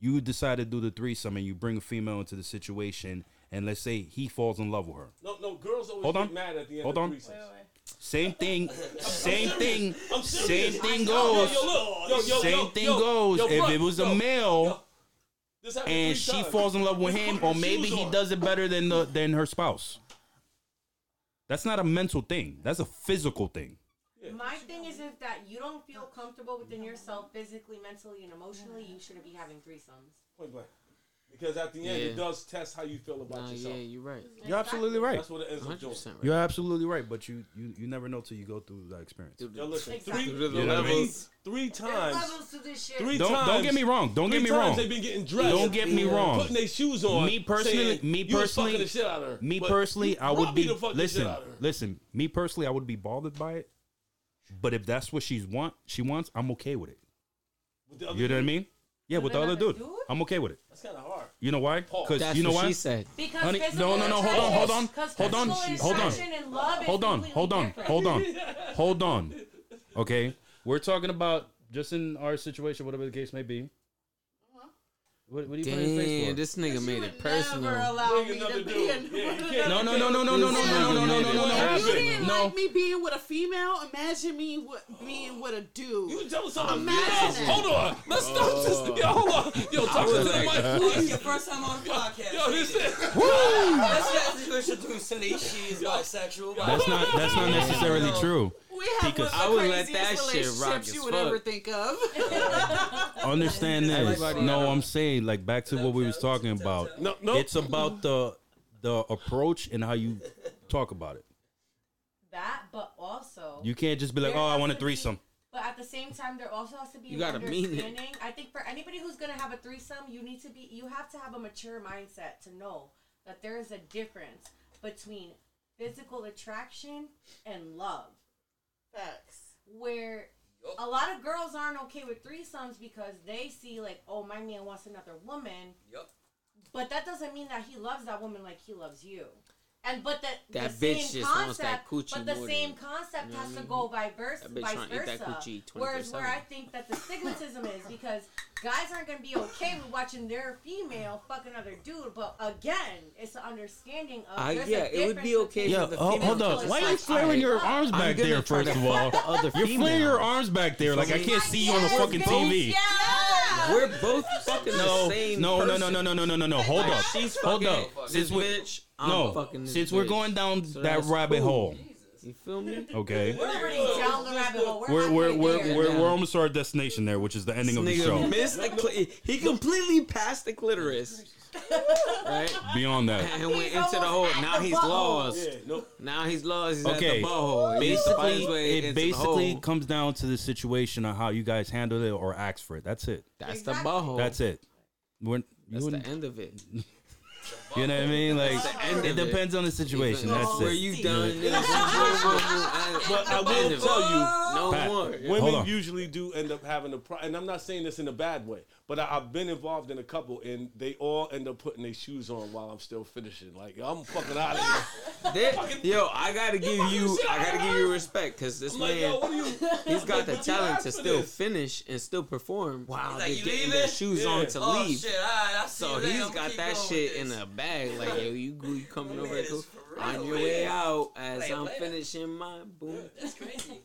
you decide to do the threesome and you bring a female into the situation and let's say he falls in love with her?
No, no. Girls always
Hold
get
on.
mad at the end
Hold
of
on.
threesomes.
Same thing. Same thing.
I'm
Same
serious.
thing
Yo,
goes.
yo, look, yo, yo,
Same
yo,
thing
yo,
goes.
yo,
if
bro,
it was
yo,
a male.
yo, this happened
and
three
she
times.
falls in love with
You
him,
put
or
your
maybe
shoes
he
on.
does it better than the, than her spouse. That's not a mental thing. That's a physical thing.
My thing is if that you don't feel comfortable within yourself physically, mentally, and emotionally, you shouldn't be having threesomes.
Point blank. Because at the end,
Yeah.
it does test how you feel about
Nah, yeah,
yourself.
you're right.
You're absolutely right.
That's what it ends up
100
doing.
percent right.
You're absolutely right, but you you, you never know till you go through that experience.
Yo, listen,
Exactly.
three,
Through the
three-
levels.
three
There's
times,
levels to this shit.
three
Don't
times.
don't get me wrong. Don't get me
Three times
wrong.
They've been getting dressed.
Don't get me
Yeah.
wrong.
Putting their shoes on.
Me personally-
saying,
me
you was fucking
personally-
the shit out of her.
Me
But
personally,
you
I would
brought me
be
to fuck the shit
listen.
out of her.
Listen, me personally, I would be bothered by it. But if that's what she's want, she wants, I'm okay with it.
With the other
You know what I
dude,
mean? Yeah,
With
with the other
another
dude,
dude?
I'm okay with it.
That's kind of hard.
You know why? Because
That's
you know
what
why?
she said.
Because
Honey,
physical
no, no, no, hold on, hold on, hold on, hold on, hold
hold
on, hold on, hold on, hold on. Okay, we're talking about just in our situation, whatever the case may be. What, what do you put in face for?
Damn, this nigga
You
made
would
it personal.
Never allow
Bring
me
another
to be in
dude. Yeah, you
with
can't.
another
no, no,
dude.
no, no, no, no, no, no, no, no, no, no, no, no.
If you didn't
no.
like me being with a female, imagine me with, being with a dude.
You jealous of
Imagine
me?
that.
Hold on. Let's stop
Oh.
this. Yo, hold on. Yo, talk to the
uh,
mic,
It's
please.
your first time on the podcast.
Yo, this
Say
is.
this. Let's get this to introduce Celine. She is bisexual.
That's not that's not necessarily true.
we have one
Because
of the
I would let
craziest
that shit
relationships
rock as
you would
fuck.
ever think of.
Understand this?
Everybody-
No, I'm saying like back to what we was talking about.
No, no.
It's about the the approach and how you talk about it.
That, but also
You can't just be like,
there
oh, I
has
want a
to be-
threesome.
But at the same time, there also has to be
You
an
gotta mean it.
understanding. I think for anybody who's gonna have a threesome, you need to be you have to have a mature mindset to know that there is a difference between physical attraction and love.
Facts.
Where a lot of girls aren't okay with threesomes because they see like, oh, my man wants another woman,
Yup.
but that doesn't mean that he loves that woman like he loves you. And but the,
That
the
bitch
same
just wants
concept,
that coochie
but the
more than-
same concept
you know
has
what I
to
mean?
go by verse,
That bitch
vice
trying to eat that
versa.
coochie
Whereas where
24/7.
I think that the stigmatism is because guys aren't gonna be okay with watching their female fuck another dude, but again, it's an understanding of.
I-
there's a
yeah, it would be
difference
okay
between
for
Yo,
the
ho- oh,
female
hold
to
up. Why are you
decide,
flaring your
"Alright,
arms
I'm
back
gonna
there,
try
first
to
of
fuck
all?
the other
You're flaring your
female."
arms back there. Like, I can't see you on the
Yes,
fucking
bitch,
TV.
yeah.
We're both fucking
No,
the same
no, no, no,
person.
no, no, no, no, no, no. Hold up.
She's
Hold
fucking
up.
this
Since we're
bitch. I'm
no,
fucking this
since we're
bitch.
going down
So
that
that's
rabbit
cool.
hole,
You feel me?
okay?
We're already down the rabbit hole. We're
We're we're
halfway
we're
there.
we're, we're almost to our destination there, which is the ending of the
Nigga
show.
missed the cli- he completely passed the clitoris, right?
Beyond that,
And went
He's
into the hole.
almost at
Now
the
he's
butthole.
lost.
Yeah, no.
Now he's lost. He's
Okay.
at the butthole. He needs to find
basically,
his way
it
into the
basically
hole.
comes down to the situation of how you guys handled it or asked for it. That's it.
that's the
Exactly.
butthole.
That's it. We're,
That's
you,
the
wouldn't-
end of it.
you know what I mean? Like,
the end
it
of it.
depends on the situation. That's
Were
it.
you
Yeah.
done? in this situation?
But I
End
will
of it.
tell you,
No
Pat,
more.
Hold
Women
on.
usually do end up having a pro- and I'm not saying this in a bad way, but I, I've been involved in a couple, and they all end up putting their shoes on while I'm still finishing. Like I'm fucking out of here.
There- yo, I gotta give you,
shit
I
out
gotta
of
give
her.
you respect because this
Like yo,
man,
what are you?
he's got the
what you
talent
ask
to
for
still
this?
finish and still perform. Wow,
like,
they're
"You
getting
leaving?"
their shoes on
Yeah.
to
Oh
leave.
shit! All right, I see
So
you later.
he's
I'ma
got
keep
that
going
shit
with
in
this.
a bag. Like yo, you, go- you coming
Man,
over
it's
here
for real,
on your way
man.
out as
Like,
I'm
later.
finishing my boom.
That's crazy.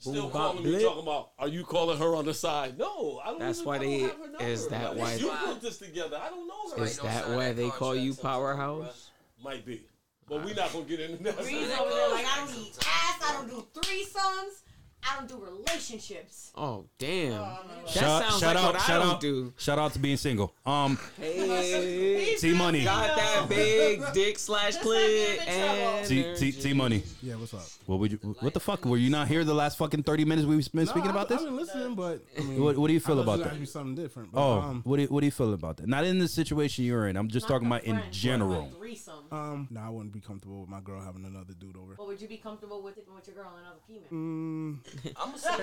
Still
Boom,
calling
bop,
me
blit.
talking about? Are you calling her on the side? No, I don't.
That's
even,
why
I don't
they-
have her number.
is that
Like,
why-
you put this together? I don't know. Her.
Right,
Is
don't
that
sign
why
that
they
contract
call you
sometimes, bro.
powerhouse?
Might be, but we're not gonna get into that.
Bree's over there like I don't need ass, I don't do threesomes, I don't do relationships.
Oh damn, that
Shout,
sounds
shout
like
out,
what
shout
I don't
out,
do.
shout out to being single. Um,
Hey,
T Money,
got that big dick slash
Just like you in
clit
trouble.
T T
and
T Money.
Yeah, what's up?
What would you? What the fuck? Were you not here the last fucking thirty minutes we've been speaking
No,
about
I,
this?
I've been listening, but I mean,
What- what do you
I
feel
thought
about
was
that?
gonna be something different. But,
Oh,
um,
what do you, what do you feel about that? Not in the situation you're in. I'm just
Not
talking
the
about in
friend, but
general.
the Threesome.
um, no, I wouldn't be comfortable with my girl having another dude over.
But would you be comfortable with it with your girl and another female?
Mm,
I'm gonna say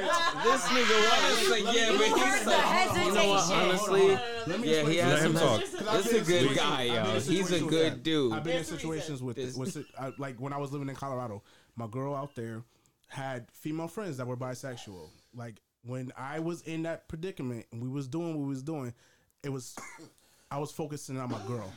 This nigga wanted to say yeah,
You
but
heard
he's
the
like.
hesitation.
You know what, honestly?
let me
Yeah,
explain
he has
to you.
him
Because
talk.
I've
This
been
a
in
good
situations-
guy,
I've been
yo.
in
He's a
situations with
good
that.
dude.
I've been in
There's a reason.
situations with
This-
with it- I, like when I was living in Colorado, my girl out there had female friends that were bisexual. Like when I was in that predicament and we was doing what we was doing, it was I was focusing on my girl.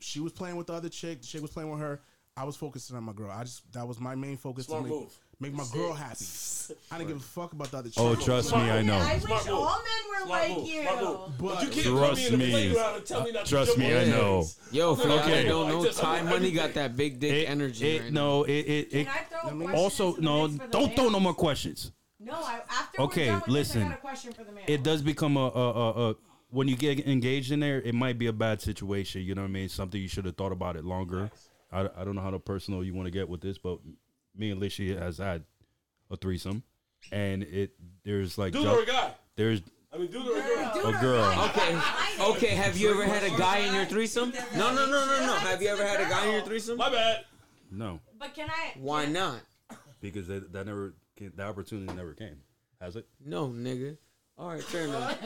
She was playing with the other chick. The chick was playing with her. I was focusing on my girl. I just that was my main focus
Smart
to make,
move.
make my girl happy. I didn't give a fuck about the other chick.
Oh, trust me, I
I
know.
wish
Smart move.
all men were
Smart
like
move.
you.
Smart move.
But Uh,
You can't
Trust
put me in the
me.
playground and tell me not to
Trust
jump
me,
on
I
legs.
know.
Yo, for y'all
Okay.
that don't know,
Like this, I
Ty
know
Money got
everything.
that big dick
It,
energy
it
right now.
no, it it,
Can
it
I throw a
mean-
question
also
into the
no.
mix for the
Don't
man?
throw no more questions.
No, I, after we're
Okay,
done with
listen.
This, I got a question for the man.
It does become a a, a, a when you get engaged in there, it might be a bad situation. You know what I mean? Something you should have thought about it longer. I, I don't know how the personal you want to get with this, but me and Lishy has had a threesome, and it there's like
Dude
ju-
or a guy?
there's
I mean, dude or a girl?
Dude,
a
I
girl.
like it. I
Okay,
like it.
okay. Have you ever had a guy in your threesome? No, no, no, no, no. Have you ever had a guy in your threesome?
My bad.
no
But can I?
Why
can-
not?
because that, that never came, that opportunity never came. Has it?
No, nigga. All right, fair enough.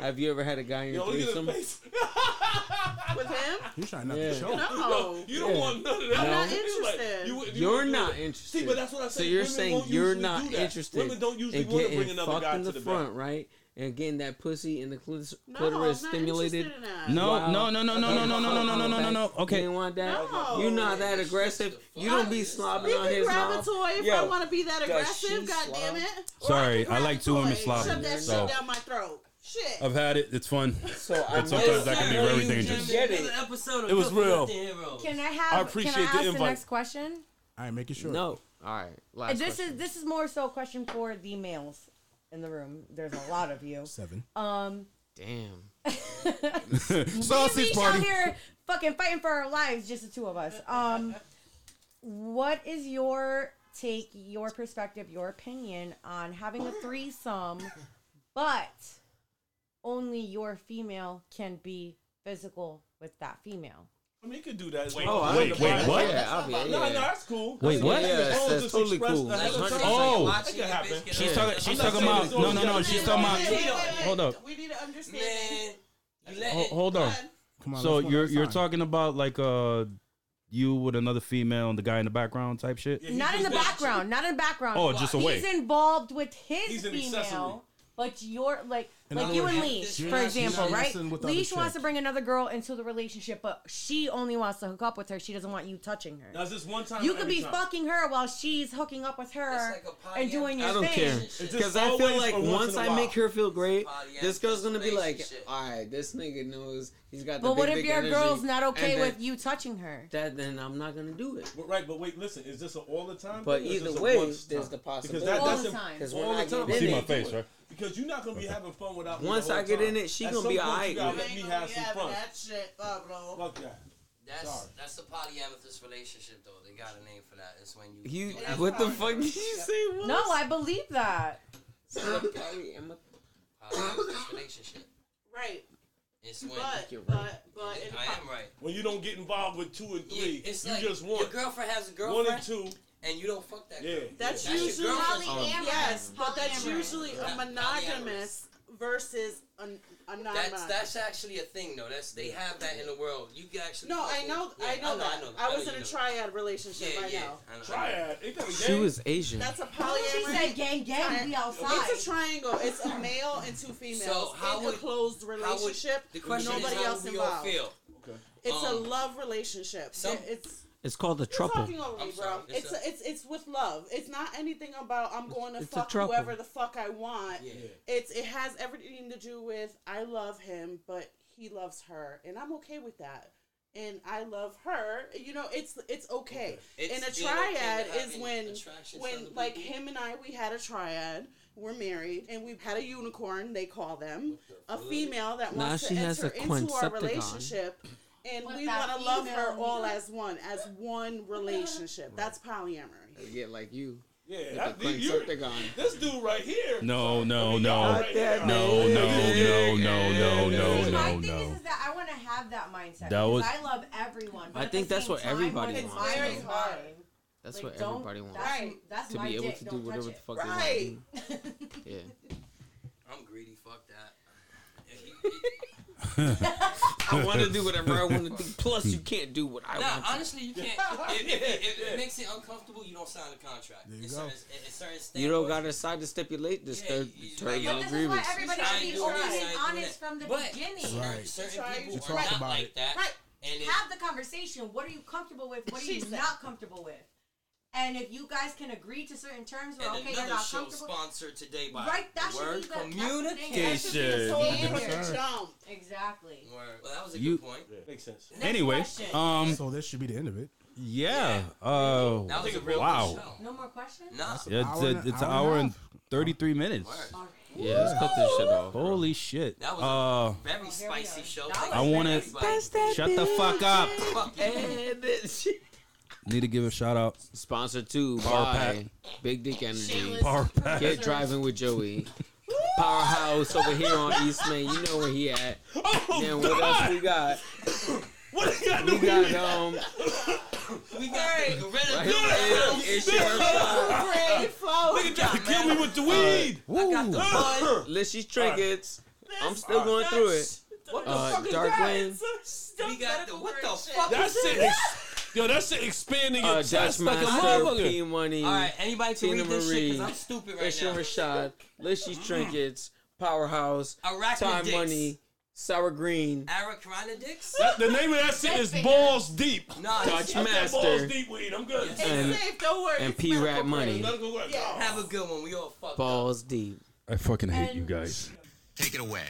Have you ever had a guy in your
Yo, look at
threesome?
his face.
With him?
you trying not
Yeah.
to choke.
No.
You don't want none of that.
I'm not
It's like,
interested.
you wouldn't- you
You're
wouldn't do
not
that.
interested.
See, but that's what I
So
said.
you're
Women
saying
won't
you're
usually
not
do that.
interested.
Women don't usually
in
want to
getting
bring another
fucked
guy to
in the,
the
front,
back.
right? And getting that pussy and the clitoris,
No,
clitoris
I'm not
stimulated.
interested in that.
No,
Wow.
no, no, no, no, no, no, no, no, no, no, no, no, no.
You
Okay,
didn't want that.
No.
You're not that aggressive. You don't be slobbing
You
on
can
his
grab a
mouth.
toy if I
Yo,
want to be that
does
aggressive.
she
God
slob?
damn it! Or
Sorry,
can
I
grab
like
a
two women
toy and
slobbing,
Shove that
so-
shit down my throat. Shit.
I've had it. It's fun.
So I
But sometimes that
know-
can be very dangerous.
Get it.
Another episode of
It was
Good for
real.
Nothing Heroes.
Can I have? I
appreciate
can I
the
ask the,
invite.
next question?
I ain't making sure.
No. All right. Last
this
question.
is this is more so a question for the males in the room. There's a lot of you.
Seven.
Um,
Damn.
we
Sausage
each
party.
out here fucking fighting for our lives, just the two of us. Um, what is your take, your perspective, your opinion on having a threesome, but only your female can be physical with that female?
I mean, you could do that. Wait,
Oh, I
wait, wait, what?
Yeah, I'll be,
No, no,
yeah.
that's cool.
Wait,
That's
what?
cool.
Yeah,
As long as
that's
it's
totally
expressed
cool.
the
That's
whole time.
100%
Oh.
That could happen.
she's talking. She's
I'm not
talking
saying
about.
it's all
No, no, no.
just-
She's talking
Wait, wait,
about.
wait, wait,
Hold
wait.
up.
We need to understand.
Man, you let
Ho-
it.
Hold on.
Done.
Come on.
So
let's go
you're
outside.
you're talking about like uh you with another female and the guy in the background type shit.
not in the
just-
background. Not in the background.
Oh, just away.
He's involved with his
He's an accessory.
female. But you're like
In
like
other
you and
words, you're
Leash,
not-
for
you're
example,
not
right?
messing with the other
Leash wants to
chick.
bring another girl into the relationship, but she only wants to hook up with her. She doesn't want you touching her.
Now, is this one time?
you
or
could
every
be
time?
fucking her while she's hooking up with her
It's like a
and doing your
I don't
thing.
care
Is this
because I feel
always
like
or once
once
in a
I
while?
make her feel great,
Polyamorous
this girl's gonna be like,
relationship.
"All right, this nigga knows he's got the
But
big,
what if
big
your
energy,
girl's not
and
okay
that-
with you touching her?
That then I'm not gonna do it.
But right, but wait, listen. Is this an all the time?
But
thing or is
either
this a
way,
once
there's
time?
the possibility.
Because
All
that's
the
a-
time.
Because
all
when
the
I get
time.
in
See my
it,
face, right? Because you're not gonna be having fun without me.
Once
the whole
I get
time.
in it, she
At
gonna
some
be
point,
alright
You
with
gotta
it.
let me have some
having
fun.
that shit, Pablo.
Fuck that.
That's
Sorry.
that's a polyamorous relationship though. They got a name for that. It's when you
You
you have
what the
poly-
fuck did you say? What?
No, I believe that.
I'm a-
polyamorous relationship.
Right.
It's when
But,
you're right.
but, but, in
I am right.
When you don't get involved with two and
Yeah,
three,
it's
you
like
just
your
want
girlfriend has a
one and
girlfriend
two.
and you don't fuck that
Yeah.
girl.
That's
That's your
usually
girlfriend's
poly-
fault.
yes, but that's
Polyamorous.
usually a
Not
monogamous versus an anonymous.
That's that's actually a thing though. That's they have that in the world. You can actually
no,
fuck
I
with-
know,
yeah,
I know that. I, was
know
in a
you know.
triad relationship.
Yeah,
I
yeah.
know.
I know.
Triad. Ain't that a
She
game?
was Asian.
That's a
She said,
polyamorous.
"Gang, gang, we outside."
It's a triangle. It's a male and two females
So how
in a
would-
closed
How would-
relationship.
the question
nobody
is how
else
we all
involved.
feel.
It's a
Um,
love relationship.
some-
It- it's
It's called a
You're
truffle.
talking over
I'm
me, bro.
sorry. It's
It's
a-
a, it's it's with love. It's not anything about I'm going to
it's a
fuck
trouble.
whoever the fuck I want.
Yeah.
It's it has everything to do with I love him, but he loves her, and I'm okay with that. And I love her. You know, it's it's okay.
It's
and a
being okay with
triad is
having
when
attraction to other
when like
people.
him and I we had a triad. We're married, and we've had a unicorn. They call them a female that
Now
wants
she
to
has
enter
a
into our
Quinceptagon.
relationship and
But
we
that
want to love
female
her all
needs-
as one, as one relationship. That's polyamory.
Yeah, like you.
Yeah. I
the
think you're-
Quinceptagon.
This dude right here.
No, no,
Y'all
no,
right
that
there.
no, no, no, no, no, no,
My
no,
thing is,
no.
is that I want to have that mindset.
That was-
because I love everyone. But
I
at
think
the
that's
same
what
time,
everybody
when it's my
wants, though.
time,
That's
like,
what
don't-
everybody wants.
That's,
Right.
that's
to
my
be able
dick.
to do
don't
whatever the
touch
fuck
Right.
they want. Yeah.
I'm greedy. Fuck that.
I want to do whatever I want to do. Plus, you can't do what I
Nah,
want.
honestly, you can't. if, if, if, if it makes it uncomfortable, you don't sign the contract.
There you
it's
go.
Certain, it's certain
to. You don't
standards.
gotta decide to stipulate this
Yeah,
third
you- you-
But
territorial
this is why
agreements.
everybody
I
should
ain't
be
doing
open
this, I
and
ain't
honest
doing
from the
that. But-
beginning.
Right.
Certain
Try-
people
you
are
talk
not
about
like
it.
that.
Right.
And it's
Have the conversation. What are you comfortable with? What are
She
you
said-
not comfortable with? And if you guys can agree to certain terms, where
and
okay, you're
another
not
show
comfortable.
sponsored today by
Right, that
the
should be
word
the- that's the
communication.
thing.
That should be the
Shit.
sole
Yes,
from the
sir.
jump.
Exactly.
Word. Well, that was a
You-
good point.
Makes sense.
Next
Anyway,
question.
um,
So this should be the end of it.
yeah, uh,
That was a real
wow.
good show.
no more questions.
Nah,
Yeah,
Hour and
it's,
a-
it's an
hour
hour
and
and 33 minutes.
word.
Yeah, let's cut this shit off. bro.
Holy shit.
That was
Uh,
Oh,
Very
here we
spicy
are.
show.
That
Thank
was
you,
I wanna-
everybody.
shut the fuck up.
Fuck you.
And it's
Need to give a shout out.
sponsored too
Power
by Big Dick Energy.
Power pack.
Get driving with Joey. Powerhouse over here on East Main. You know where he at. Then what else we got?
What do you got to
We
do
got um
We got the gorilla.
right here. It's your shop.
Uh, Nigga trying to kill me with the weed.
I got the bud.
Lishy's trinkets. I'm still going through it.
What the
Uh,
fuck is
Dark
that?
Lane.
We got the what the
Shit.
fuck?
That shit, ex- yo, that shit expanding your
Uh, Dash
chest like a
Master, P E,
motherfucker.
Money.
All right, anybody to
Tina
read this shit
Marie.
because I'm stupid right
It's your
now.
Rashad, Lishy's Trinkets, Powerhouse,
Arachnidicks.
Time Money, Sour Green,
Arachnidicks?
That- the name of that shit is balls deep.
Nah,
Dutch
it's-
That's that balls
Master,
deep weed. I'm good.
It's
And-
safe. Don't worry.
and
It's
P Rat
medical
Money.
Let's go work.
Yeah.
have a good one. We all fucked up.
Balls Deep.
I fucking hate you guys.
Take it away.